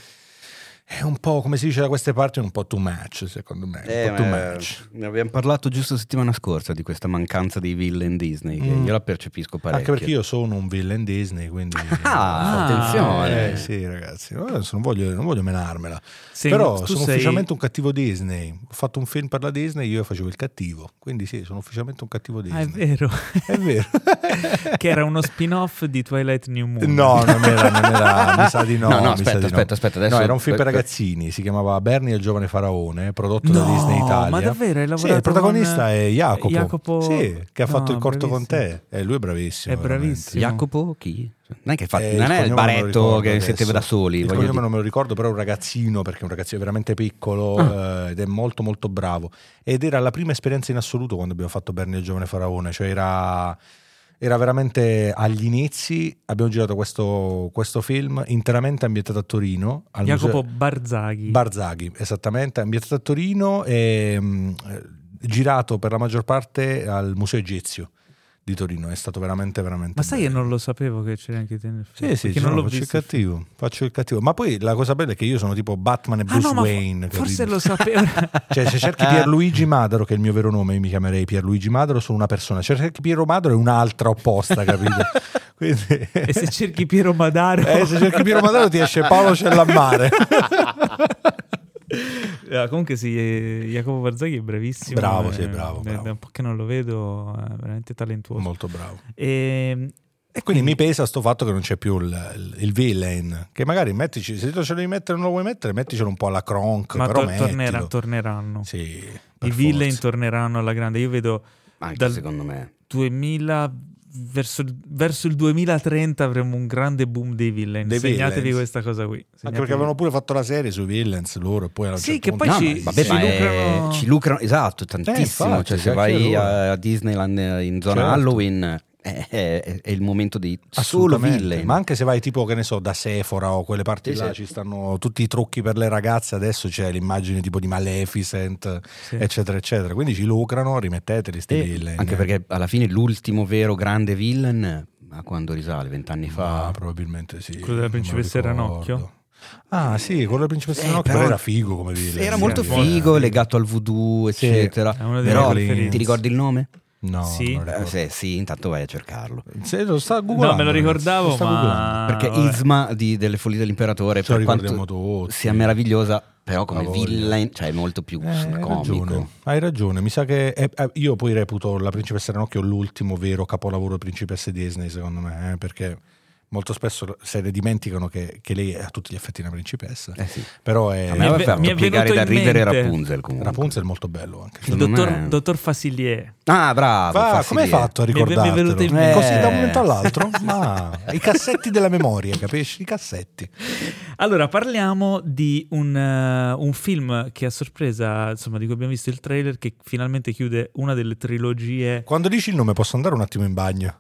S3: È un po' come si dice da queste parti, un po' too much, secondo me. Un
S2: Eh,
S3: po' too
S2: ma-
S3: much.
S2: Ne abbiamo parlato giusto settimana scorsa di questa mancanza dei villain Disney, che
S3: Mm.
S2: io la percepisco parecchio.
S3: Anche perché io sono un villain Disney, quindi.
S2: Ah, attenzione.
S3: Eh, sì, ragazzi. Adesso non voglio, non voglio menarmela.
S1: Sei-
S3: Però
S1: tu
S3: sono
S1: sei-
S3: ufficialmente un cattivo Disney. Ho fatto un film per la Disney, io facevo il cattivo. Quindi sì, sono ufficialmente un cattivo
S1: Ah, è
S3: Disney.
S1: vero.
S3: [laughs] è vero.
S1: [laughs] che era uno spin-off di Twilight New Moon.
S3: [laughs] No, non era, non era, mi sa di no.
S2: [laughs] No, no,
S3: mi sa
S2: aspetta,
S3: di no.
S2: aspetta, aspetta, adesso-
S3: No, era un film per
S2: per-
S3: ragazzini, si chiamava Bernie e il giovane faraone, prodotto da
S1: No,
S3: Disney Italia.
S1: ma davvero? Hai
S3: Sì, il
S1: lavorato
S3: protagonista
S1: con-
S3: è Jacopo,
S1: Jacopo-
S3: Sì, che ha fatto
S1: No,
S3: il corto con
S1: bravissimo.
S3: te. E lui è bravissimo.
S1: È
S3: veramente.
S1: bravissimo.
S2: Jacopo chi? Non è che fa-
S3: Eh,
S2: non è il
S3: cognome non me lo
S2: baretto
S3: ricordo
S2: che
S3: adesso.
S2: siete da soli.
S3: Il
S2: voglio
S3: cognome
S2: dire.
S3: non me lo ricordo, però è un ragazzino, perché è un ragazzino veramente piccolo
S2: Ah.
S3: eh, ed è molto molto bravo. Ed era la prima esperienza in assoluto quando abbiamo fatto Bernie e il giovane faraone, cioè era, era veramente agli inizi, abbiamo girato questo, questo film interamente ambientato a Torino. al
S1: Jacopo
S3: Museo-
S1: Barzaghi.
S3: Barzaghi, esattamente, ambientato a Torino e mh, eh, girato per la maggior parte al Museo Egizio di Torino, è stato veramente veramente
S1: ma sai
S3: bello.
S1: che non lo sapevo che c'era anche te nel film?
S3: Sì, sì,
S1: Perché
S3: no,
S1: non l'ho
S3: faccio il
S1: visto.
S3: cattivo, faccio il cattivo. Ma poi la cosa bella è che io sono tipo Batman e
S1: Ah,
S3: Bruce
S1: no, ma fo-
S3: Wayne.
S1: forse
S3: capito?
S1: lo sapevo.
S3: [laughs] Cioè, se cerchi
S1: [laughs]
S3: Pierluigi Madaro, che è il mio vero nome, io mi chiamerei Pierluigi Madaro, sono una persona. Se cerchi Piero Madaro è un'altra opposta, capito?
S1: [laughs]
S3: Quindi...
S1: e se cerchi Piero Madaro...
S3: [laughs] Eh, se cerchi Piero Madaro ti esce Paolo Cellammare.
S1: [laughs] Ah, comunque sì, eh, Jacopo Barzaghi è bravissimo.
S3: Bravo, sì,
S1: eh,
S3: bravo,
S1: eh,
S3: bravo.
S1: Da un po' che non lo vedo, è veramente talentuoso. Ehm,
S3: Molto bravo.
S1: E, e
S3: Quindi mi pesa sto fatto che non c'è più il, il- il villain. Che magari mettici, se tu ce lo devi mettere non lo vuoi mettere, metticelo un po' alla cronk.
S1: ma
S3: però
S1: tor- tornerà-
S3: mettilo.
S1: torneranno.
S3: Sì, per
S1: I villain
S3: forza.
S1: torneranno alla grande. Io vedo
S2: Anche
S1: Dal-
S2: secondo me.
S1: 2000 verso, il- verso il 2030 avremo un grande boom dei villain.
S3: Dei
S1: Segnatevi
S3: villains.
S1: questa cosa qui.
S3: Anche
S1: Segnatevi.
S3: perché avevano pure fatto la serie sui villains loro e poi certo alla
S1: Sì, che poi
S2: No,
S1: ci-
S2: ma, vabbè,
S1: ci
S2: ma è-
S1: lucrano-
S2: ci lucrano, esatto, tantissimo.
S3: Eh, infatti,
S2: cioè, se
S3: cacchio
S2: vai
S3: loro.
S2: a, a Disneyland eh, in zona
S3: Certo.
S2: Halloween eh, eh, è, è il momento dei solo villain.
S3: Ma anche se vai tipo, che ne so, da Sephora o quelle parti
S2: Sì,
S3: là,
S2: sì.
S3: ci stanno tutti i trucchi per le ragazze, adesso c'è l'immagine tipo di Maleficent,
S1: Sì.
S3: eccetera, eccetera. Quindi ci lucrano, rimetteteli sti
S2: Eh,
S3: villain.
S2: anche perché alla fine l'ultimo vero grande villain, ma quando risale, vent'anni
S3: Ah,
S2: fa.
S3: probabilmente sì.
S1: Quello della
S3: non me lo
S1: principessa
S3: ricordo.
S1: Ranocchio?
S3: Ah sì, quello della principessa
S2: Eh,
S3: Ranocchio,
S2: però-
S3: però era figo come villain.
S2: era
S3: sì,
S2: molto
S3: sì.
S2: figo, legato al voodoo,
S3: Sì.
S2: eccetera.
S1: È uno dei
S2: Però
S3: miei preferiti.
S2: ti ricordi il nome?
S3: No,
S1: Sì.
S3: non lo
S2: Eh,
S3: ricordo.
S2: se- sì, intanto vai a cercarlo.
S3: Se lo sta
S1: No,
S3: googlando,
S1: me lo
S3: ragazzi,
S1: ricordavo,
S3: lo sta googlando.
S1: ma...
S2: Perché
S1: vabbè.
S2: Isma di- delle Follie dell'Imperatore,
S3: Ah, Ce lo
S2: per
S3: ricordiamo
S2: quanto
S3: tutti.
S2: sia meravigliosa, però come
S3: Ha voglia.
S2: villain, cioè è molto più
S3: Eh, hai ragione,
S2: comico.
S3: hai ragione. Mi sa che eh, eh, io poi reputo La Principessa Ranocchio l'ultimo vero capolavoro di Principesse Disney, secondo me, eh, perché molto spesso se ne dimenticano che, che lei è a tutti gli effetti una principessa.
S2: Eh sì.
S3: Però è,
S2: A me aveva
S1: ve- mi è
S2: fatto piegare
S1: venuto
S2: da
S1: in
S2: ridere
S1: mente-
S2: Rapunzel comunque.
S3: Rapunzel è molto bello anche.
S1: Il
S2: secondo
S1: dottor,
S2: me-
S1: dottor Facilier.
S2: Ah, bravo.
S3: Ah,
S2: fa
S3: come hai
S2: sì, eh.
S3: fatto a
S1: Mi è- mi è venuto in
S3: ricordartelo?
S1: mente.
S3: Così da un
S2: Eh.
S3: momento
S1: [laughs]
S3: all'altro? Ma i cassetti della memoria, capisci? I cassetti.
S1: Allora, parliamo di un, eh, un film che a sorpresa, insomma, di cui abbiamo visto il trailer, che finalmente chiude una delle trilogie.
S3: Quando dici il nome posso andare un attimo in bagno?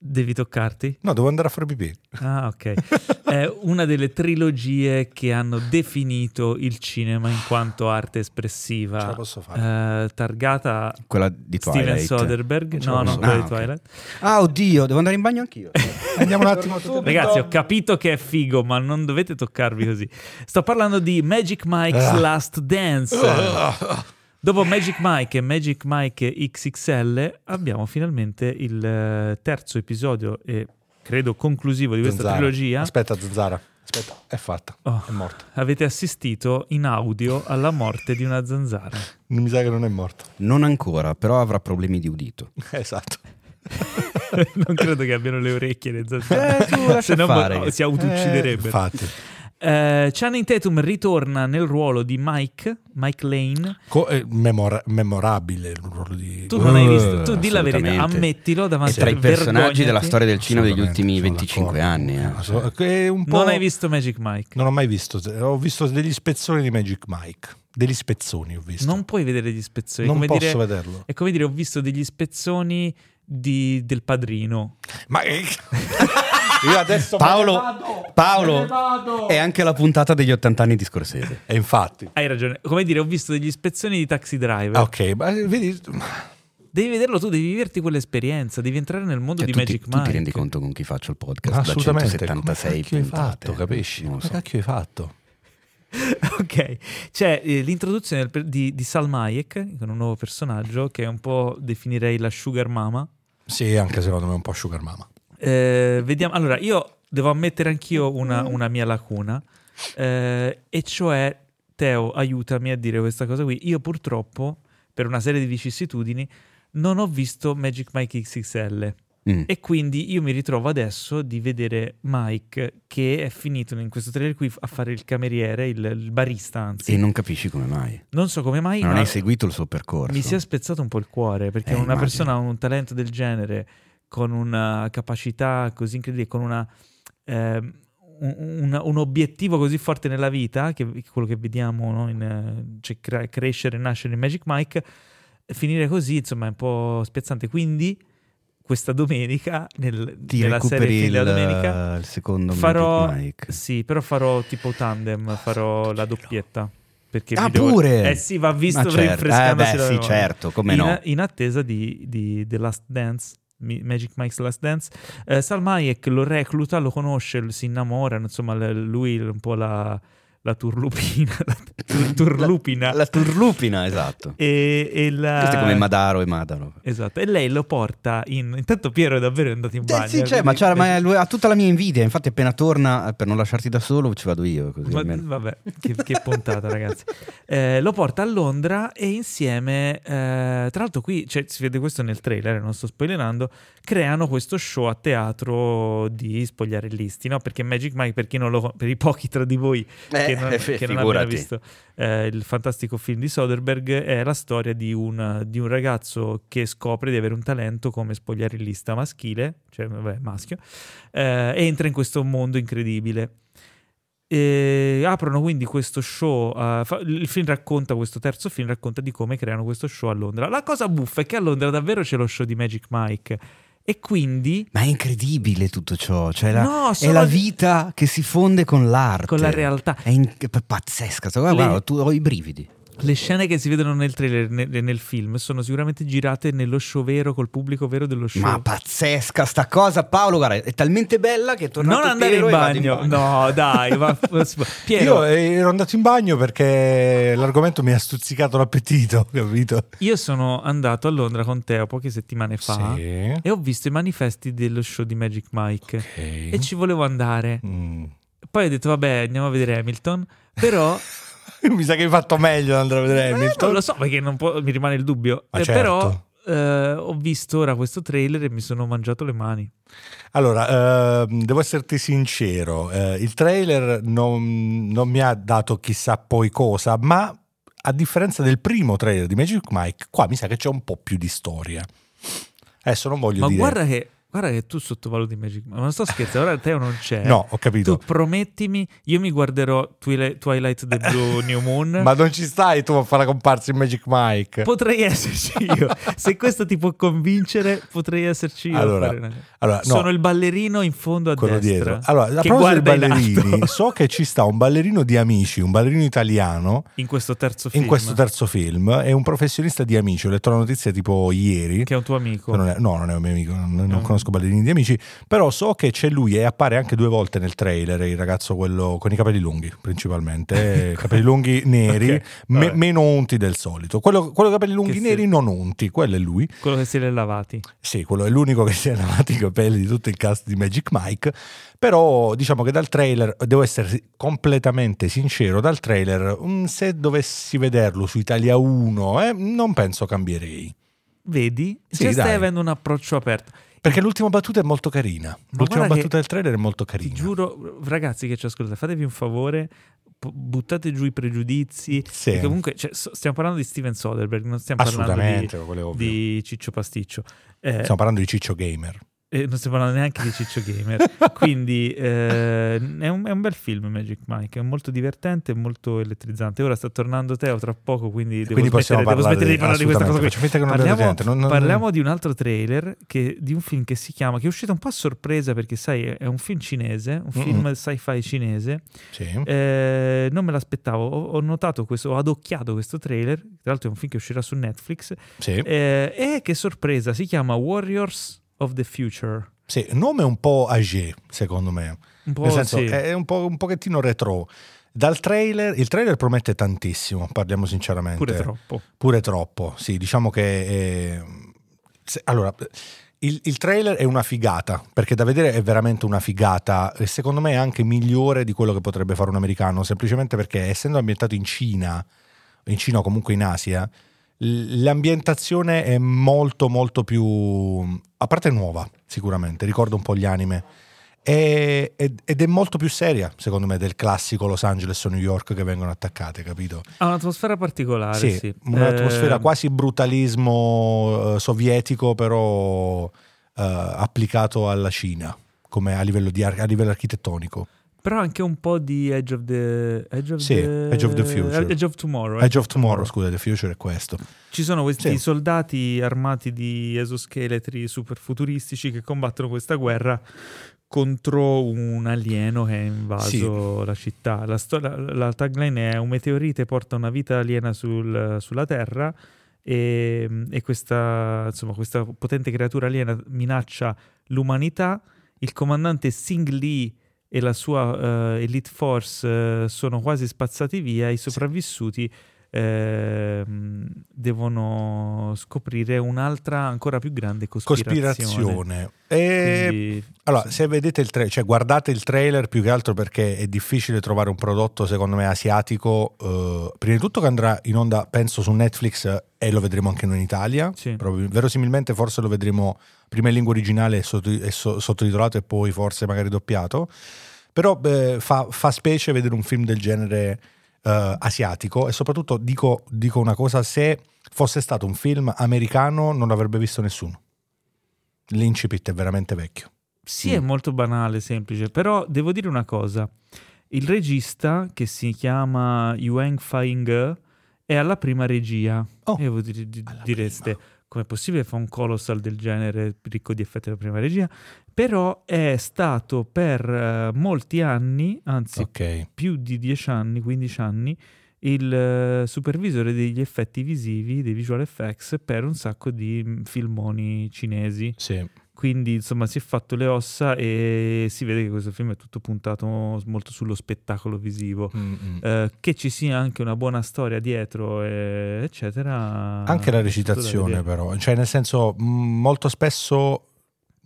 S1: Devi toccarti?
S3: No, devo andare a fare pipì.
S1: Ah,
S3: [laughs]
S1: ok. È una delle trilogie che hanno definito il cinema in quanto arte espressiva.
S3: Ce la posso fare.
S1: Ah, Eh, targata
S2: Quella di
S1: Steven
S2: Twilight.
S1: Soderbergh.
S3: Ce la
S1: No,
S3: posso
S1: no, quella
S3: fare.
S1: di
S2: Ah, ok.
S1: Twilight.
S2: Ah, oddio, devo andare in bagno anch'io.
S3: Andiamo un attimo.
S1: Ragazzi, ho capito che è figo, ma non dovete toccarvi così. Sto parlando di Magic Mike's
S3: Ah.
S1: Last Dance.
S2: Ah.
S1: Dopo Magic Mike e Magic Mike XXL abbiamo finalmente il eh, terzo episodio e credo conclusivo di questa
S3: Zanzara.
S1: trilogia.
S3: Aspetta, Zanzara. Aspetta, è fatta.
S1: Oh.
S3: È morta.
S1: Avete assistito in audio alla morte di una zanzara.
S2: [laughs]
S3: Mi sa che non è morta.
S1: [laughs]
S2: non ancora, però avrà problemi di udito.
S3: Esatto.
S1: non credo che abbiano le orecchie le zanzare.
S2: Eh, tu lascia
S1: Se no
S2: fare.
S1: mo- si autoucciderebbe.
S3: Infatti.
S1: Eh, Channing Tatum ritorna nel ruolo di Mike, Mike Lane.
S3: Co- eh, memora- memorabile il ruolo di...
S1: Tu non hai
S3: Eh,
S1: visto, tu di la verità,
S2: assolutamente.
S1: ammettilo
S2: È
S1: davanti
S2: tra i
S1: a-
S2: personaggi della
S1: vergognati.
S2: storia del cinema degli
S3: Assolutamente,
S2: ultimi
S3: sono
S2: 25
S3: d'accordo.
S2: anni. eh.
S3: So- è un po'-
S1: Non hai visto Magic Mike.
S3: Non ho mai visto, ho visto degli spezzoni di Magic Mike, degli spezzoni ho visto.
S1: Non puoi vedere gli spezzoni.
S3: Non
S1: come
S3: posso
S1: dire-
S3: vederlo.
S1: È come dire, ho visto degli spezzoni di- del padrino.
S3: Ma [laughs] io adesso me
S2: [laughs]
S3: ne
S2: Paolo,
S3: vado, me ne
S2: Paolo
S3: vado.
S2: è anche la puntata degli 80 anni di Scorsese.
S3: E infatti.
S1: Hai ragione. Come dire, ho visto degli spezzoni di Taxi Driver.
S3: Ah, Ok, ma vedi
S1: Devi vederlo tu, devi viverti quell'esperienza, devi entrare nel mondo
S2: Cioè,
S1: di
S2: tu, ti,
S1: Magic
S2: tu
S1: Mike.
S2: ti rendi conto con chi faccio il podcast?
S3: Ma assolutamente
S2: Da 176
S3: come cacchio hai
S2: puntate?
S3: fatto, capisci?
S2: Non lo
S3: Come
S2: so.
S3: cacchio hai fatto?
S1: [laughs] Ok, c'è eh, l'introduzione del per- di, di Sal Hayek, con un nuovo personaggio che è un po' definirei la sugar mama.
S3: Sì, anche secondo me è un po' sugar mama.
S1: Eh, vediamo, allora io devo ammettere anch'io una,
S2: Mm.
S1: una mia lacuna, eh, e cioè, Teo, aiutami a dire questa cosa qui. Io purtroppo, per una serie di vicissitudini, non ho visto Magic Mike XXL.
S2: Mm.
S1: E quindi io mi ritrovo adesso di vedere Mike che è finito in questo trailer qui a fare il cameriere, il, il barista anzi.
S2: E non capisci come mai.
S1: Non so come mai,
S2: Non
S1: ma
S2: hai seguito il suo percorso.
S1: mi si è spezzato un po' il cuore perché
S2: Eh,
S1: una
S2: immagino.
S1: persona con un talento del genere, con una capacità così incredibile, con una, ehm, un, un- un obiettivo così forte nella vita, che è quello che vediamo no, in, eh, cioè, cre- crescere e nascere in Magic Mike, finire così insomma è un po' spiazzante. Quindi questa domenica, nel,
S2: Ti
S1: nella serie
S2: recuperi
S1: fin
S2: il,
S1: della domenica,
S2: il secondo
S1: farò,
S2: Magic Mike.
S1: sì, però farò tipo tandem, farò la doppietta. Perché
S2: Ah,
S1: mi devo-
S2: pure?
S1: Eh sì, va visto
S2: Ma
S1: per
S2: certo.
S1: rinfrescandosi
S2: Eh,
S1: la
S2: beh, sì,
S1: memoria.
S2: certo, come
S1: in,
S2: no.
S1: in attesa di, di The Last Dance, Mi- Magic Mike's Last Dance. Eh, Salmayek lo recluta, lo conosce, lo- si innamorano, insomma l- lui è un po' la, la turlupina, [laughs] la tur- turlupina.
S2: La, la turlupina, esatto.
S1: Eh, E, e la...
S2: Questo è come Madaro e Madaro.
S1: Esatto, e lei lo porta in... Intanto Piero è davvero andato in bagno.
S2: Eh, sì, c'è,
S1: quindi-
S2: ma, c'era- ma lui ha tutta la mia invidia. Infatti, appena torna, eh, per non lasciarti da solo, ci vado io. Così
S1: Ma-
S2: almeno.
S1: vabbè, che, che puntata, [laughs] ragazzi. Eh, lo porta a Londra e insieme, eh, tra l'altro, qui cioè, si vede questo nel trailer, non sto spoilerando. Creano questo show a teatro di spogliarellisti, no? Perché Magic Mike, per, chi non lo, per i pochi tra di voi che
S2: Eh,
S1: non,
S2: eh,
S1: che non
S2: figurati.
S1: abbiano visto eh, il fantastico film di Soderbergh, è la storia di un, di un ragazzo che scopre di avere un talento come spogliarellista maschile, cioè vabbè, maschio, eh, e entra in questo mondo incredibile. E aprono quindi questo show. eh, fa- il film racconta, questo terzo film racconta di come creano questo show a Londra. La cosa buffa è che a Londra davvero c'è lo show di Magic Mike. E quindi
S2: Ma è incredibile tutto ciò. Cioè, la-
S1: No,
S2: è
S1: sono-
S2: la vita che si fonde con l'arte,
S1: Con la realtà.
S2: È, in- è p- pazzesca. sta cosa. Guarda,
S1: Le-
S2: guarda, tu- ho i brividi.
S1: Le scene che si vedono nel trailer e nel, nel film sono sicuramente girate nello show vero, col pubblico vero dello show.
S2: Ma pazzesca sta cosa, Paolo. Guarda, è talmente bella che è tornato
S1: non andare
S2: Piero
S1: in
S2: e vado
S1: bagno. No, dai, ma... Piero,
S3: Io eh, ero andato in bagno perché l'argomento mi ha stuzzicato l'appetito, capito?
S1: io sono andato a Londra con Teo poche settimane fa
S3: Sì.
S1: e ho visto i manifesti dello show di Magic Mike e
S3: Ok.
S1: ci volevo andare.
S3: Mm. [laughs]
S1: Poi ho detto, vabbè, andiamo a vedere Hamilton, però...
S3: Mi sa che hai fatto meglio ad andare a vedere
S1: Eh,
S3: Hamilton.
S1: non lo so perché non può- mi rimane il dubbio.
S3: Ma
S1: Eh,
S3: certo.
S1: Però eh, ho visto ora questo trailer e mi sono mangiato le mani.
S3: Allora, ehm, devo esserti sincero, eh, il trailer non, non mi ha dato chissà poi cosa, ma a differenza del primo trailer di Magic Mike, qua mi sa che c'è un po' più di storia. Adesso non voglio
S1: Ma
S3: dire...
S1: guarda che, guarda che tu sottovaluti Magic Mike. Ma non sto scherzando, ora Teo non c'è.
S3: No, ho capito.
S1: Tu promettimi, io mi guarderò Twilight, Twilight the
S3: [laughs]
S1: Blue New Moon.
S3: Ma non ci stai tu a fare la comparsa in Magic Mike.
S1: Potrei esserci io. Se questo ti può convincere, potrei esserci io. a
S3: Allora,
S1: fare una-
S3: allora, no.
S1: Sono il ballerino in fondo a
S3: quello
S1: destra.
S3: dietro. Allora, a
S1: che
S3: proposito dei
S1: guarda in
S3: ballerini,
S1: alto.
S3: so che ci sta un ballerino di amici, un ballerino italiano,
S1: in questo terzo film.
S3: in questo terzo film, è un professionista di amici, ho letto la notizia tipo ieri.
S1: Che è un tuo amico.
S3: Che non è- no, non è un mio amico, non, non
S1: un-
S3: conosco ballerini di amici, però so che c'è lui e appare anche due volte nel trailer, il ragazzo quello con i capelli lunghi
S1: [laughs]
S3: principalmente, eh, capelli lunghi neri,
S1: Ok,
S3: me-
S1: vabbè.
S3: meno unti del solito, quello, quello capelli lunghi
S1: Che sì.
S3: neri non unti, quello è lui,
S1: Quello che si è lavati.
S3: sì, quello è l'unico che si è lavato i capelli di tutto il cast di Magic Mike, però diciamo che dal trailer, devo essere completamente sincero, dal trailer, mm, se dovessi vederlo su Italia 1, eh, non penso cambierei.
S1: Vedi?
S3: Sì,
S1: Già stai
S3: dai.
S1: avendo un approccio aperto.
S3: Perché l'ultima battuta è molto carina.
S1: guarda
S3: L'ultima
S1: che-
S3: battuta del trailer è molto
S1: Ti
S3: carina.
S1: giuro, ragazzi che ci ascoltate, fatevi un favore, p- buttate giù i pregiudizi.
S3: Sì.
S1: perché comunque cioè, so- stiamo parlando di Steven Soderbergh, non stiamo parlando di,
S3: Assolutamente, quello è ovvio.
S1: di Ciccio Pasticcio. Eh,
S3: Stiamo parlando di Ciccio Gamer.
S1: e Eh, non stiamo parlando neanche di Ciccio
S3: [laughs]
S1: Gamer. Quindi eh, è, un, è un bel film Magic Mike, è molto divertente, e molto elettrizzante. Ora sta tornando Teo tra poco, quindi devo
S3: Quindi possiamo
S1: smettere, devo
S3: parlare
S1: smettere di parlare di questa cosa qui.
S3: assolutamente, faccio finta che non abbiamo
S1: Parliamo,
S3: niente. Non- non-
S1: parliamo di un altro trailer che- di un film che si chiama, che è uscito un po' a sorpresa perché sai, è un film cinese, un film
S3: Mm-mm. Mm.
S1: sci-fi cinese.
S3: Sì.
S1: Eh, non me l'aspettavo, ho, ho notato questo, ho adocchiato questo trailer, tra l'altro è un film che uscirà su Netflix.
S3: sì.
S1: Eh, e che sorpresa, si chiama Warriors of the Future.
S3: Sì, nome un po' agé, secondo me.
S1: Un po'
S3: Nel senso,
S1: sì.
S3: è un, po', un pochettino retro. Dal trailer, il trailer promette tantissimo, parliamo sinceramente.
S1: pure troppo.
S3: Pure troppo, sì, diciamo che... eh, se- allora, il, il trailer è una figata, perché da vedere è veramente una figata, e secondo me è anche migliore di quello che potrebbe fare un americano, semplicemente perché essendo ambientato in Cina, in Cina o comunque in Asia, l- l'ambientazione è molto molto più... a parte nuova, sicuramente, ricorda un po' gli anime. E- ed ed è molto più seria, secondo me, del classico Los Angeles o New York che vengono attaccate, capito?
S1: Ha un'atmosfera particolare, sì.
S3: Sì, un'atmosfera
S1: Eh,
S3: quasi brutalismo eh, sovietico, però eh, applicato alla Cina, come a livello, di ar- a livello architettonico.
S1: Però anche un po' di Edge of the... Edge of
S3: Sì,
S1: the,
S3: Edge of the Future.
S1: Eh, Edge of Tomorrow. ecco. eh.
S3: Edge of Tomorrow, scusa, The Future è questo.
S1: Ci sono questi
S3: Sì.
S1: soldati armati di esoscheletri super futuristici che combattono questa guerra contro un alieno che ha invaso la città. La, sto- la- la tagline è un meteorite porta una vita aliena sul- sulla Terra e, e questa, insomma, questa potente creatura aliena minaccia l'umanità. Il comandante Sing Lee e la sua eh, Elite Force eh, sono quasi spazzati via, i sopravvissuti ehm, devono scoprire un'altra ancora più grande cospirazione.
S3: Cospirazione. E-
S1: Quindi,
S3: Allora,
S1: sì.
S3: se vedete il trailer, cioè guardate il trailer più che altro perché è difficile trovare un prodotto, secondo me, asiatico. eh, prima di tutto che andrà in onda, penso, su Netflix eh, e lo vedremo anche noi in Italia.
S1: Sì.
S3: Probabil- verosimilmente forse lo vedremo prima in lingua originale e, sotto- e so- sottotitolato e poi forse magari doppiato. Però beh, fa, fa specie vedere un film del genere eh, asiatico e soprattutto dico, dico una cosa, se fosse stato un film americano non l'avrebbe visto nessuno. L'incipit è veramente vecchio. Mm.
S1: Sì, è molto banale, semplice, però devo dire una cosa. Il regista, che si chiama Yuan Faing, è alla prima regia.
S3: Oh,
S1: e voi di- di-
S3: alla
S1: direste, com'è possibile fa un colossal del genere ricco di effetti alla prima regia? Però è stato per eh, molti anni, anzi
S3: Ok.
S1: più di 10 anni, 15 anni, il eh, supervisore degli effetti visivi, dei visual effects, per un sacco di mm, filmoni cinesi.
S3: Sì.
S1: Quindi, insomma, si è fatto le ossa e si vede che questo film è tutto puntato molto sullo spettacolo
S3: Mm.
S1: visivo. Eh, che ci sia anche una buona storia dietro, eh, eccetera.
S3: Anche la
S1: è tutto da
S3: recitazione,
S1: vedere.
S3: però, cioè, nel senso, mh, molto spesso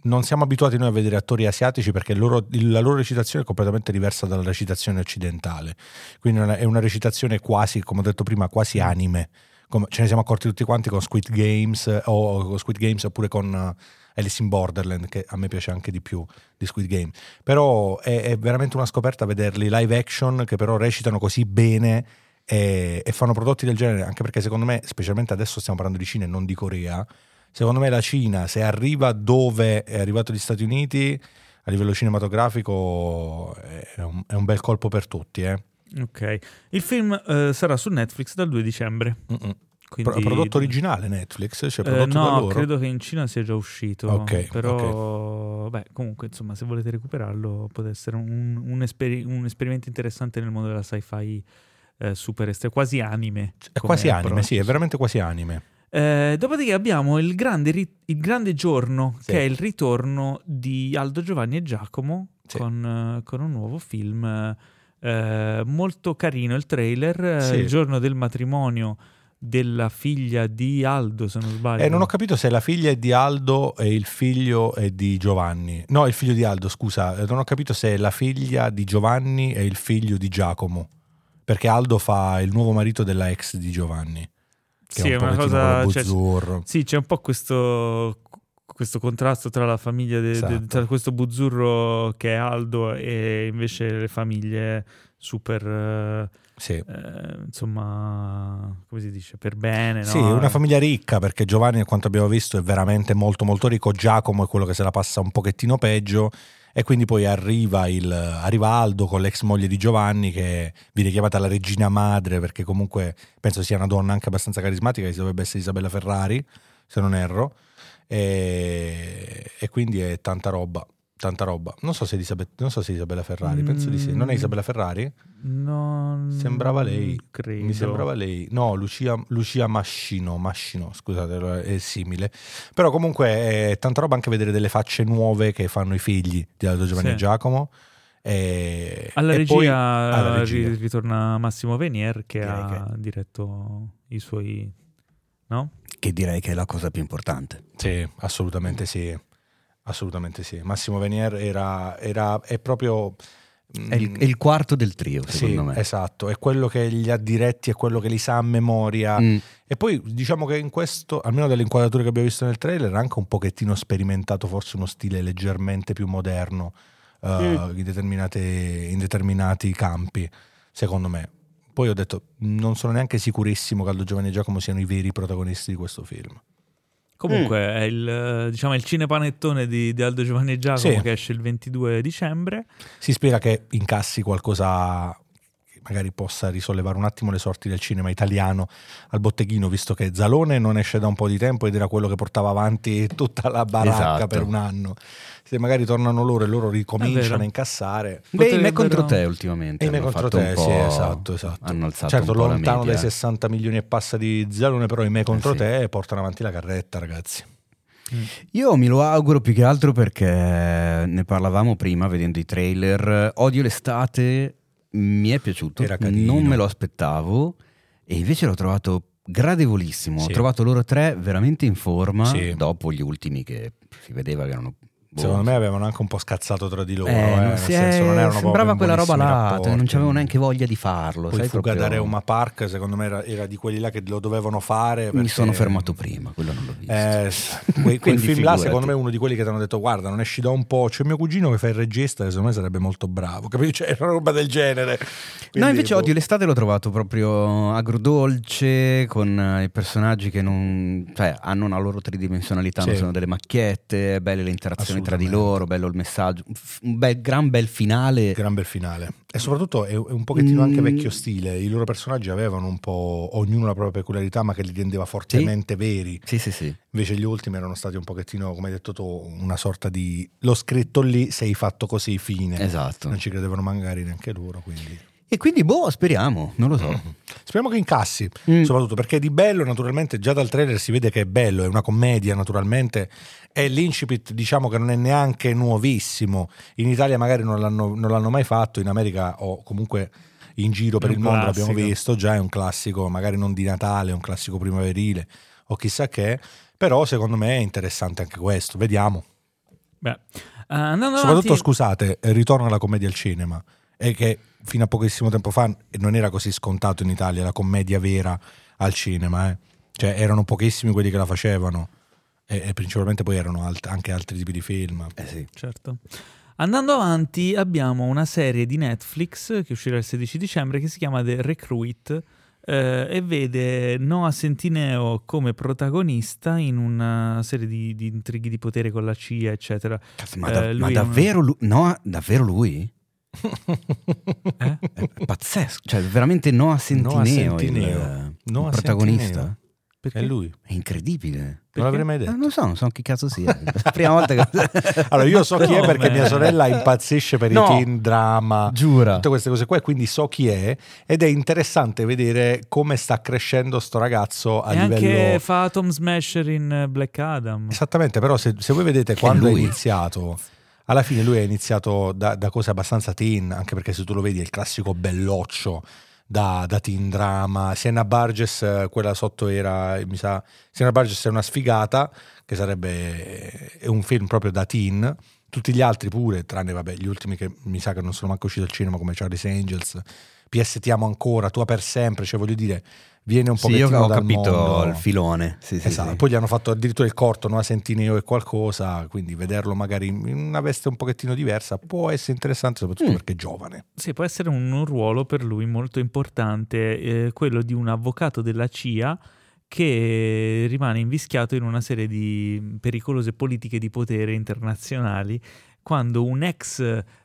S3: non siamo abituati noi a vedere attori asiatici perché loro- la loro recitazione è completamente diversa dalla recitazione occidentale. Quindi è una- è una recitazione quasi, come ho detto prima, quasi anime. Come- ce ne siamo accorti tutti quanti con Squid Games, eh, o, con Squid Games oppure con eh, Alice in Borderland, che a me piace anche di più di Squid Game. Però è, è veramente una scoperta vederli live action che però recitano così bene e, e fanno prodotti del genere, anche perché secondo me, specialmente adesso stiamo parlando di Cina e non di Corea, secondo me la Cina se arriva dove è arrivato gli Stati Uniti a livello cinematografico è è un, è un bel colpo per tutti. eh.
S1: Ok. Il film eh, sarà su Netflix dal 2 dicembre.
S3: Mm-mm.
S1: Quindi...
S3: Mm. Pro- prodotto originale Netflix, cioè
S1: Eh,
S3: prodotto da
S1: no,
S3: loro.
S1: credo che in Cina sia già uscito.
S3: Ok,
S1: però, beh, comunque, insomma, se volete recuperarlo, può essere un, un esperi- un esperimento interessante nel mondo della sci-fi eh, super estrema, quasi anime.
S3: È
S1: come
S3: quasi anime,
S1: approccio.
S3: sì, è veramente quasi anime.
S1: Eh, dopodiché abbiamo il grande, ri- il grande giorno,
S3: Sì.
S1: che è il ritorno di Aldo Giovanni e Giacomo
S3: Sì.
S1: con, eh, con un nuovo film eh, molto carino, il trailer, eh,
S3: Sì.
S1: il giorno del matrimonio della figlia di Aldo, se non sbaglio.
S3: E Eh, non ho capito se la figlia è di Aldo e il figlio è di Giovanni. No, il figlio di Aldo, scusa, eh, non ho capito se la figlia di Giovanni e il figlio di Giacomo. Perché Aldo fa il nuovo marito della ex di Giovanni. Che sì, è un po' una cosa, Buzzurro.
S1: Cioè, sì, c'è un po' questo, questo contrasto tra la famiglia, de, esatto. de, tra questo Buzzurro che è Aldo e invece le famiglie super...
S3: Sì.
S1: Eh, insomma, come si dice, per bene. No?
S3: Sì, una famiglia ricca perché Giovanni, a quanto abbiamo visto, è veramente molto molto ricco. Giacomo è quello che se la passa un pochettino peggio. E quindi poi arriva, il, arriva Aldo con l'ex moglie di Giovanni che viene chiamata la regina madre perché comunque penso sia una donna anche abbastanza carismatica che dovrebbe essere Isabella Ferrari, se non erro. e, e quindi è tanta roba tanta roba. Non so se, Elisabeth, non so se Isabella Ferrari, mm, penso di sì. Non è Isabella Ferrari?
S1: No.
S3: Sembrava lei.
S1: Credo.
S3: Mi sembrava lei. No, Lucia, Lucia Mascino, Mascino, scusate, è simile. Però comunque è tanta roba anche vedere delle facce nuove che fanno i figli di Aldo Giovanni sì. e Giacomo. E,
S1: alla,
S3: e
S1: regia, poi, alla regia ritorna Massimo Venier che, che ha che... diretto i suoi... No?
S2: Che direi che è la cosa più importante.
S3: Sì, assolutamente sì. Assolutamente sì. Massimo Venier era, era è proprio. mm,
S2: È
S1: Mm.
S2: il, è il, quarto del trio, secondo
S3: sì,
S2: me.
S3: Esatto, è quello che li ha diretti, è quello che li sa a memoria. Mm. E poi diciamo che in questo, almeno dalle inquadrature che abbiamo visto nel trailer, ha anche un pochettino sperimentato forse uno stile leggermente più moderno uh, mm. in, in determinati campi, secondo me. Poi ho detto, non sono neanche sicurissimo che Aldo Giovanni e Giacomo siano i veri protagonisti di questo film.
S1: Comunque mm. è il, diciamo, il cinepanettone di, di Aldo Giovanni e Giacomo sì. che esce il 22 dicembre.
S3: Si spera che incassi qualcosa che magari possa risollevare un attimo le sorti del cinema italiano al botteghino, visto che Zalone non esce da un po' di tempo ed era quello che portava avanti [laughs] tutta la baracca esatto. per un anno. Se magari tornano loro e loro ricominciano a incassare...
S2: Beh, me contro te ultimamente.
S3: E me contro te, sì, esatto, esatto.
S2: Hanno alzato
S3: certo,
S2: un po
S3: lontano dai 60 milioni e passa di Zalone, però i me contro eh, te sì. portano avanti la carretta, ragazzi.
S2: Mm. Io me lo auguro più che altro perché ne parlavamo prima vedendo i trailer. Odio l'estate, mi è piaciuto, non me lo aspettavo e invece l'ho trovato gradevolissimo. Sì. Ho trovato loro tre veramente in forma sì. dopo gli ultimi che si vedeva che erano boh.
S3: Secondo me avevano anche un po' scazzato tra di loro. Eh,
S2: eh,
S3: nel senso, non erano
S2: sembrava quella roba là, cioè
S3: rapporti.
S2: non avevo neanche voglia di farlo.
S3: Poi
S2: sai,
S3: fuga proprio... da Reuma Park, secondo me era, era, di quelli là che lo dovevano fare. Perché...
S2: Mi sono fermato prima, quello non l'ho [laughs] visto.
S3: Eh, quel, quel film là, secondo me, è uno di quelli che ti hanno detto: Guarda, non esci da un po'. C'è mio cugino che fa il regista, che secondo me sarebbe molto bravo. [laughs] Capisci? C'è una roba del genere.
S2: Quindi, no, invece, boh. odio l'estate l'ho trovato proprio agrodolce, con eh, i personaggi che non, cioè, hanno una loro tridimensionalità, sì. non sono delle macchiette, belle le interazioni tra di loro, bello il messaggio, un bel, gran bel finale.
S3: Gran bel finale. E soprattutto è un pochettino
S2: Mm.
S3: anche vecchio stile, i loro personaggi avevano un po' ognuno la propria peculiarità ma che li rendeva fortemente
S2: sì?
S3: veri.
S2: Sì, sì, sì.
S3: Invece gli ultimi erano stati un pochettino, come hai detto tu, una sorta di l'ho scritto lì, sei fatto così, fine.
S2: Esatto.
S3: Eh, Non ci credevano magari neanche loro, quindi...
S2: E quindi, boh, speriamo, non lo so.
S3: Mm.
S2: Mm-hmm.
S3: Speriamo che incassi, mm. soprattutto perché di bello, naturalmente, già dal trailer si vede che è bello, è una commedia, naturalmente. E l'incipit, diciamo che non è neanche nuovissimo. In Italia magari non l'hanno, non l'hanno mai fatto, in America o comunque in giro per il classico. mondo l'abbiamo visto, già è un classico, magari non di Natale, è un classico primaverile o chissà che. Però secondo me è interessante anche questo, vediamo.
S1: Beh, uh, no,
S3: soprattutto, scusate, eh, ritorno alla commedia al cinema è che fino a pochissimo tempo fa non era così scontato in Italia la commedia vera al cinema, eh. cioè erano pochissimi quelli che la facevano e, e principalmente poi erano alt- anche altri tipi di film.
S2: Eh
S3: [laughs]
S2: sì.
S1: Certo. Andando avanti abbiamo una serie di Netflix che uscirà il 16 dicembre che si chiama The Recruit eh, e vede Noah Centineo come protagonista in una serie di, di intrighi di potere con la CIA, eccetera.
S2: Ma, da- eh, ma davvero, un... lui? Noah, davvero lui? eh? È pazzesco, cioè veramente Noah Centineo, Noah Centineo. Il, Noah il protagonista. Ah, Centineo.
S3: Perché è lui.
S2: È incredibile.
S3: Perché? Non l'avrei mai detto.
S2: Eh, non lo so, non so chi cazzo sia. [laughs] la prima volta che...
S3: allora, io so chi è perché mia sorella impazzisce per
S2: no.
S3: i teen
S1: Ah.
S3: drama,
S2: Giura.
S3: tutte queste cose qua, quindi so chi è ed è interessante vedere come sta crescendo sto ragazzo a
S1: e
S3: livello... Esatto.
S1: anche fa Tom Smasher in Black Adam.
S3: Esattamente, però se, se voi vedete quando è, è iniziato alla fine lui è iniziato da, da, cose abbastanza teen, anche perché se tu lo vedi è il classico belloccio da, da teen drama. Sienna Burgess, eh, quella sotto era, eh, mi sa, Sienna Burgess è una sfigata, che sarebbe eh, un film proprio da teen. Tutti gli altri pure, tranne vabbè, gli ultimi che mi sa che non sono manco usciti al cinema come Charlie's Angels, PS ti amo ancora, tua per sempre, cioè voglio dire, viene un po'
S2: sì, io ho
S3: dal
S2: capito
S3: mondo.
S2: il filone. Sì, sì,
S3: Esatto,
S2: sì.
S3: poi gli hanno fatto addirittura il corto, no? a Sentineo e qualcosa, quindi vederlo magari in una veste un pochettino diversa può essere interessante, soprattutto
S2: Mm.
S3: perché è giovane.
S1: Sì, può essere un ruolo per lui molto importante, eh, quello di un avvocato della CIA che rimane invischiato in una serie di mm, pericolose politiche di potere internazionali quando un ex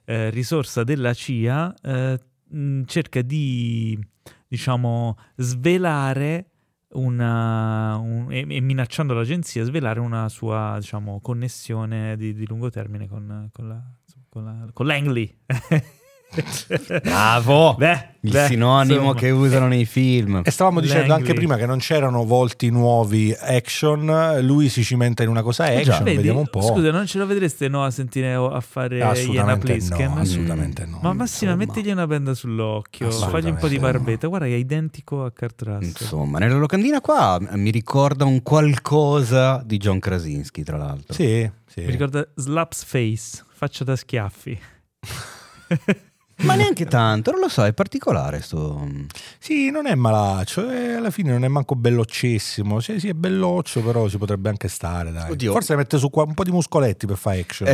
S1: eh, risorsa della CIA eh, mh, cerca di, diciamo, svelare una, un- e, e minacciando l'agenzia, svelare una sua, diciamo, connessione di, di lungo termine con, con la, con la- con l'Angley. [laughs]
S2: Bravo!
S1: Beh,
S2: il
S1: beh,
S2: sinonimo
S1: insomma. Eh,
S2: che usano nei film.
S3: E stavamo dicendo
S1: Langley.
S3: anche prima che non c'erano volti nuovi action, lui si cimenta in una cosa
S2: Eh già.
S3: action,
S1: Vedi, eh,
S3: vediamo un po'.
S1: Scusa, non ce la vedreste no a Sentineo a fare Iena
S3: assolutamente
S1: Plisken?
S3: no, assolutamente no.
S1: Mm. Ma Massima,
S2: insomma.
S1: mettigli una benda sull'occhio, fagli un po' di
S3: Assolutamente
S1: barbetta. Guarda che è identico a Kurt Russell.
S2: Insomma, nella locandina qua eh, mi ricorda un qualcosa di John Krasinski, tra l'altro.
S3: Sì, sì.
S1: Mi ricorda Slaps Face, faccia da schiaffi.
S2: Ma neanche tanto, non lo so, è particolare sto...
S3: Sì, non è malaccio, e alla fine non è manco belloccissimo. Cioè, sì, è belloccio, però si potrebbe anche stare. Dai.
S2: Oddio.
S3: Forse mette su qua un po' di muscoletti per fare action.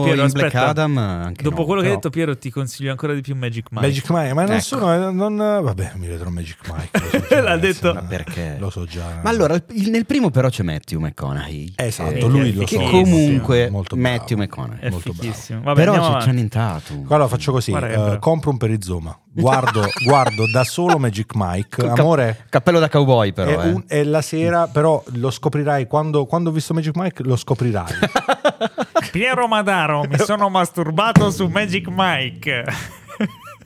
S1: Piero, Piero,
S2: Eh, in Black
S1: aspetta.
S2: Adam
S3: Ah,
S2: anche
S1: Dopo
S2: no,
S1: quello che hai
S2: però-
S1: detto, Piero, ti consiglio ancora di più Magic Mike.
S3: Magic Mike, ma non
S2: Ecco.
S3: sono. eh, non- vabbè, mi vedrò Magic Mike. lo
S1: [laughs]
S3: so già,
S1: L'ha
S3: ragazzi,
S1: detto.
S3: ma-
S2: Ma perché?
S3: Lo so già.
S2: Ma allora, il- nel primo però c'è Matthew McConaughey.
S3: Esatto,
S2: che-
S3: lui lo
S2: Che
S3: so.
S2: comunque
S3: Molto bravo.
S2: Matthew McConaughey.
S1: è
S3: molto bravo.
S1: fighissimo. Vabbè,
S2: però
S1: Eh, andiamo
S2: c'è
S1: avanti.
S2: Channing Tatum.
S3: Allora faccio così,
S1: Guarda che
S3: eh,
S1: bravo.
S3: compro un perizoma, [laughs] guardo, guardo da solo Magic Mike, amore,
S2: Cappello da cowboy però,
S3: è,
S2: eh.
S3: un- è la sera, però lo scoprirai, quando, quando ho visto Magic Mike lo scoprirai.
S1: Piero Madaro, mi sono masturbato su Magic Mike.
S3: [laughs]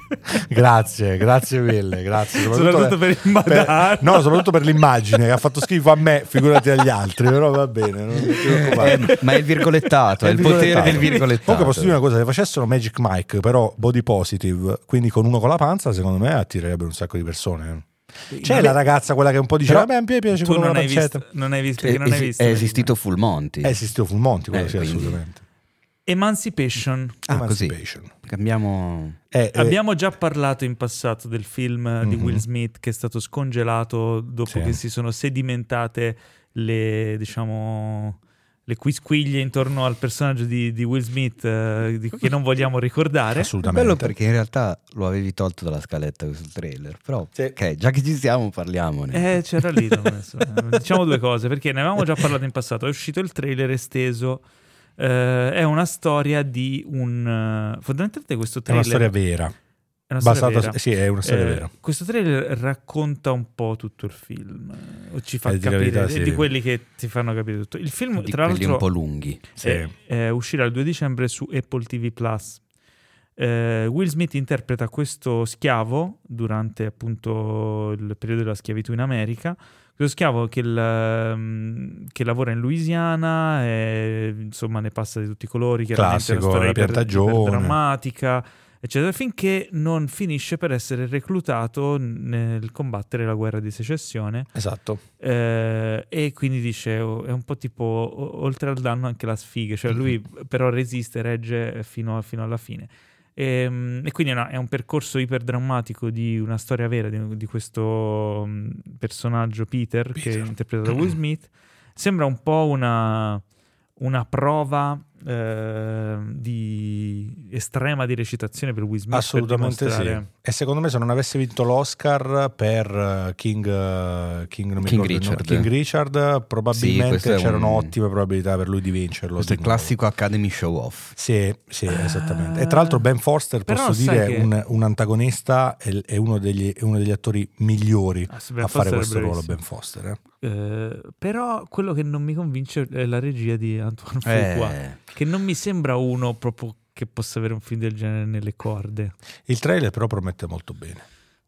S3: grazie, grazie mille, [laughs] grazie.
S1: Soprattutto per il Madara.
S3: no, soprattutto per l'immagine, che ha fatto schifo a me, figurati agli altri, però va bene, non ti preoccupare.
S2: Eh, ma è il virgolettato, Esatto, è, il
S3: virgolettato.
S2: potere del virgolettato.
S3: Comunque posso dire una cosa, se facessero Magic Mike, però body positive, quindi con uno con la panza, secondo me attirerebbe un sacco di persone. C'è la ragazza quella che un po' diceva,
S2: Però
S3: beh, a me piace
S1: Tu
S3: quello con
S1: non
S3: la
S1: hai,
S3: pancetta.
S1: visto, non hai visto,
S2: È,
S1: perché non hai
S2: esi-
S1: visto
S2: è
S1: Magic
S2: esistito
S1: Mike.
S2: Full Monty.
S3: Eh sì, Stefano Monti, quello
S2: Eh,
S3: sì,
S2: quindi.
S3: assolutamente.
S1: Emancipation.
S2: Ah, così.
S3: Emancipation.
S2: Cambiamo...
S3: Eh, eh,
S1: Abbiamo già parlato in passato del film eh, di
S3: Mhm.
S1: Will Smith che è stato scongelato dopo
S3: Sì.
S1: che si sono sedimentate le, diciamo, le quisquiglie intorno al personaggio di, di Will Smith eh, di- che non vogliamo ricordare.
S2: È
S3: assolutamente.
S2: bello perché in realtà lo avevi tolto dalla scaletta sul trailer, però
S3: Sì.
S2: ok, già che ci siamo parliamone.
S1: Eh, c'era lì. adesso. diciamo due cose, perché ne avevamo già parlato in passato. È uscito il trailer esteso. eh, è una storia di un... eh, fondamentalmente questo
S3: È una
S1: trailer...
S3: storia vera.
S1: è una storia
S3: basata-
S1: vera.
S3: sì, è una storia
S1: Eh,
S3: vera.
S1: Questo trailer racconta un po' tutto il film, eh, o ci fa
S3: Eh, di
S1: capire,
S3: verità,
S1: è
S3: sì.
S1: di quelli che ti fanno capire tutto. Il film,
S2: Di
S1: tra
S2: quelli un po'
S1: l'altro,
S2: lunghi.
S3: Sì.
S1: è- è- Eh, uscirà il 2 dicembre su Apple TV Plus. Eh, Will Smith interpreta questo schiavo durante appunto il periodo della schiavitù in America. Questo schiavo che, il, ehm, che lavora in Louisiana, e, insomma, ne passa di tutti i colori. chiaramente,
S3: Classico,
S1: una storia
S3: la
S1: iper-
S3: piantagione.
S1: iperdrammatica, eccetera, finché non finisce per essere reclutato nel combattere la guerra di secessione.
S3: Esatto.
S1: Eh, e quindi dice oh, è un po' tipo o- oltre al danno anche la sfiga, cioè
S3: [laughs]
S1: lui però resiste, regge fino, fino alla fine. Ehm, E, quindi è, una- è un percorso iperdrammatico di una storia vera di, di questo mm, personaggio Peter, che
S3: Peter.
S1: è interpretato
S3: [clears throat]
S1: da Will Smith. Sembra un po' una, una prova eh, di estrema di recitazione per Will Smith. per
S3: Assolutamente sì.
S1: dimostrare-
S3: E secondo me se non avesse vinto l'Oscar per eh, King, eh, King, non mi
S2: King
S3: ricordo il nome,
S2: Richard.
S3: King Richard, eh, probabilmente
S2: questo è
S3: c'erano
S2: un-
S3: ottime probabilità per lui di vincerlo.
S2: Questo è
S3: di
S2: il
S3: nuovo.
S2: classico Academy Show Off.
S3: Sì, sì, esattamente.
S1: Ah.
S3: E tra l'altro Ben Forster,
S1: Però
S3: posso
S1: sai
S3: dire,
S1: che-
S3: è un, un antagonista e è uno degli, è uno degli attori migliori
S1: Ah, sì,
S3: a
S1: Ben
S3: fare
S1: Foster è
S3: questo ruolo,
S1: bravissimo.
S3: Ben Foster. eh.
S1: Eh, però quello che non mi convince è la regia di Antoine Fuqua,
S2: Eh,
S1: che non mi sembra uno proprio che possa avere un film del genere nelle corde.
S3: Il trailer però promette molto bene,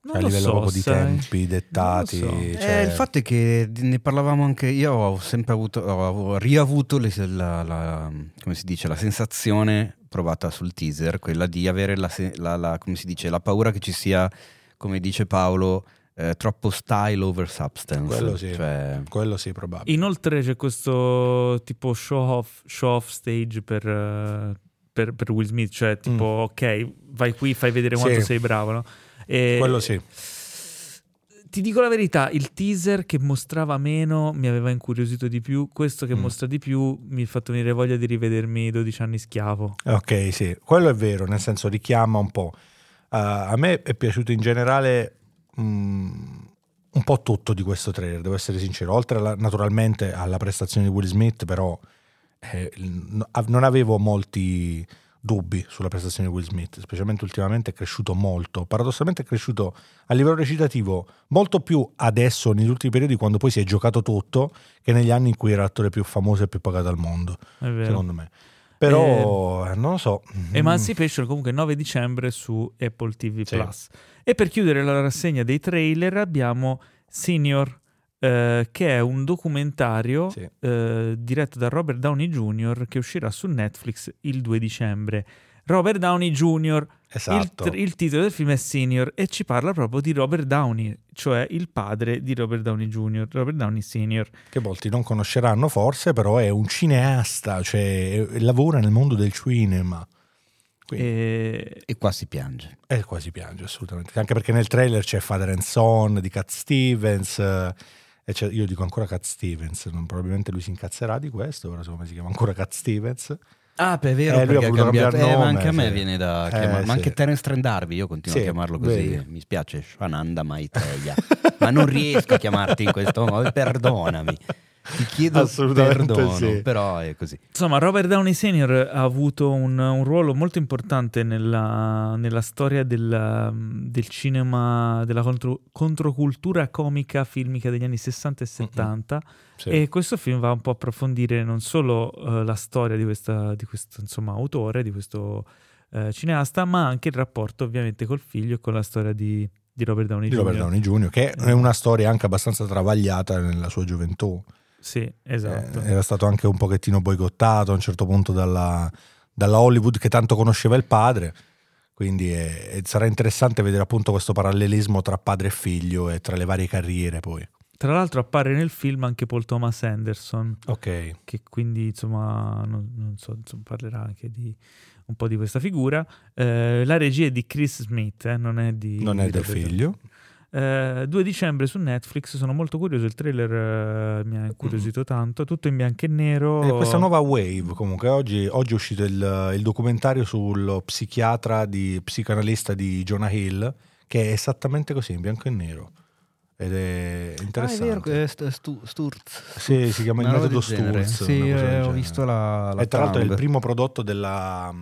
S1: Non
S3: Cioè, a
S1: lo
S3: livello
S1: so,
S3: proprio di
S1: sai.
S3: tempi, dettati.
S1: Non lo
S3: cioè-
S2: Eh, il fatto è che ne parlavamo anche io, ho sempre avuto, ho avevo riavuto le- la, la- come si dice, la sensazione provata sul teaser, quella di avere la, se- la- la- come si dice, la paura che ci sia, come dice Paolo, eh, troppo style over substance.
S3: Quello sì.
S2: Cioè,
S3: Quello sì, probabile.
S1: Inoltre c'è questo tipo show off, show off stage per, eh, per- per Will Smith, cioè tipo ok, vai qui, fai vedere quanto
S3: Mm. Sì.
S1: sei bravo, no? Eh,
S3: Quello sì.
S1: Ti dico la verità, il teaser che mostrava meno mi aveva incuriosito di più, questo che
S3: Mm.
S1: mostra di più mi ha fatto venire voglia di rivedermi 12 anni schiavo.
S3: Ok, sì, quello è vero, nel senso richiama un po'. Eh, a me è piaciuto in generale mm, un po' tutto di questo trailer, devo essere sincero. Oltre alla- naturalmente alla prestazione di Will Smith, però eh, n- av- non avevo molti dubbi sulla prestazione di Will Smith, specialmente ultimamente è cresciuto molto. Paradossalmente è cresciuto a livello recitativo molto più adesso, negli ultimi periodi, quando poi si è giocato tutto, che negli anni in cui era l'attore più famoso e più pagato al mondo
S1: È vero. Ehm,
S3: secondo me. Però eh, non lo so.
S1: Emancipation comunque 9 dicembre su Apple TV
S3: Sì.
S1: Plus. E per chiudere la rassegna dei trailer abbiamo Senior, eh, che è un documentario
S3: Sì.
S1: eh, diretto da Robert Downey Jr. che uscirà su Netflix il 2 dicembre. Robert Downey Jr. Il,
S3: Esatto.
S1: tr- il titolo del film è Senior e ci parla proprio di Robert Downey, cioè il padre di Robert Downey Jr., Robert Downey Senior.
S3: Che molti non conosceranno forse, però è un cineasta, cioè eh, lavora nel mondo del cinema. Quindi,
S1: E...
S2: E qua si piange.
S3: eh, qua si piange assolutamente. Anche perché nel trailer c'è Father and Son di Cat Stevens. eh, e c'è- io dico ancora Cat Stevens, non- probabilmente lui si incazzerà di questo, però siccome si chiama ancora Cat Stevens.
S2: Ah, beh, è vero,
S3: Eh, lui ha
S2: perché ha
S3: voluto
S2: cambiato.
S3: cambiare
S2: Eh, ma
S3: nome,
S2: anche a me
S3: sì.
S2: viene da
S3: Eh,
S2: chiamare.
S3: sì.
S2: Ma anche Terence Trent D'Arby, io continuo
S3: Sì,
S2: a chiamarlo così.
S3: vedi.
S2: Mi spiace, Shananda Maiteia. ma non riesco a chiamarti in questo modo, perdonami. Ti chiedo
S3: Assolutamente
S2: perdono,
S3: sì.
S2: però è così.
S1: Insomma, Robert Downey Sr. ha avuto un, un ruolo molto importante nella, nella storia del, del cinema, della contro- controcultura comica filmica degli anni 60 e 70
S3: Sì.
S1: e questo film va un po' a approfondire non solo eh, la storia di, questa- di questo insomma, autore, di questo eh, cineasta, ma anche il rapporto ovviamente col figlio e con la storia di, di Robert Downey
S3: di
S1: Jr.
S3: Robert Downey Jr., che è una storia anche abbastanza travagliata nella sua gioventù.
S1: Sì, esatto.
S3: Eh, era stato anche un pochettino boicottato a un certo punto dalla, dalla Hollywood che tanto conosceva il padre. Quindi eh, eh, sarà interessante vedere appunto questo parallelismo tra padre e figlio e tra le varie carriere poi.
S1: Tra l'altro appare nel film anche Paul Thomas Anderson.
S3: Ok.
S1: che quindi insomma non, non so, insomma, parlerà anche di un po' di questa figura. Eh, la regia è di Chris Smith, eh, non è di...
S3: Non
S1: di
S3: è del
S1: Robert
S3: figlio.
S1: Downey. Eh, 2 dicembre su Netflix, sono molto curioso, il trailer eh, mi ha incuriosito tanto, tutto in bianco e nero.
S3: E Eh, questa nuova wave comunque, oggi, oggi è uscito il, il documentario sul psichiatra, di, psicanalista di Jonah Hill, che è esattamente così, in bianco e nero. Ed è
S2: Ah,
S3: interessante.
S2: eh, Sturz.
S3: Sì, si chiama il metodo Sturz.
S2: Sì,
S3: una cosa
S2: eh,
S3: del
S2: ho
S3: genere.
S2: visto la, la
S3: E tra l'altro è il
S2: thumb.
S3: primo prodotto della,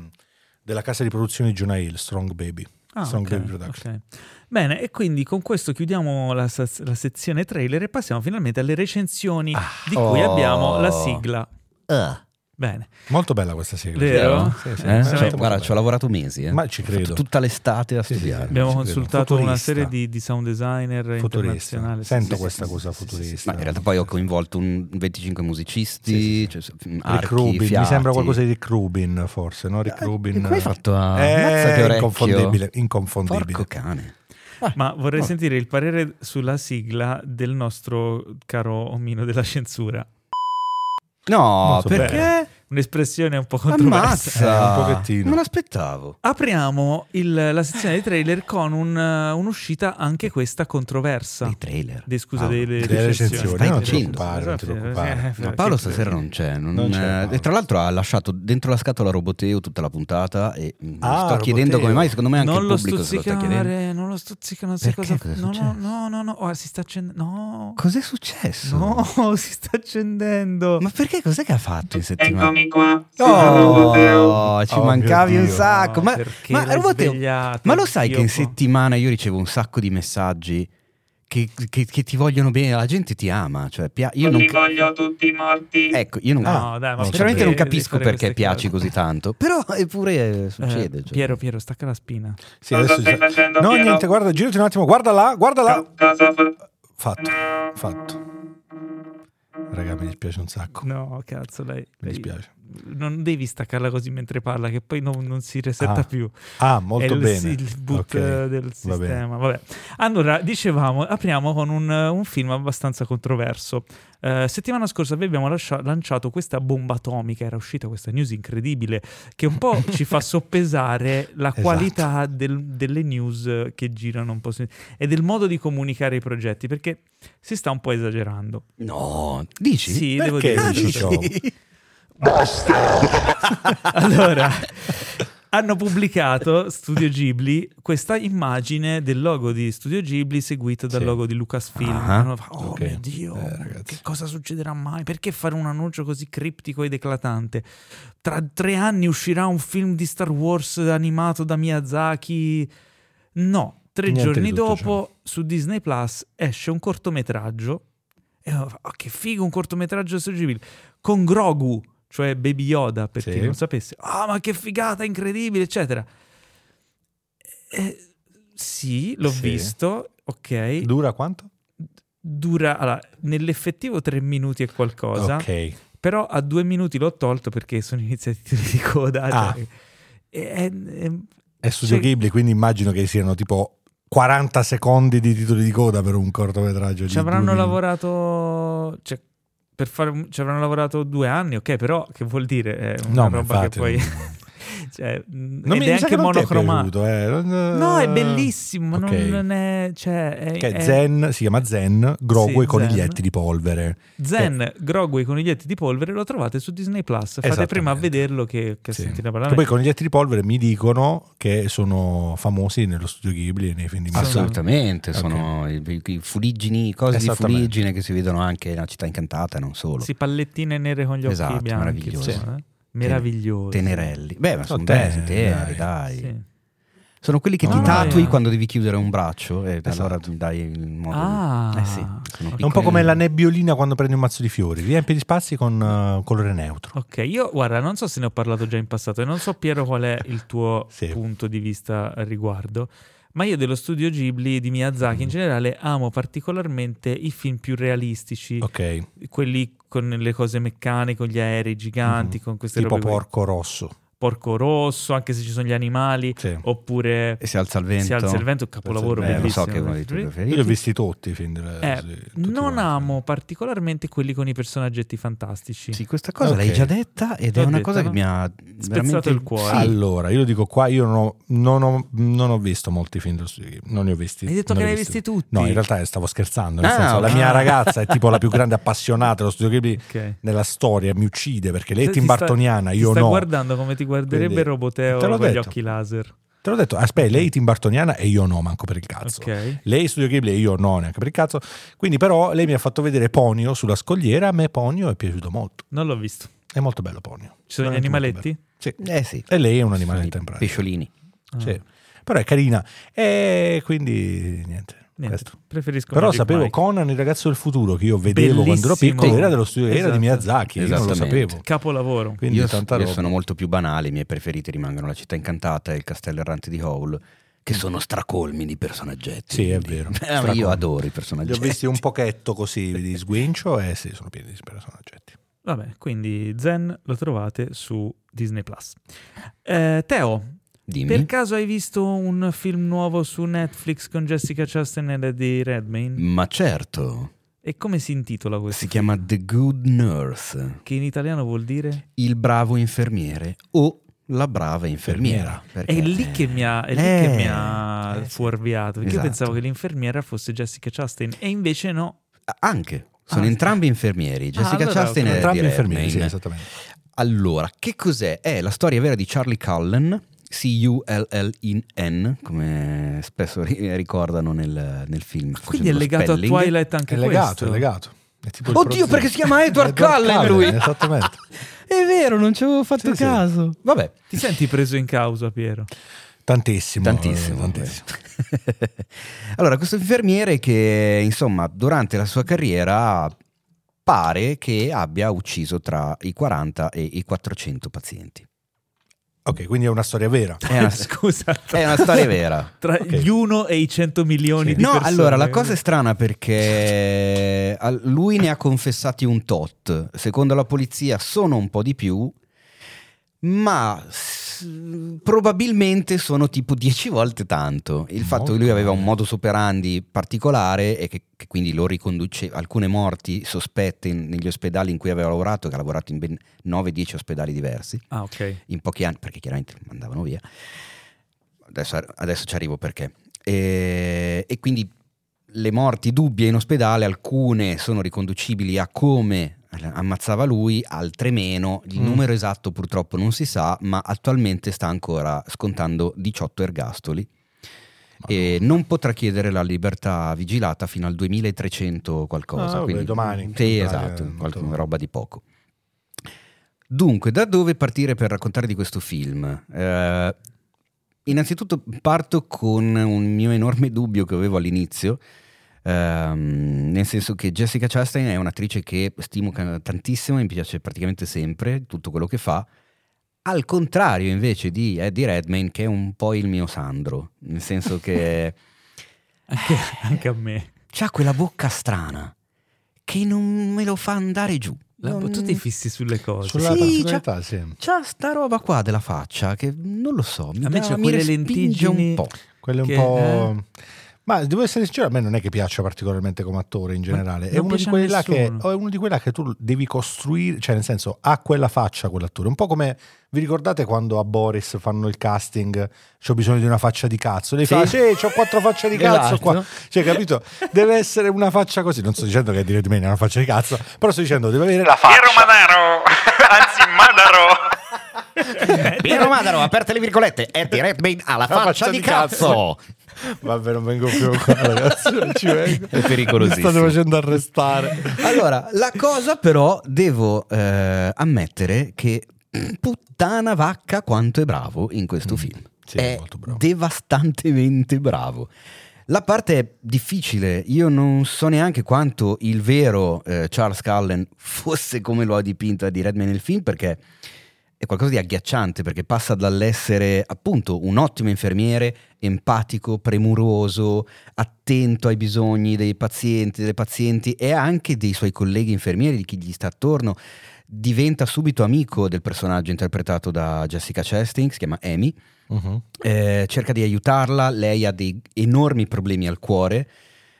S3: della casa di produzione di Jonah Hill, Strong Baby.
S1: Ah,
S3: Strong
S1: ok,
S3: Baby Production.
S1: ok. Bene, e quindi con questo chiudiamo la, sa- la sezione trailer e passiamo finalmente alle recensioni
S3: Ah,
S1: di cui
S2: Oh.
S1: abbiamo la sigla.
S2: Ah,
S1: Bene,
S3: Molto bella questa sigla.
S1: Vero?
S3: Sì, sì,
S2: eh?
S3: sì,
S2: Cioè, guarda,
S3: molto bella.
S2: ci ho lavorato mesi. eh.
S3: Ma ci
S2: Ho fatto
S3: credo.
S2: Tutta l'estate a
S3: Sì, sì, sì.
S2: studiare.
S1: abbiamo
S3: ci credo.
S1: consultato una
S3: Futurista.
S1: serie di, di sound designer
S3: Futurista.
S1: internazionali. sì,
S3: Sento
S1: sì,
S3: questa
S1: sì,
S3: cosa
S1: sì, sì, sì,
S3: futurista.
S2: Ma in realtà poi ho coinvolto un 25 musicisti,
S3: Sì, sì, sì.
S2: cioè, f-
S3: Rick
S2: archi,
S3: Rubin, mi
S2: fiati.
S3: sembra qualcosa di Rick Rubin forse, no? Rick
S2: Eh,
S3: Rubin.
S2: come hai fatto
S1: Ah.
S2: a-
S3: Eh,
S2: Mazza che orecchio.
S3: inconfondibile, inconfondibile.
S2: Porco cane.
S1: Ma vorrei
S2: Ah.
S1: sentire il parere sulla sigla del nostro caro omino della censura.
S2: No,
S3: Molto
S2: perché?
S1: Un'espressione un po' controversa.
S2: Ammazza.
S3: Eh, un pochettino.
S2: Non aspettavo.
S1: Apriamo il- la sezione dei trailer con un, eh, un'uscita anche questa controversa.
S2: Dei trailer.
S1: Dei- scusa,
S2: Ah,
S1: dei- dei-
S3: Delle recensioni,
S2: Stai
S3: non ti
S2: dicendo.
S3: preoccupare, non ti
S1: Alla fine,
S3: preoccupare.
S1: eh,
S2: No,
S1: eh,
S2: Paolo
S1: che-
S2: stasera non c'è, non-
S3: Non c'è,
S2: eh,
S3: Paolo.
S2: e tra l'altro ha lasciato dentro la scatola Roboteo tutta la puntata e mi
S3: Ah,
S2: sto chiedendo
S3: Roboteo.
S2: come mai, secondo me anche
S1: non
S2: il
S1: lo
S2: pubblico se lo sta chiedendo.
S1: stuzzicare, non lo stuzzicare, non so
S2: Perché?
S1: cosa.
S2: Cosa è
S1: no, no,
S2: successo?
S1: no, no, no, oh, si sta accendendo. No,
S2: Cos'è successo?
S1: no, [laughs] si sta accendendo.
S2: Ma perché cos'è che ha fatto in settimana?
S5: qua.
S2: Oh, ci
S3: Oh,
S2: mancavi
S3: mio
S2: un
S3: Dio.
S2: sacco. Ma,
S1: Perché
S2: ma,
S1: l'hai
S2: Roboteo,
S1: svegliato,
S2: ma lo sai che in
S1: Dio po-
S2: settimana io ricevo un sacco di messaggi che, che- che ti vogliono bene, la gente ti ama. Cioè, pia- io non, ca-
S5: voglio tutti morti.
S2: ecco, io non,
S1: No, dai, ma
S2: sinceramente non
S1: perché
S2: capisco
S1: devi fare
S2: perché
S1: queste
S2: piaci
S1: cose?
S2: così tanto. Però eppure eh,
S1: Eh,
S2: succede. cioè.
S1: Piero, Piero, stacca la spina.
S3: Sì,
S5: Cosa
S3: adesso
S5: stai
S3: ci-
S5: facendo,
S3: No,
S5: Piero?
S3: niente, guarda, girati un attimo, guarda là, guarda là.
S5: Cosa fa?
S3: Fatto, fatto. Raga, mi dispiace un sacco.
S1: No, cazzo, lei.
S3: Ecco. Mi
S1: lei-
S3: dispiace.
S1: non devi staccarla così mentre parla, che poi non, non si resetta
S3: Ah.
S1: più.
S3: Ah, molto
S1: è il-
S3: bene.
S1: sì, Il, boot
S3: Ok,
S1: eh, del
S3: va bene.
S1: sistema. Vabbè. Allora, dicevamo, apriamo con un, un film abbastanza controverso. Eh, settimana scorsa vi abbiamo lascia- lanciato questa bomba atomica, era uscita questa news incredibile che un po' ci
S3: [laughs]
S1: fa soppesare la
S3: Esatto.
S1: qualità del- delle news che girano un po' su- e del modo di comunicare i progetti, perché si sta un po' esagerando.
S2: No, dici?
S1: Sì, devo
S3: Perché
S1: dire.
S3: dici
S1: devo
S3: ciò?
S1: dire. [laughs] Allora, hanno pubblicato Studio Ghibli questa immagine del logo di Studio Ghibli seguito dal
S3: Sì.
S1: logo di Lucasfilm.
S2: Ah.
S1: Uno fa, oh
S3: Ok.
S1: mio Dio,
S3: Eh, ragazzi.
S1: che cosa succederà mai? Perché fare un annuncio così criptico ed eclatante? Tra tre anni uscirà un film di Star Wars animato da Miyazaki? No. Tre
S3: Niente di
S1: giorni
S3: tutto
S1: dopo
S3: ciò.
S1: su Disney Plus esce un cortometraggio. E uno fa, "Oh, che figo un cortometraggio su Ghibli con Grogu, cioè Baby Yoda, per
S3: Sì.
S1: chi non sapesse. Ah, ma che figata, incredibile, eccetera. Eh, sì, l'ho
S3: Sì.
S1: visto, ok.
S3: Dura quanto?
S1: Dura, allora, nell'effettivo tre minuti e qualcosa,
S3: Ok.
S1: però a due minuti l'ho tolto perché sono [laughs] iniziati i titoli di coda.
S3: Ah.
S1: cioè, è- è- è-
S3: È Studio
S1: Sì.
S3: Ghibli, quindi immagino che siano tipo 40 secondi di titoli di coda per un cortometraggio. di
S1: ci avranno
S3: due minuti.
S1: lavorato cioè, per fare un- ci avranno lavorato due anni ok però che vuol dire è una
S3: No, ma
S1: roba
S3: infatti
S1: che poi [laughs] cioè,
S3: Non
S1: ed
S3: mi
S1: è
S3: mi sa
S1: anche
S3: che non ti è
S1: monocromato
S3: piaciuto, eh. Non-
S1: No, è bellissimo, ma non-
S3: Ok.
S1: non è... Cioè, è,
S3: Che è
S1: è-
S3: Zen, si chiama Zen, Grogu
S1: Sì,
S3: e coniglietti
S1: Zen.
S3: di polvere.
S1: Zen, Grogu e i coniglietti di polvere lo trovate su Disney+. Plus. Fate
S3: Esattamente.
S1: prima a vederlo che, che a
S3: Sì.
S1: sentire
S3: Che
S1: parlare.
S3: poi i coniglietti di polvere mi dicono che sono famosi nello studio Ghibli e nei film di Miyazaki.
S2: Assolutamente,
S3: Ok.
S2: sono i, i fuliggini, cose di
S3: Esattamente.
S2: fuliggine che si vedono anche nella città incantata, non solo.
S1: Si pallettine nere con gli occhi
S2: Esatto,
S1: bianchi.
S2: meraviglioso.
S1: insomma, eh. Meraviglioso.
S2: Tenerelli. Beh, ma sono
S3: teneri,
S2: belli, teneri,
S3: dai.
S2: dai.
S1: Sì.
S2: Sono quelli che
S1: No,
S2: ti
S1: no,
S2: tatui
S1: eh.
S2: quando devi chiudere un braccio e
S3: Esatto.
S2: allora ti dai il modo.
S1: Ah.
S2: eh sì, sono
S1: È
S3: È un po'
S2: piccoli.
S3: come la nebbiolina quando prendi un mazzo di fiori, riempi gli spazi con eh, colore neutro.
S1: Ok, io guarda, non so se ne ho parlato già in passato e non so Piero qual è il tuo
S3: [laughs] Sì.
S1: punto di vista al riguardo, ma io dello studio Ghibli di Miyazaki
S3: Mm.
S1: in generale amo particolarmente i film più realistici,
S3: Ok,
S1: quelli con le cose meccaniche, con gli aerei giganti,
S3: Mhm.
S1: con queste
S3: tipo
S1: robe qui.
S3: porco rosso.
S1: Porco rosso, anche se ci sono gli animali,
S3: Sì.
S1: oppure
S2: E si alza il vento.
S1: Si alza il vento, un capolavoro
S3: vento.
S2: Eh, lo so
S1: bellissimo.
S2: che è uno dei tuoi
S3: Io li ho
S2: preferiti.
S3: visti tutti i film delle-
S1: Eh,
S3: sì, tutti
S1: non
S3: quanti.
S1: amo particolarmente quelli con i personaggetti fantastici.
S2: Sì, questa cosa
S3: Ok.
S2: l'hai già detta ed è
S1: L'ho
S2: una
S1: detta,
S2: cosa
S1: no?
S2: che mi ha veramente-
S1: il cuore.
S2: Sì.
S3: Allora, io lo dico qua, io non ho, non ho- non ho visto molti film dello studio Ghibli, non ne ho visti.
S1: Hai detto
S3: non
S1: che
S3: li
S1: li
S3: ho
S1: hai visti tutti.
S3: No, in realtà eh, stavo scherzando, nel
S2: Ah,
S3: senso, la
S2: ok.
S1: [laughs]
S3: mia ragazza è tipo la più grande appassionata dello studio Ghibli
S1: Ok.
S3: nella storia, mi uccide perché lei è
S1: Cioè, Ti sta-
S3: Tim Bartoniana,
S1: ti
S3: io
S1: sta
S3: no.
S1: guardando come ti guarderebbe
S3: Quindi,
S1: Roboteo
S3: te l'ho
S1: con gli
S3: detto.
S1: occhi laser.
S3: Te l'ho detto, aspetta, lei è Tim Bartoniana e io no, manco per il cazzo.
S1: Ok.
S3: Lei studio Ghibli e io no, neanche per il cazzo. Quindi però lei mi ha fatto vedere Ponio sulla scogliera, a me Ponio è piaciuto molto.
S1: Non l'ho visto.
S3: È molto bello Ponio.
S1: Ci sono gli
S3: Veramente molto
S1: animaletti?
S3: bello. Sì.
S2: Eh sì.
S3: E lei è un
S2: Sono i
S3: animaletto in pratica.
S2: Pesciolini.
S1: Ah,
S3: Sì. Però è carina. E quindi niente.
S1: niente,
S3: questo.
S1: preferisco
S3: Però
S1: Magic
S3: sapevo
S1: Mike.
S3: Conan, il ragazzo del futuro, che io vedevo quando ero
S1: Bellissimo.
S3: piccolo, era dello studio, era
S1: Esatto.
S3: di Miyazaki, io non lo
S2: Esattamente.
S3: sapevo.
S1: capolavoro.
S3: Quindi
S2: io,
S3: tanta
S2: io
S3: roba.
S2: sono molto più banale, i miei preferiti rimangono La città incantata e Il castello errante di Howl, che sono stracolmi di personaggetti.
S3: Sì, è
S2: quindi-
S3: vero.
S2: [laughs] Eh, ma
S3: Stracolmi.
S2: io adoro i personaggetti.
S3: Li ho visti un pochetto così di sguincio e sì, sono pieni di personaggetti.
S1: Vabbè, quindi Zen lo trovate su Disney Plus. Eh, Teo,
S2: [laughs] Dimmi.
S1: per caso hai visto un film nuovo su Netflix con Jessica Chastain e Eddie
S3: Mm.
S1: Redmayne?
S2: Ma certo,
S1: E come si intitola questo?
S2: si chiama The Good Nurse,
S1: Che in italiano vuol dire?
S2: il bravo infermiere o la brava infermiera.
S1: È
S2: perché-
S1: lì che mi ha, è lì
S2: Eh,
S1: che mi ha
S2: eh, sì.
S1: fuorviato. Perché
S2: Esatto.
S1: io pensavo che l'infermiera fosse Jessica Chastain, e invece no.
S2: Anche, sono
S1: Ah.
S2: entrambi infermieri, Jessica
S1: allora,
S2: Chastain e
S3: Entrambi
S2: Eddie
S3: infermieri, sì,
S2: Redmayne.
S3: esattamente.
S2: Allora, che cos'è? È la storia vera di Charlie Cullen, C-U-L-L-I-N, come spesso ri- ricordano nel, nel film.
S1: Quindi è
S2: facendo
S1: legato
S2: lo spelling.
S1: a Twilight anche
S3: È legato,
S1: questo.
S3: è legato. È tipo il
S2: Oddio,
S3: prozio.
S2: perché si chiama Edward Cullen lui!
S3: Esattamente.
S2: È vero, non ci avevo fatto
S3: Sì, sì.
S2: caso. Vabbè.
S1: Ti senti preso in causa, Piero?
S3: Tantissimo.
S2: Tantissimo.
S3: eh, tantissimo.
S2: beh. [laughs] allora, questo infermiere che, insomma, durante la sua carriera pare che abbia ucciso tra i 40 e i 400 pazienti.
S3: Ok, quindi è una storia vera.
S1: [laughs]
S2: È una,
S1: Scusa.
S2: [laughs] è una storia vera.
S1: Tra
S3: Ok.
S1: gli 1 e i 100 milioni
S3: Sì.
S1: di
S2: No,
S1: persone.
S2: allora la cosa è strana perché al- lui ne ha confessati un tot. Secondo la polizia sono un po' di più. ma s- probabilmente sono tipo 10 volte tanto. Il fatto che lui aveva un modus operandi particolare e che, che quindi lo riconduceva alcune morti sospette in- negli ospedali in cui aveva lavorato, che ha lavorato in ben 9-10 ospedali diversi
S1: Ah, ok.
S2: in pochi anni, perché chiaramente lo mandavano via. Adesso, adesso ci arrivo perché. E, e quindi le morti dubbie in ospedale, alcune sono riconducibili a come ammazzava lui, altre meno. Il
S3: Mm.
S2: numero esatto purtroppo non si sa, ma attualmente sta ancora scontando 18 ergastoli. E non potrà chiedere la libertà vigilata fino al 2300
S3: Ah,
S2: qualcosa.
S3: vabbè,
S2: quindi-
S3: domani.
S2: Sì,
S3: Domani,
S2: esatto,
S3: eh,
S2: qualche
S3: molto-
S2: roba di poco. Dunque, da dove partire per raccontare di questo film? Eh, innanzitutto parto con un mio enorme dubbio che avevo all'inizio, ehm, nel senso che Jessica Chastain è un'attrice che stimo ca- tantissimo, mi piace praticamente sempre tutto quello che fa, al contrario invece di Eddie Redmayne che è un po' il mio Sandro, nel senso che...
S1: Anche, anche a me.
S2: c'ha quella bocca strana che non me lo fa andare giù.
S1: La-
S2: Non-
S1: Tu ti fissi sulle cose.
S3: Sulla
S2: Sì,
S3: particolarità, sì.
S2: C'ha sta roba qua della faccia che non lo so, mi,
S1: A me
S2: dà-
S1: c'ha
S2: mi
S1: quelle
S2: respinge
S1: lentiggini-
S2: un po'.
S3: Quelle un
S1: Che-
S3: po'. Ma devo essere sincero, a me non è che piaccia particolarmente come attore in generale. È
S1: non
S3: uno, di
S1: piace a
S3: quelli là che,
S1: nessuno.
S3: o è uno di quelli là che tu devi costruire, cioè nel senso ha quella faccia quell'attore. Un po' come vi ricordate quando a Boris fanno il casting, c'ho bisogno di una faccia di cazzo. Lei
S2: Sì.
S3: fa, sì, c'ho quattro facce di cazzo
S2: Esatto.
S3: qua. Cioè, capito? Deve essere una faccia così. Non sto dicendo che è di me è una faccia di cazzo, però sto dicendo deve avere la
S5: Piero
S3: faccia.
S5: Madaro, anzi Madaro.
S2: Piero Madaro, aperte le virgolette, Eddie Redmayne ha la faccia di cazzo.
S3: Vabbè, non vengo più qua, ragazzi. Non ci vengo.
S2: È pericolosissimo.
S3: Mi state facendo arrestare.
S2: Allora, la cosa però devo eh, ammettere che puttana vacca quanto è bravo in questo film.
S3: Mm. sì,
S2: è
S3: molto bravo.
S2: devastantemente bravo. La parte è difficile, io non so neanche quanto il vero eh, Charles Cullen fosse come lo ha dipinto di Redman nel film perché è qualcosa di agghiacciante perché passa dall'essere appunto un ottimo infermiere, empatico, premuroso, attento ai bisogni dei pazienti, delle pazienti e anche dei suoi colleghi infermieri, di chi gli sta attorno, diventa subito amico del personaggio interpretato da Jessica Chastain, si chiama Amy,
S3: Mhm.
S2: eh, cerca di aiutarla, lei ha dei enormi problemi al cuore,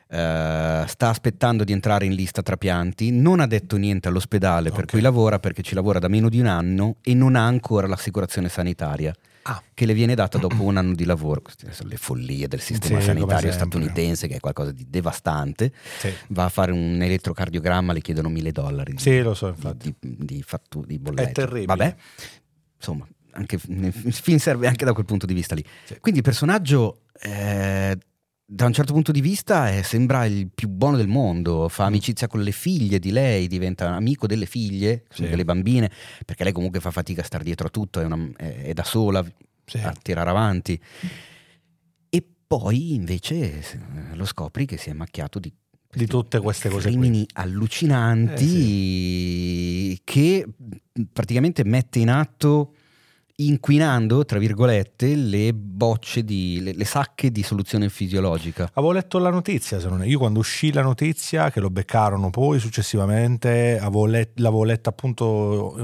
S2: eh, sta aspettando di entrare in lista trapianti, non ha detto niente all'ospedale per
S3: Ok.
S2: cui lavora perché ci lavora da meno di un anno e non ha ancora l'assicurazione sanitaria
S3: Ah.
S2: che le viene data dopo un anno di lavoro. Queste sono le follie del sistema
S3: Sì, come
S2: sanitario
S3: sempre.
S2: statunitense che è qualcosa di devastante.
S3: Sì.
S2: Va a fare un elettrocardiogramma, le chiedono mille dollari. di-
S3: Sì, lo so, infatti.
S2: Di, di fattu- di bollette.
S3: È terribile.
S2: Vabbè, insomma, anche, il film serve anche da quel punto di vista lì.
S3: Sì.
S2: Quindi il personaggio, eh, da un certo punto di vista, eh, sembra il più buono del mondo.
S3: Mm.
S2: Fa amicizia con le figlie di lei, diventa amico delle figlie, che sono
S3: Sì.
S2: delle bambine, perché lei comunque fa fatica a star dietro a tutto, è, una- è- è da sola
S3: Sì.
S2: a tirare avanti. E poi invece eh, lo scopri che si è macchiato di
S3: Di tutte queste cose qui.
S2: crimini allucinanti
S3: Eh,
S2: che praticamente mette in atto inquinando, tra virgolette, le bocce di le, le sacche di soluzione fisiologica.
S3: Avevo letto la notizia, se non io quando uscì la notizia, che lo beccarono poi successivamente, avevo let- l'avevo letta appunto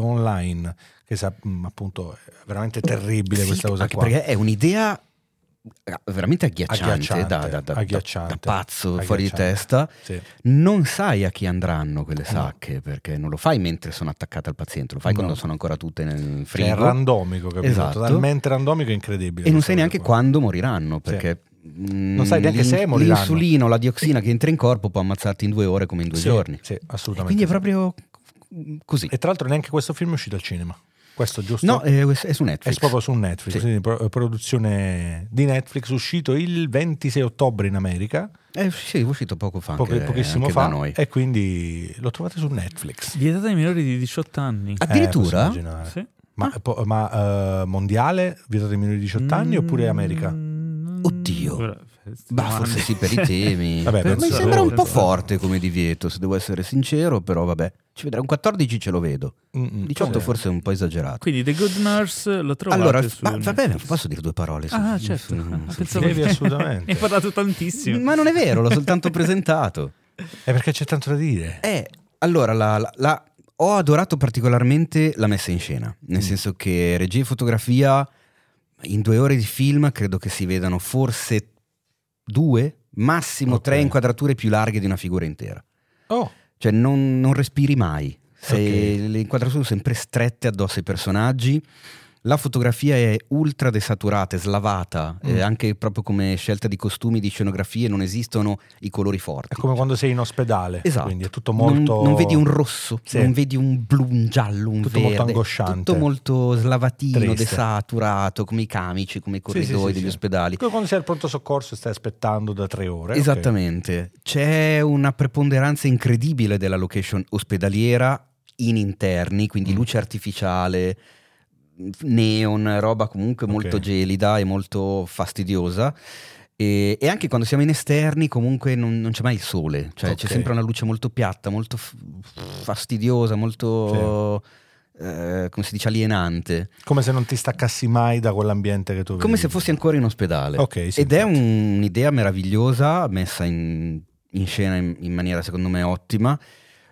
S3: online, che sa- mh, appunto è veramente terribile
S2: Sì,
S3: questa cosa
S2: anche
S3: qua.
S2: perché è un'idea eh, veramente agghiacciante,
S3: Agghiacciante,
S2: da, da- da-
S3: agghiacciante,
S2: da pazzo, fuori di
S3: agghiacciante.
S2: testa.
S3: Sì. Cioè,
S2: Non sai a chi andranno quelle
S3: No.
S2: sacche, perché non lo fai mentre sono attaccate al paziente, lo fai
S3: No.
S2: quando sono ancora tutte nel
S3: Cioè, è
S2: frigo.
S3: randomico, capito?
S2: Esatto.
S3: Totalmente randomico e incredibile.
S2: E non sai
S3: questa cosa
S2: neanche
S3: qua.
S2: quando moriranno, perché mm,
S3: Non sai neanche se moriranno.
S2: L'insulino, la dioxina che entra in corpo può ammazzarti in due ore come in due
S3: Sì,
S2: giorni.
S3: Sì, assolutamente.
S2: Quindi è
S3: sì.
S2: proprio così.
S3: E tra l'altro neanche questo film è uscito al cinema. Questo giusto?
S2: No, è, è su Netflix.
S3: È proprio su Netflix,
S2: Sì.
S3: quindi pro- eh, produzione di Netflix, uscito il 26 ottobre in America,
S2: Eh, sì, è uscito poco fa,
S3: poco-
S2: anche,
S3: pochissimo
S2: anche
S3: fa,
S2: da noi.
S3: e quindi lo trovate su Netflix.
S1: eh, Vietato ai minori di 18 anni.
S2: Ah, Addirittura? Ah.
S3: Eh, posso immaginare.
S1: Sì.
S3: Ma, po- ma, eh, mondiale, vietato ai minori di 18 anni, oppure America?
S1: Mm,
S2: Oddio.
S1: ora, queste
S2: Bah,
S3: [laughs]
S1: domande.
S2: forse sì, per i temi.
S3: Vabbè,
S2: Però mi
S3: penso-
S2: sembra un po'
S1: penso-
S2: forte come divieto, se devo essere sincero, però vabbè. Ci vedrà un 14 ce lo vedo.
S3: Mm-mm.
S2: 18
S3: Mm, Sì.
S2: forse è un po' esagerato.
S1: [laughs] Quindi The Good Nurse lo trovate
S2: Allora,
S1: su
S2: ma, va bene,
S1: Netflix.
S2: posso dire due parole? su-
S1: Ah,
S2: su-
S1: certo.
S2: su-
S1: Ah, [laughs]
S2: su-
S1: pensavo
S3: Devi
S1: che- [laughs]
S3: assolutamente.
S1: Hai parlato tantissimo.
S2: Ma non è
S3: [laughs]
S2: vero, l'ho soltanto presentato.
S3: È perché c'è tanto da dire.
S2: Eh, allora, la, la- la ho adorato particolarmente la messa in scena, nel
S1: Mm.
S2: senso che regia e fotografia in due ore di film credo che si vedano forse due, massimo tre
S3: Ok.
S2: inquadrature più larghe di una figura intera.
S3: Oh,
S2: Cioè non, non respiri mai, Sei-
S3: Ok.
S2: le inquadrature sono sempre strette addosso ai personaggi. La fotografia è ultra desaturata, è slavata,
S1: Mm.
S2: eh, anche proprio come scelta di costumi, di scenografie, non esistono i colori forti.
S3: è come quando sei in ospedale,
S2: Esatto.
S3: quindi è tutto
S2: Non-
S3: molto...
S2: Non, vedi un rosso,
S3: Sì.
S2: non vedi un blu, un giallo, un
S3: Tutto
S2: verde.
S3: molto angosciante.
S2: Tutto molto slavatino,
S3: Triste.
S2: desaturato, come i camici, come i corridoi
S3: sì, sì,
S2: degli
S3: sì.
S2: ospedali.
S3: Come quando sei al pronto soccorso e stai aspettando da tre ore. ok.
S2: Esattamente. C'è una preponderanza incredibile della location ospedaliera in interni, quindi
S3: Mm.
S2: luce artificiale, neon, roba comunque
S3: Ok.
S2: molto gelida e molto fastidiosa. E, e anche quando siamo in esterni comunque non, non c'è mai il sole, cioè c'è
S3: Ok.
S2: sempre una luce molto piatta, molto f- fastidiosa, molto... eh, come si dice alienante
S3: Come se non ti staccassi mai da quell'ambiente che tu vedi.
S2: come se fossi ancora in ospedale
S3: Ok, sì,
S2: ed è
S3: infatti.
S2: un- un'idea meravigliosa messa in, in scena in, in maniera secondo me ottima,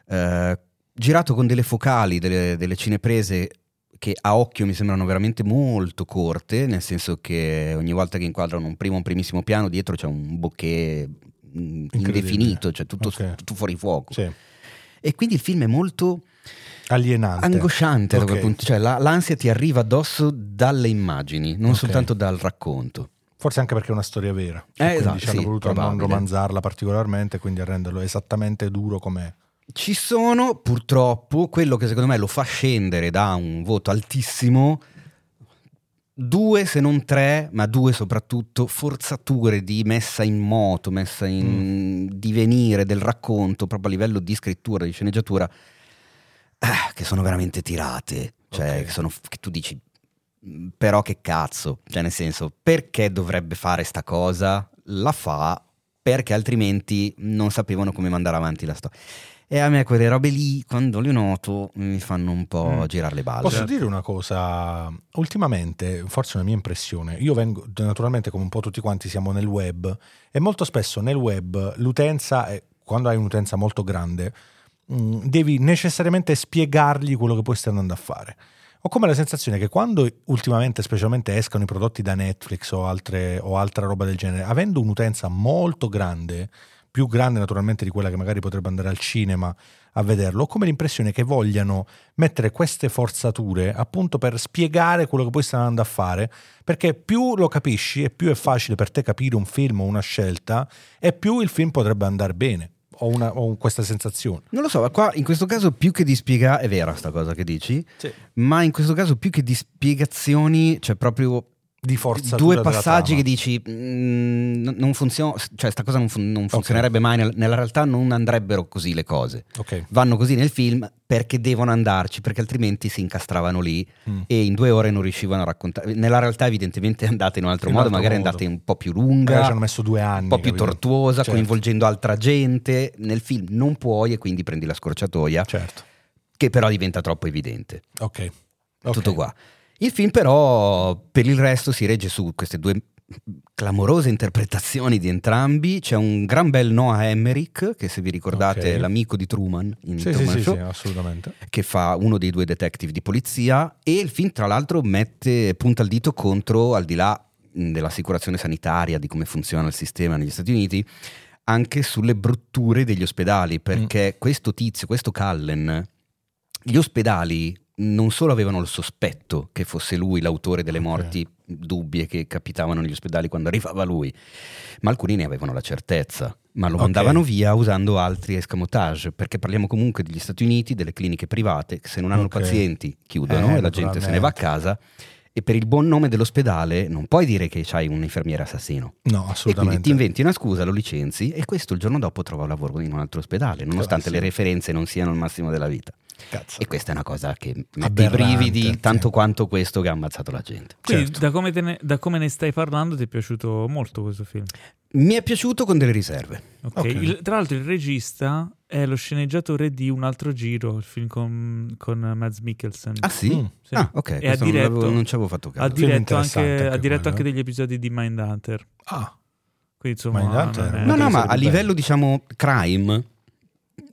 S2: eh, girato con delle focali, delle, delle cineprese che a occhio mi sembrano veramente molto corte, nel senso che ogni volta che inquadrano un primo, un primissimo piano, dietro c'è un bokeh mm,
S3: Incredibile.
S2: indefinito, cioè tutto,
S3: Ok.
S2: tutto fuori fuoco.
S3: Sì.
S2: E quindi il film è molto
S3: Alienante.
S2: angosciante da
S3: Ok.
S2: quel punto, cioè la- l'ansia ti arriva addosso dalle immagini, non
S3: Ok.
S2: soltanto dal racconto.
S3: Forse anche perché è una storia vera.
S2: Eh,
S3: E quindi
S2: esatto,
S3: ci hanno
S2: sì,
S3: voluto non
S2: probabile.
S3: romanzarla particolarmente, quindi a renderlo esattamente duro com'è.
S2: Ci sono purtroppo quello che secondo me lo fa scendere da un voto altissimo, due se non tre, ma due soprattutto forzature di messa in moto, messa in divenire del racconto proprio a livello di scrittura, di sceneggiatura, ah, che sono veramente tirate, cioè
S3: Ok.
S2: che, sono, che tu dici "Mm, però che cazzo, cioè nel senso perché dovrebbe fare sta cosa? La fa perché altrimenti non sapevano come mandare avanti la storia. E a me quelle robe lì, quando le noto, mi fanno un po'
S3: Mm.
S2: girare le balle.
S3: Posso dire una cosa? Ultimamente, forse è una mia impressione, io vengo, naturalmente come un po' tutti quanti siamo nel web e molto spesso nel web l'utenza, è- quando hai un'utenza molto grande, mh, devi necessariamente spiegargli quello che poi stai andando a fare. Ho come la sensazione che quando ultimamente, specialmente escano i prodotti da Netflix o, altre- o altra roba del genere, avendo un'utenza molto grande, più grande naturalmente di quella che magari potrebbe andare al cinema a vederlo, ho come l'impressione che vogliano mettere queste forzature appunto per spiegare quello che poi stanno andando a fare, perché più lo capisci e più è facile per te capire un film o una scelta, e più il film potrebbe andare bene. Ho, una- ho questa sensazione.
S2: Non lo so, qua in questo caso più che di spiegare, è vera sta cosa che dici, ma in questo caso più che di spiegazioni, c'è proprio
S3: Di forza.
S2: due passaggi che dici "Mm, n- non funziona, cioè sta cosa non, fun- non funzionerebbe mai, nel- nella realtà non andrebbero così le cose.
S3: Ok.
S2: Vanno così nel film perché devono andarci, perché altrimenti si incastravano lì
S3: Mm.
S2: e in due ore non riuscivano a raccontare. Nella realtà evidentemente è andata in un altro
S3: In
S2: modo,
S3: altro
S2: magari
S3: modo.
S2: è andata un po' più
S3: Magari
S2: lunga,
S3: ci hanno messo due anni.
S2: un po' più
S3: capito?
S2: tortuosa,
S3: Certo.
S2: coinvolgendo altra gente. Nel film non puoi e quindi prendi la scorciatoia,
S3: Certo.
S2: che però diventa troppo evidente.
S3: Ok. Ok.
S2: Tutto qua. Il film però per il resto si regge su queste due clamorose interpretazioni di entrambi. C'è un gran bel Noah Emmerich, che se vi ricordate
S3: Ok.
S2: è l'amico di Truman in
S3: Sì, sì,
S2: Truman
S3: sì, sì,
S2: Show
S3: assolutamente.
S2: che fa uno dei due detective di polizia e il film tra l'altro mette punta il dito contro al di là mh, dell'assicurazione sanitaria di come funziona il sistema negli Stati Uniti anche sulle brutture degli ospedali perché questo tizio questo Cullen gli ospedali non solo avevano il sospetto che fosse lui l'autore delle
S3: Ok.
S2: morti dubbie che capitavano negli ospedali quando arrivava lui, ma alcuni ne avevano la certezza, ma lo
S3: Ok.
S2: mandavano via usando altri escamotage, perché parliamo comunque degli Stati Uniti, delle cliniche private, che se non hanno
S3: Ok.
S2: pazienti chiudono
S3: Eh,
S2: e la gente se ne va a casa e per il buon nome dell'ospedale non puoi dire che c'hai un infermiere assassino.
S3: No,
S2: E quindi
S3: assolutamente.
S2: ti inventi una scusa, lo licenzi e questo il giorno dopo trova lavoro in un altro ospedale, nonostante
S3: Classico.
S2: le referenze non siano il massimo della vita.
S3: Cazzo.
S2: E questa è una cosa che mette i
S3: Aberrante,
S2: brividi
S3: sì.
S2: tanto quanto questo che ha ammazzato la gente.
S1: Quindi
S3: Certo.
S1: da, come te ne, da come ne stai parlando ti è piaciuto molto questo film.
S2: Mi è piaciuto con delle riserve.
S1: Ok.
S3: Ok.
S1: Il- tra l'altro il regista è lo sceneggiatore di Un altro giro, il film con, con Mads Mikkelsen.
S2: Ah sì?
S3: Mm,
S1: sì.
S2: Ah ok,
S1: E ha
S2: questo non,
S1: diretto-
S2: l'avevo- non ci avevo fatto
S1: ha
S2: caso.
S3: film
S1: diretto, anche,
S3: interessante
S1: ha
S3: anche
S1: diretto
S3: quello,
S1: anche
S3: eh.
S1: degli episodi di Mindhunter.
S3: Ah,
S1: Quindi insomma...
S3: Mindhunter
S1: non è-
S3: era-
S2: No no ma
S3: sarebbe
S2: a livello diciamo crime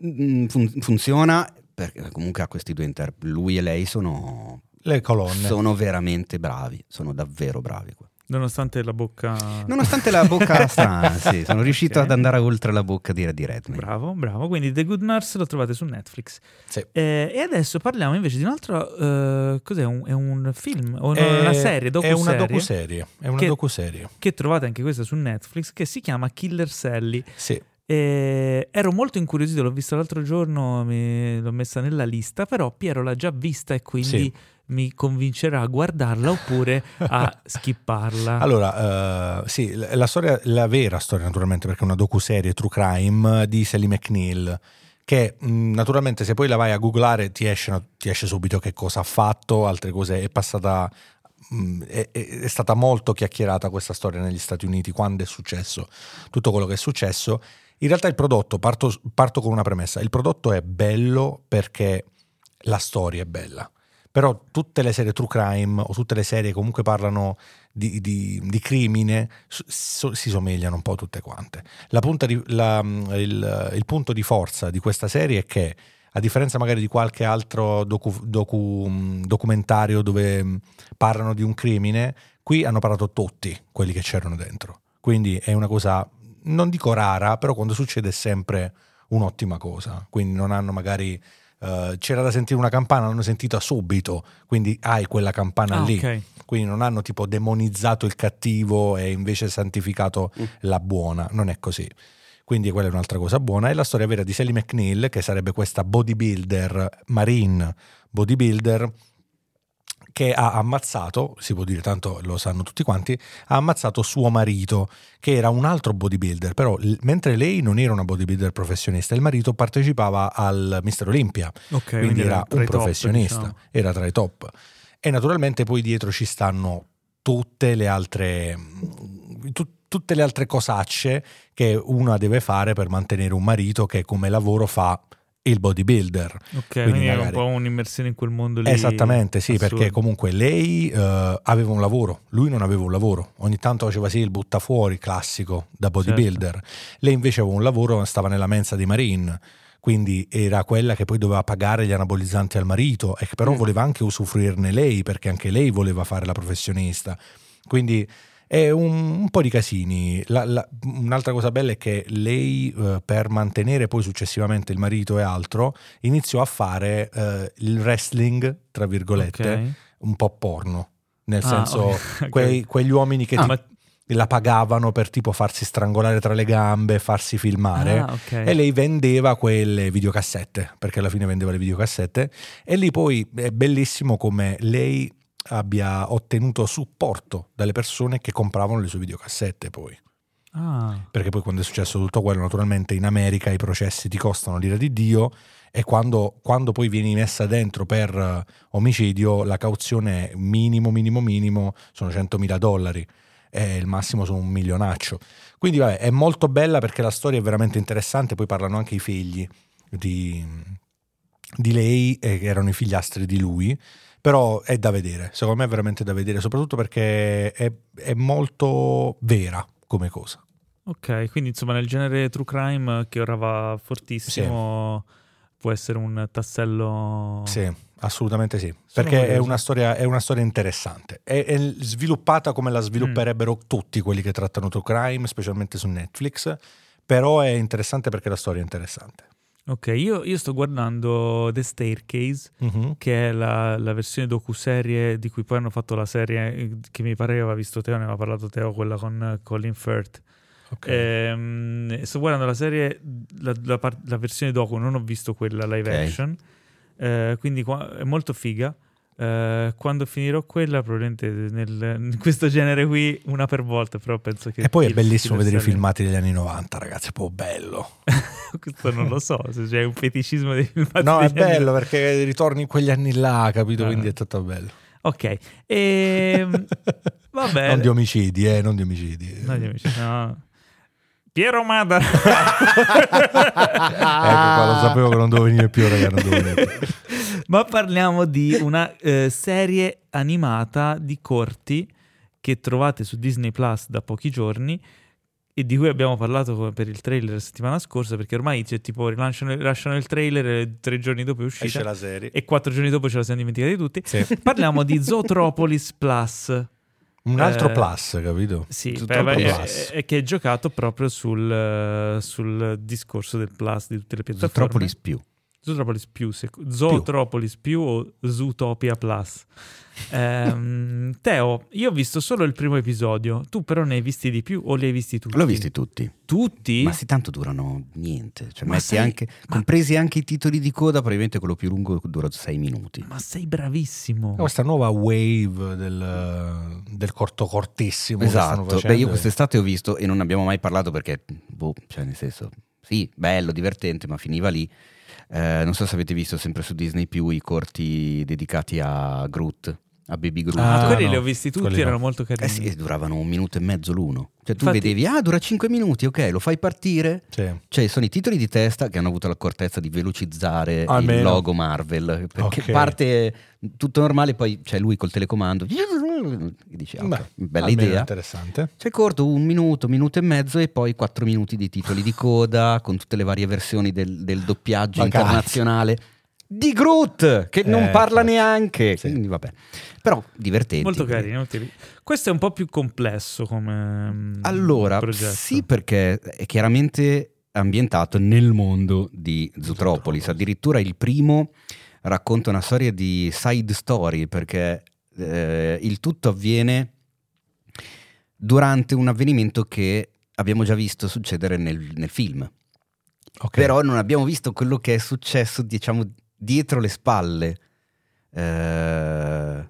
S2: mm, fun- funziona perché comunque ha questi due interpreti, lui e lei sono,
S3: Le colonne.
S2: sono veramente bravi, sono davvero bravi. qua.
S1: Nonostante la bocca...
S2: Nonostante la
S1: [laughs]
S2: bocca strana, sì, sono riuscito
S1: Ah. Ok.
S2: ad andare oltre la bocca di Eddie Redmayne.
S1: Bravo, bravo. Quindi The Good Nurse lo trovate su Netflix.
S3: Sì.
S1: Eh, e adesso parliamo invece di un altro... eh, cos'è? Un, è un film? O
S3: È-
S1: una serie?
S3: È una
S1: docuserie,
S3: docuserie. È una
S1: Che-
S3: docuserie.
S1: Che trovate anche questa su Netflix che si chiama Killer Sally.
S3: Sì.
S1: Eh, ero molto incuriosito, l'ho vista l'altro giorno, mi- l'ho messa nella lista, però Piero l'ha già vista e quindi
S3: Sì.
S1: mi convincerà a guardarla oppure
S3: [laughs]
S1: a skipparla.
S3: Allora, eh, sì, la, la storia, la vera storia naturalmente, perché è una docuserie true crime eh, di Sally McNeil, che mh, naturalmente se poi la vai a googlare ti esce, ti esce subito che cosa ha fatto, altre cose, è passata... mh, È, è- è stata molto chiacchierata questa storia negli Stati Uniti quando è successo tutto quello che è successo. In realtà il prodotto, parto, parto con una premessa, il prodotto è bello perché la storia è bella, però tutte le serie true crime o tutte le serie che comunque parlano di, di- di crimine so- so- si somigliano un po' tutte quante. La punta di- la, mm, il, il punto di forza di questa serie è che, a differenza magari di qualche altro docu- docu- mm, documentario dove mm, parlano di un crimine, qui hanno parlato tutti quelli che c'erano dentro. Quindi è una cosa, non dico rara, però quando succede è sempre un'ottima cosa. Quindi non hanno magari... eh, c'era da sentire una campana, l'hanno sentita subito, quindi hai quella campana
S1: Ah,
S3: lì
S1: ok.
S3: quindi non hanno tipo demonizzato il cattivo e invece santificato
S2: Mm.
S3: la buona, non è così. Quindi quella è un'altra cosa buona. E la storia vera di Sally McNeil, che sarebbe questa bodybuilder, marine bodybuilder, che ha ammazzato, si può dire tanto lo sanno tutti quanti, ha ammazzato suo marito, che era un altro bodybuilder, però l- mentre lei non era una bodybuilder professionista, il marito partecipava al Mister Olympia,
S1: Ok,
S3: quindi
S1: era
S3: era
S1: tra
S3: un
S1: i top,
S3: professionista,
S1: diciamo.
S3: era tra i top. E naturalmente poi dietro ci stanno tutte le altre, tu- tutte le altre cosacce che una deve fare per mantenere un marito che come lavoro fa il bodybuilder.
S1: Ok,
S3: Quindi
S1: quindi, era un
S3: magari-
S1: po' un'immersione in quel mondo lì.
S3: Esattamente, sì,
S1: assurdo.
S3: perché comunque lei eh, aveva un lavoro, lui non aveva un lavoro. Ogni tanto faceva sì il butta fuori classico da
S1: Certo.
S3: bodybuilder. Lei invece aveva un lavoro, stava nella mensa dei Marine, quindi era quella che poi doveva pagare gli anabolizzanti al marito e che però
S2: Mm.
S3: voleva anche usufruirne lei perché anche lei voleva fare la professionista. Quindi è un, un po' di casini. La- la- un'altra cosa bella è che lei, eh, per mantenere poi successivamente il marito e altro, iniziò a fare eh, il wrestling, tra virgolette,
S1: Ok.
S3: un po' porno. Nel
S1: Ah,
S3: senso,
S1: ok.
S3: [laughs] quei- quegli uomini che
S1: Ah,
S3: ti-
S1: ma-
S3: la pagavano per tipo farsi strangolare tra le gambe, farsi filmare.
S1: ah, ok.
S3: E lei vendeva quelle videocassette, perché alla fine vendeva le videocassette. E lì poi è bellissimo come lei abbia ottenuto supporto dalle persone che compravano le sue videocassette poi.
S1: Ah,
S3: Perché poi quando è successo tutto quello, naturalmente in America i processi ti costano l'ira di Dio e quando, quando poi vieni messa dentro per eh, omicidio la cauzione minimo, minimo, minimo sono 100.000 dollari e il massimo sono un milionaccio. Quindi vabbè, è molto bella perché la storia è veramente interessante, poi parlano anche i figli di, di lei, eh, che erano i figliastri di lui, però è da vedere, secondo me è veramente da vedere, soprattutto perché è, è molto vera come cosa.
S1: ok, quindi insomma nel genere true crime eh, che ora va fortissimo può essere un tassello...
S3: Sì, assolutamente sì,
S1: Sono
S3: perché è
S1: curioso.
S3: una, storia, è una storia interessante, è, è sviluppata come la svilupperebbero
S1: Mm.
S3: tutti quelli che trattano true crime, specialmente su Netflix, però è interessante perché la storia è interessante.
S1: Ok, io, io sto guardando The Staircase
S3: Mhm.
S1: che è la, la versione docuserie di cui poi hanno fatto la serie eh, che mi pare aveva visto Teo, ne aveva parlato Teo, quella con eh, Colin Firth.
S3: Ok.
S1: Ehm, sto guardando la serie, la, la par- la versione docu, non ho visto quella live
S2: Ok.
S1: action, Eh, quindi qua- è molto figa. Eh, quando finirò quella, probabilmente nel- in questo genere qui, una per volta, però penso che...
S3: E poi è
S1: Kill-
S3: bellissimo
S1: Killer
S3: vedere i
S1: Sally-
S3: filmati degli anni 90, ragazzi, è proprio bello.
S1: [laughs] Questo non lo so, se c'è un feticismo dei filmati.
S3: No, è
S1: Ah, degli anni-
S3: bello perché ritorni in quegli anni là, capito?
S1: Ah.
S3: Quindi è tutto bello.
S1: Ok,
S3: [laughs]
S1: ehm, va bene.
S3: Non di omicidi, eh, non di omicidi.
S1: No, gli amici, no. Piero
S3: [laughs]
S1: Madara.
S3: Ecco qua, lo sapevo che non dovevo venire più, raga, non dovevo venire più.
S1: Ma parliamo di una eh, serie animata di corti che trovate su Disney Plus da pochi giorni e di cui abbiamo parlato co- per il trailer la settimana scorsa, perché ormai c'è tipo rilasciano, rilasciano il trailer e tre giorni dopo è uscita
S3: Esce la serie.
S1: e quattro giorni dopo ce la siamo dimenticati tutti.
S2: Sì.
S1: Parliamo
S3: [laughs]
S1: di Zootropolis Plus.
S3: Un altro
S1: Eh,
S3: plus, capito?
S1: Sì,
S3: Tutto
S1: beh, eh,
S3: un
S1: beh,
S3: plus.
S1: è, è che è giocato proprio sul, eh, sul discorso del plus di tutte le piattaforme.
S2: Zootropolis più.
S1: Zootropolis più, sec- Zootropolis più o Zootopia Plus. Ehm,
S2: [laughs]
S1: Teo, io ho visto solo il primo episodio, tu però ne hai visti di più o li hai visti tutti?
S2: L'ho visti tutti.
S1: tutti?
S2: Ma sì, tanto durano niente. Cioè,
S1: Ma
S2: metti
S1: sai-
S2: anche-
S1: ma-
S2: compresi anche i titoli di coda, probabilmente quello più lungo dura 6 minuti.
S1: Ma sei bravissimo.
S3: Questa nuova wave del, del cortocortissimo che stanno
S2: Esatto,
S3: facendo. eh.
S2: beh io quest'estate ho visto e non abbiamo mai parlato perché, boh, cioè nel senso, sì, bello, divertente, ma finiva lì. Eh, non so se avete visto sempre su Disney più i corti dedicati a Groot, a Baby Groot.
S1: Ma
S3: Ah,
S1: quelli
S3: no,
S1: li ho visti tutti,
S3: quelli no.
S1: erano molto carini.
S2: Eh sì, e duravano un minuto e mezzo l'uno. Cioè tu
S1: Infatti-
S2: vedevi, ah dura 5 minuti, ok, lo fai partire.
S3: Sì.
S2: Cioè sono i titoli di testa che hanno avuto l'accortezza di velocizzare il
S3: Almeno.
S2: logo Marvel. Perché
S3: Ok.
S2: parte tutto normale, poi c'è lui col telecomando. E dici, ah, ok,
S3: Beh,
S2: bella
S3: almeno
S2: idea.
S3: Interessante.
S2: C'è corto un minuto, minuto e mezzo e poi quattro minuti di titoli di coda con tutte le varie versioni del, del doppiaggio
S3: Ma
S2: internazionale di Groot che non
S3: Eh,
S2: parla
S3: certo.
S2: neanche.
S3: Sì.
S2: Quindi vabbè. Però divertenti.
S1: Molto carini. molto carini. Questo è un po' più complesso come mm,
S2: Allora,
S1: progetto.
S2: sì perché è chiaramente ambientato nel mondo di Zootropolis, addirittura il primo racconta una storia di side story perché eh, il tutto avviene durante un avvenimento che abbiamo già visto succedere nel, nel film,
S3: Ok.
S2: però non abbiamo visto quello che è successo diciamo dietro le spalle. Eh,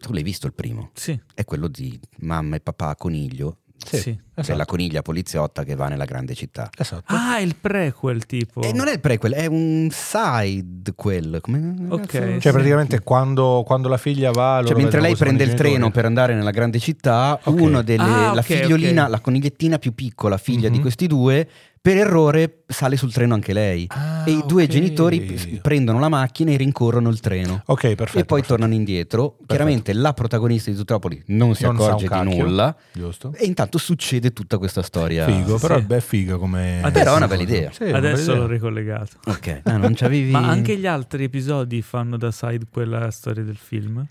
S2: tu l'hai visto il primo?
S1: Sì,
S2: È quello di mamma e papà coniglio
S3: Sì,
S1: sì.
S2: c'è
S3: esatto.
S2: Cioè, la coniglia poliziotta che va nella grande città.
S3: Esatto.
S1: Ah, è il prequel tipo.
S3: Oh.
S2: E Eh, non è il prequel, è un sidequel. Come
S1: Ok.
S2: cazzo?
S1: Sì.
S3: Cioè praticamente quando, quando la figlia va... loro
S2: Cioè, mentre
S3: vedono
S2: lei
S3: cosa fanno
S2: prende
S3: i
S2: il treno
S3: genitori.
S2: per andare nella grande città,
S3: Ok.
S2: uno delle,
S1: Ah,
S2: la
S1: ok,
S2: figliolina,
S1: ok.
S2: la conigliettina più piccola, figlia di
S3: Mhm.
S2: questi due, per errore sale sul treno anche lei.
S3: Ah,
S2: e i due
S3: ok.
S2: genitori p- prendono la macchina e rincorrono il treno.
S3: Ok, perfetto.
S2: e poi
S3: perfetto.
S2: tornano indietro. Chiaramente la protagonista di Zutropoli non si
S3: Non sa
S2: accorge
S3: un
S2: di
S3: cacchio.
S2: nulla.
S3: Giusto.
S2: E intanto succede tutta questa storia.
S3: Figo, però
S1: sì.
S3: è bel figo come...
S1: Adesso- Però è
S2: una bella idea.
S3: Sì, è una bella
S1: Adesso
S3: idea.
S1: l'ho ricollegato.
S2: Ok, ah, non c'avevi.
S1: Ma anche gli altri episodi fanno da side quella storia del film?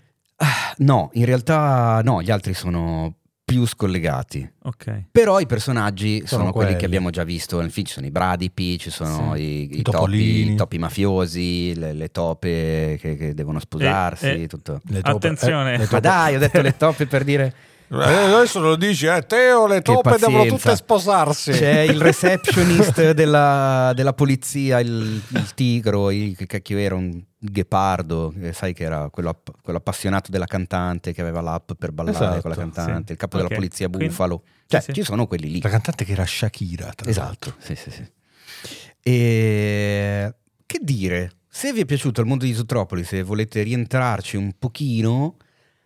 S2: No, in realtà no, gli altri sono più scollegati.
S1: Ok.
S2: Però i personaggi sono,
S3: Sono
S2: quelli,
S3: quelli.
S2: che abbiamo già visto nel film, ci sono i bradipi, ci sono
S1: Sì.
S2: i,
S3: I
S2: i topi,
S3: topolini.
S2: i topi mafiosi, le, le tope che, che devono sposarsi,
S1: Eh, eh.
S2: tutto.
S3: Le tope-
S1: Attenzione.
S3: eh, le
S2: Ma
S3: tope-
S2: dai, ho detto
S3: [laughs]
S2: le toppe per dire
S3: Eh, adesso lo dici, eh, Teo, le
S2: Che
S3: toppe devono
S2: pazienza.
S3: tutte sposarsi.
S2: c'è il
S3: [laughs]
S2: receptionist della, della polizia, il, il tigro, il che cacchio era un ghepardo, eh, sai che era quello, app- quello appassionato della cantante che aveva l'app per ballare
S3: Esatto,
S2: con la cantante,
S1: sì.
S2: il capo
S1: Ok,
S2: della polizia
S1: quindi-
S2: bufalo. Cioè,
S1: sì.
S2: ci sono quelli lì.
S3: La cantante che era Shakira, tra
S2: Esatto, sì, sì, sì. E... Che dire, se vi è piaciuto il mondo di Zootropolis se volete rientrarci un pochino,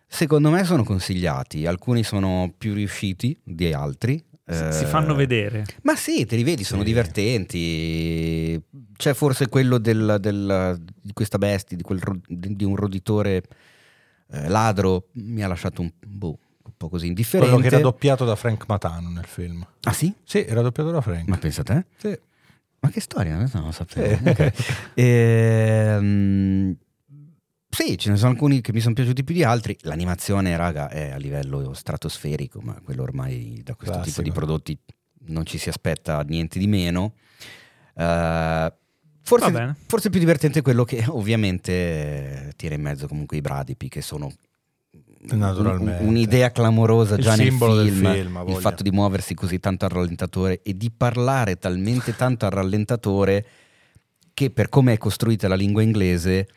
S2: secondo me sono consigliati. Alcuni sono più riusciti di altri.
S1: Si-
S2: Eh,
S1: Si fanno vedere.
S2: Ma sì, te li vedi, sono
S3: Sì.
S2: divertenti. C'è forse quello del- del- di questa bestia, di, quel ro- di di un roditore eh, ladro, mi ha lasciato un, boh, un po' così indifferente.
S3: Quello che era doppiato da Frank Matano nel film.
S2: ah sì?
S3: Sì, era doppiato da Frank.
S2: Ma pensa te?
S3: Sì.
S2: Ma che storia, questa non lo sapevo. [laughs]
S3: Eh.
S2: Ok. Ehm, sì, ce ne sono alcuni che mi sono piaciuti più di altri. L'animazione, raga, è a livello stratosferico, ma quello ormai da questo tipo
S3: Classico.
S2: di prodotti non ci si aspetta niente di meno. Eh,
S1: Va bene.
S2: forse, forse è più divertente quello che ovviamente eh, tira in mezzo comunque i bradipi, che sono
S3: Naturalmente.
S2: un- un'idea clamorosa
S3: Il
S2: già nel
S3: simbolo del
S2: film,
S3: film, ha
S2: il
S3: voglia.
S2: fatto di muoversi così tanto al rallentatore e di parlare talmente tanto al rallentatore che per come è costruita la lingua inglese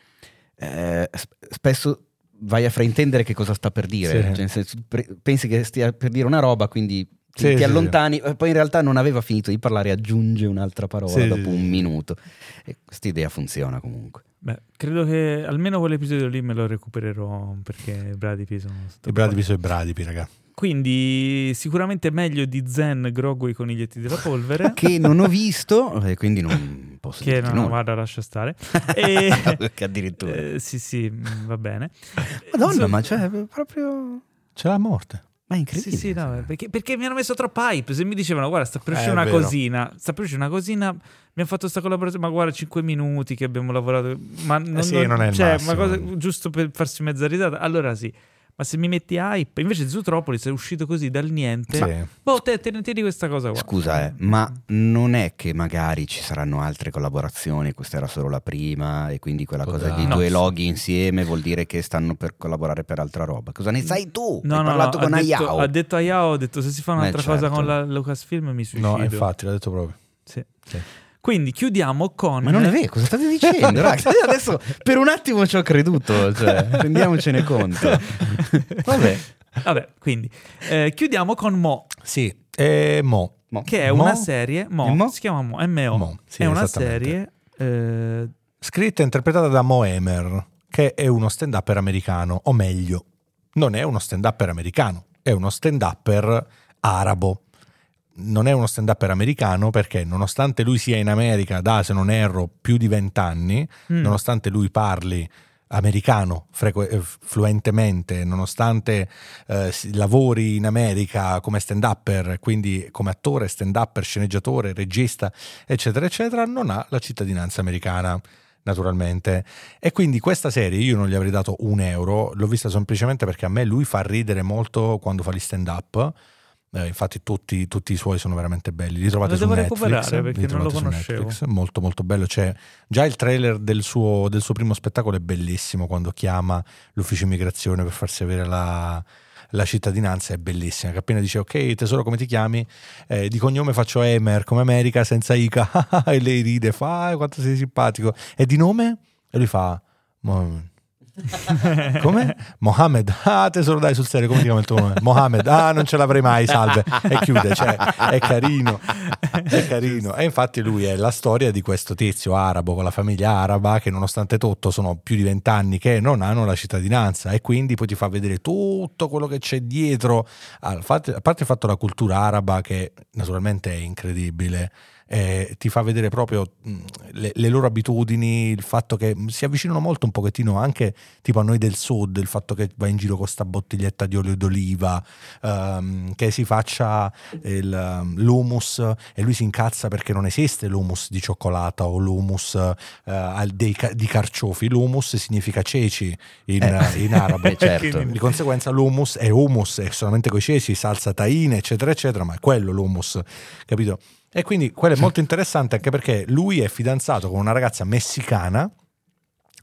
S2: eh, sp- spesso vai a fraintendere che cosa sta per dire,
S3: Sì.
S2: Cioè, nel senso, pre- pensi che stia per dire una roba, quindi ti,
S3: Sì,
S2: ti
S3: sì, sì.
S2: allontani, eh, poi in realtà non aveva finito di parlare, aggiunge un'altra parola
S3: Sì, sì,
S2: dopo
S3: sì.
S2: un minuto. E questa idea funziona comunque.
S1: Beh, credo che almeno quell'episodio lì me lo recupererò perché i bradipi sono stato
S3: [laughs] I bradipi sono i bradipi, raga.
S1: Quindi sicuramente meglio di Zen, Grogu e i coniglietti della polvere.
S3: Eh.
S2: [laughs] Che non ho visto e quindi non posso
S1: Che
S2: dirti
S1: no,
S2: nulla.
S1: guarda, lascia
S2: [laughs]
S1: stare. E-
S2: Che
S3: Eh,
S2: addirittura.
S1: eh, sì, sì, mm, va bene.
S2: Madonna,
S1: Insomma,
S2: ma cioè, proprio...
S3: C'è la morte.
S2: Ma è incredibile. cioè.
S1: Sì, sì, no, perché, perché mi hanno messo troppa hype. Se mi dicevano, guarda, sta per uscire
S3: Eh, è
S1: una
S3: vero.
S1: cosina, sta per uscire una cosina, abbiamo fatto sta collaborazione, ma guarda, 5 minuti che abbiamo lavorato. Ma non,
S3: sì, non è il
S1: cioè,
S3: massimo.
S1: ma cosa, giusto per farsi mezza risata. Allora sì, ma se mi metti hype, invece Zootropolis è uscito così dal niente.
S3: Sì.
S1: Boh, te, te ne tieni questa cosa qua.
S2: Scusa, eh, ma non è che magari ci saranno altre collaborazioni, questa era solo la prima e quindi quella
S6: Può
S2: cosa di
S6: darsi.
S2: due
S1: No.
S2: loghi insieme vuol dire che stanno per collaborare per altra roba. Cosa ne sai tu?
S1: No,
S2: Hai
S1: no,
S2: parlato
S1: no,
S2: con
S1: ha detto,
S2: Ayao.
S1: ha detto Ayao, ho detto se si fa
S2: Beh,
S1: un'altra cosa
S2: certo.
S1: con la Lucasfilm mi suicido.
S3: No, infatti, l'ha detto proprio.
S1: Sì. Quindi chiudiamo con... eh,
S2: Ma non è vero, cosa state dicendo? raga? Io Adesso per un attimo ci ho creduto,
S3: [laughs]
S2: cioè, rendiamocene conto. Vabbè,
S1: Vabbè, quindi eh, chiudiamo con Mo,
S3: Sì. E Mo.
S2: Mo.
S1: che è
S3: Mo?
S1: una serie. Mo,
S2: Il Mo?
S1: si chiama Mo, M.O.
S3: Mo, sì,
S1: è una serie.
S3: esattamente.
S1: eh,
S3: Scritta e interpretata da Mo Emer, che è uno stand-upper americano, o meglio, non è uno stand-upper americano, è uno stand-upper arabo. Non è uno stand-upper americano perché nonostante lui sia in America da, se non erro, più di vent'anni,
S1: mm,
S3: nonostante lui parli americano frequ- eh, fluentemente, nonostante eh, si- lavori in America come stand-upper, quindi come attore, stand-upper, sceneggiatore, regista, eccetera, eccetera, non ha la cittadinanza americana. Naturalmente, e quindi questa serie io non gli avrei dato un euro, l'ho vista semplicemente perché a me lui fa ridere molto quando fa gli stand up. infatti, tutti, tutti i suoi sono veramente belli. Li trovate
S1: Lo
S3: su
S1: devo
S3: Netflix,
S1: recuperare perché
S3: li
S1: non lo
S3: trovate su
S1: conoscevo.
S3: Netflix, Molto, molto bello. C'è Già il trailer del suo, del suo primo spettacolo è bellissimo quando chiama l'ufficio immigrazione per farsi avere la, la cittadinanza, è bellissima. Che appena dice ok tesoro come ti chiami? Eh, di cognome faccio Emer come America senza Ica [laughs] e lei ride, fa "Ah, quanto sei simpatico. E di nome? E lui fa "Mo-
S1: [laughs]
S3: come? Mohamed, ah tesoro dai sul serio, come ti chiama il tuo nome? Mohamed, ah non ce l'avrei mai, salve. E chiude, cioè, è carino, [laughs] è carino. E infatti lui è la storia di questo tizio arabo con la famiglia araba che nonostante tutto sono più di vent'anni che non hanno la cittadinanza e quindi poi ti fa vedere tutto quello che c'è dietro, al fatto- a parte il fatto la cultura araba che naturalmente è incredibile. eh, ti fa vedere proprio mh, le- le loro abitudini, il fatto che mh, si avvicinano molto un pochettino anche tipo a noi del sud, il fatto che va in giro con sta bottiglietta di olio d'oliva, ehm, che si faccia il, ehm, l'humus e lui si incazza perché non esiste l'humus di cioccolata o l'humus eh, al- dei ca- di carciofi, l'humus significa ceci in,
S2: Eh.
S1: [laughs]
S2: [laughs]
S3: in arabo.
S2: Eh, certo.
S3: Di conseguenza l'humus è humus, è solamente coi ceci, salsa taina, eccetera, eccetera, ma è quello l'humus, capito? E quindi quello è molto interessante anche perché lui è fidanzato con una ragazza messicana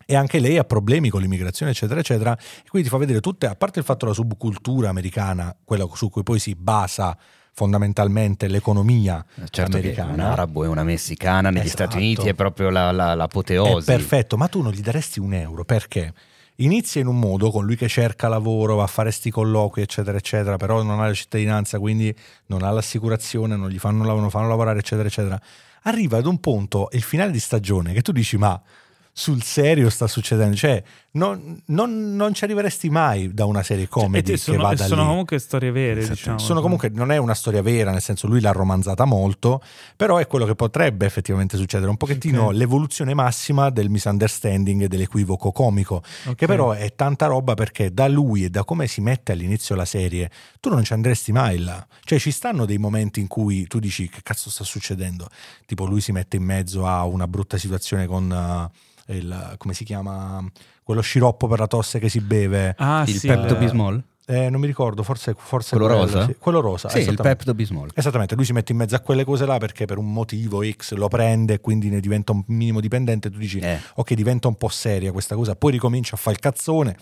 S3: e anche lei ha problemi con l'immigrazione, eccetera, eccetera. E quindi ti fa vedere tutte, a parte il fatto della subcultura americana, quella su cui poi si basa fondamentalmente l'economia
S2: certo che un
S3: americana.
S2: arabo e una messicana negli
S3: Esatto.
S2: Stati Uniti è proprio la, la,
S3: È
S2: l'apoteosi.
S3: perfetto, ma tu non gli daresti un euro perché inizia in un modo con lui che cerca lavoro, va a fare sti colloqui, eccetera, eccetera, però non ha la cittadinanza, quindi non ha l'assicurazione, non gli fanno, lav- non fanno lavorare, eccetera, eccetera. Arriva ad un punto, il finale di stagione, che tu dici, ma sul serio sta succedendo? Cioè, non, non- non ci arriveresti mai da una serie
S1: Cioè, e
S3: comedy
S1: te-
S3: che
S1: sono,
S3: vada
S1: sono
S3: lì.
S1: comunque storie vere,
S3: Esatto.
S1: diciamo.
S3: Sono comunque, non è una storia vera, nel senso lui l'ha romanzata molto, però è quello che potrebbe effettivamente succedere, un pochettino
S1: Ok.
S3: l'evoluzione massima del misunderstanding e dell'equivoco comico,
S1: Ok.
S3: che però è tanta roba perché da lui e da come si mette all'inizio la serie, tu non ci andresti mai là. Cioè ci stanno dei momenti in cui tu dici che cazzo sta succedendo, tipo lui si mette in mezzo a una brutta situazione con... eh, il, come si chiama quello sciroppo per la tosse che si beve?
S1: Ah,
S2: il
S1: sì,
S2: Pepto
S1: eh,
S2: Bismol?
S3: Eh, non mi ricordo, forse, forse
S2: Quello
S3: quello,
S2: rosa?
S3: sì. Quello rosa,
S2: Sì, il
S3: esattamente. Eh,
S2: Pepto Bismol.
S3: Esattamente, lui si mette in mezzo a quelle cose là perché per un motivo X lo prende e quindi ne diventa un minimo dipendente. Tu dici,
S2: Eh.
S3: ok, diventa un po' seria questa cosa, poi ricomincia a fare il cazzone.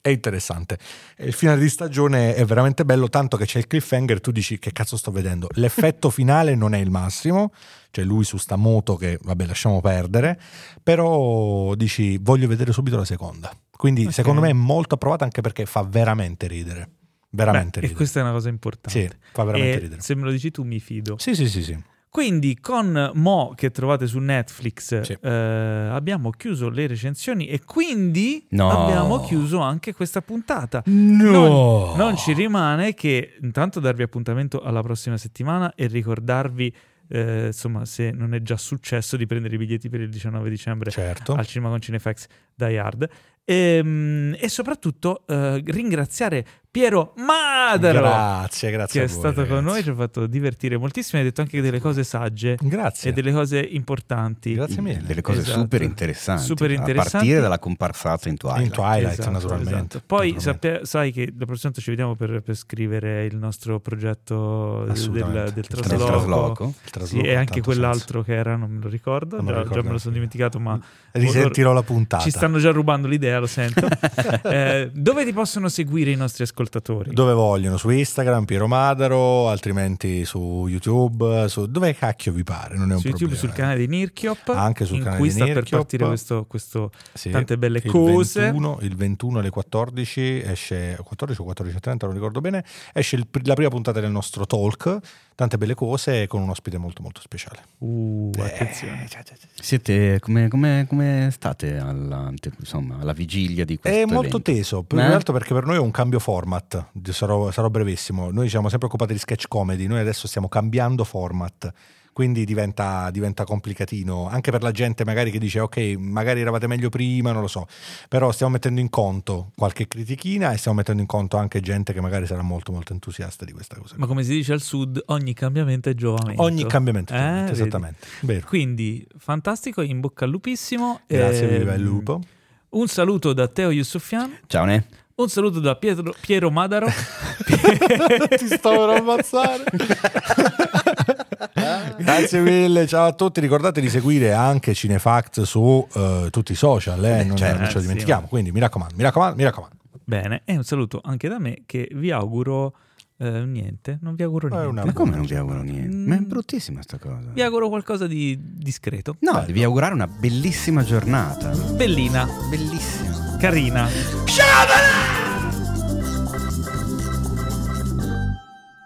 S3: È interessante. E Il finale di stagione è veramente bello, tanto che c'è il cliffhanger, tu dici che cazzo sto
S1: [laughs]
S3: vedendo. L'effetto finale non è il massimo, cioè lui su sta moto che, vabbè, lasciamo perdere, però dici voglio vedere subito la seconda. Quindi
S1: Ok.
S3: secondo me è molto approvata anche perché fa veramente ridere.
S1: beh,
S3: Veramente
S1: e
S3: ridere.
S1: questa è Eh, una cosa importante.
S3: Sì, fa veramente
S1: E
S3: ridere.
S1: Se me lo dici tu mi fido.
S3: Sì, sì, sì, sì.
S1: Quindi con Mo che trovate su Netflix
S3: Sì.
S1: eh, abbiamo chiuso le recensioni e quindi
S2: No.
S1: abbiamo chiuso anche questa puntata.
S3: Oh.
S1: Non, non ci rimane che intanto darvi appuntamento alla prossima settimana e ricordarvi, eh, insomma, se non è già successo, di prendere i biglietti per il 19 dicembre
S3: Certo.
S1: al cinema con Cinefax Die Hard. Ehm, e soprattutto eh, ringraziare Piero Madaro
S3: Grazie, grazie.
S1: che
S3: a
S1: è
S3: voi,
S1: stato con noi,
S3: ragazzi.
S1: ci ha fatto divertire moltissimo, ha detto anche delle cose sagge
S3: Grazie.
S1: e delle cose importanti.
S3: Grazie mille.
S2: Delle cose
S1: Esatto.
S2: super interessanti.
S1: Super
S2: A
S1: interessanti.
S2: partire dalla comparsata in Twilight.
S3: In Twilight,
S1: Esatto,
S3: naturalmente.
S1: esatto. Poi
S3: Naturalmente.
S1: sappia- sai che la prossima volta ci vediamo per, per scrivere il nostro progetto del, del,
S3: Assolutamente.
S1: del
S3: Il
S2: Nel
S1: trasloco.
S2: trasloco.
S3: Il
S1: Sì,
S3: trasloco
S1: e
S3: ha
S1: anche
S3: tanto senso.
S1: quell'altro che era, non me lo ricordo,
S3: Non me
S1: già,
S3: lo ricordo
S1: già me lo sono
S3: neanche
S1: dimenticato, ma
S3: Risentirò la puntata.
S1: ci stanno già rubando l'idea, lo
S3: [laughs]
S1: sento. Eh, dove ti possono seguire i nostri ascoltatori?
S3: Dove vogliono, su Instagram, Piero Madaro, altrimenti su YouTube, su... dove cacchio vi pare, non è un
S1: su YouTube, sul
S3: problema.
S1: canale di Nirchiop,
S3: Anche sul
S1: in
S3: canale
S1: cui
S3: di
S1: sta per
S3: Nirchiop.
S1: partire questo, questo
S3: Sì,
S1: tante belle
S3: il
S1: cose.
S3: 21, il 21 alle 14 esce, 14 o 14.30 non ricordo bene, esce il pr- la prima puntata del nostro talk, tante belle cose con un ospite molto molto speciale.
S1: Uh,
S3: Eh.
S1: attenzione.
S2: Siete come, come- come state alla, insomma, alla vigilia di questo
S3: È molto
S2: evento?
S3: teso, più
S2: Eh?
S3: che altro perché per noi è un cambio format, sarò, sarò brevissimo, noi ci siamo sempre occupati di sketch comedy, noi adesso stiamo cambiando format, quindi diventa, diventa complicatino, anche per la gente magari che dice ok, magari eravate meglio prima, non lo so, però stiamo mettendo in conto qualche critichina e stiamo mettendo in conto anche gente che magari sarà molto molto entusiasta di questa cosa.
S1: Ma come si dice al sud, ogni cambiamento è giovamento.
S3: Ogni cambiamento,
S1: Eh,
S3: ovviamente,
S1: vedi?
S3: esattamente. Vero.
S1: Quindi, fantastico, in bocca al lupissimo.
S3: Grazie,
S1: Ehm,
S3: viva il lupo.
S1: Un saluto da Teo Yusufian,
S2: Ciao, ne?
S1: un saluto da Pietro- Piero
S3: [laughs]
S1: Madaro.
S3: Ti stavo per ammazzare. [laughs] Grazie mille, ciao a tutti. Ricordate di seguire anche Cinefact su eh, tutti i social, eh, non,
S2: certo.
S3: non ce lo dimentichiamo. Quindi mi raccomando, mi raccomando, mi raccomando.
S1: Bene, e un saluto anche da me che vi auguro eh, niente, non vi auguro
S3: Eh,
S1: niente.
S3: una-
S2: Ma come non vi auguro niente? Ma è bruttissima sta cosa.
S1: Vi auguro qualcosa di discreto.
S2: No, devi augurare una bellissima giornata.
S1: Bellina,
S2: Bellissima.
S1: carina.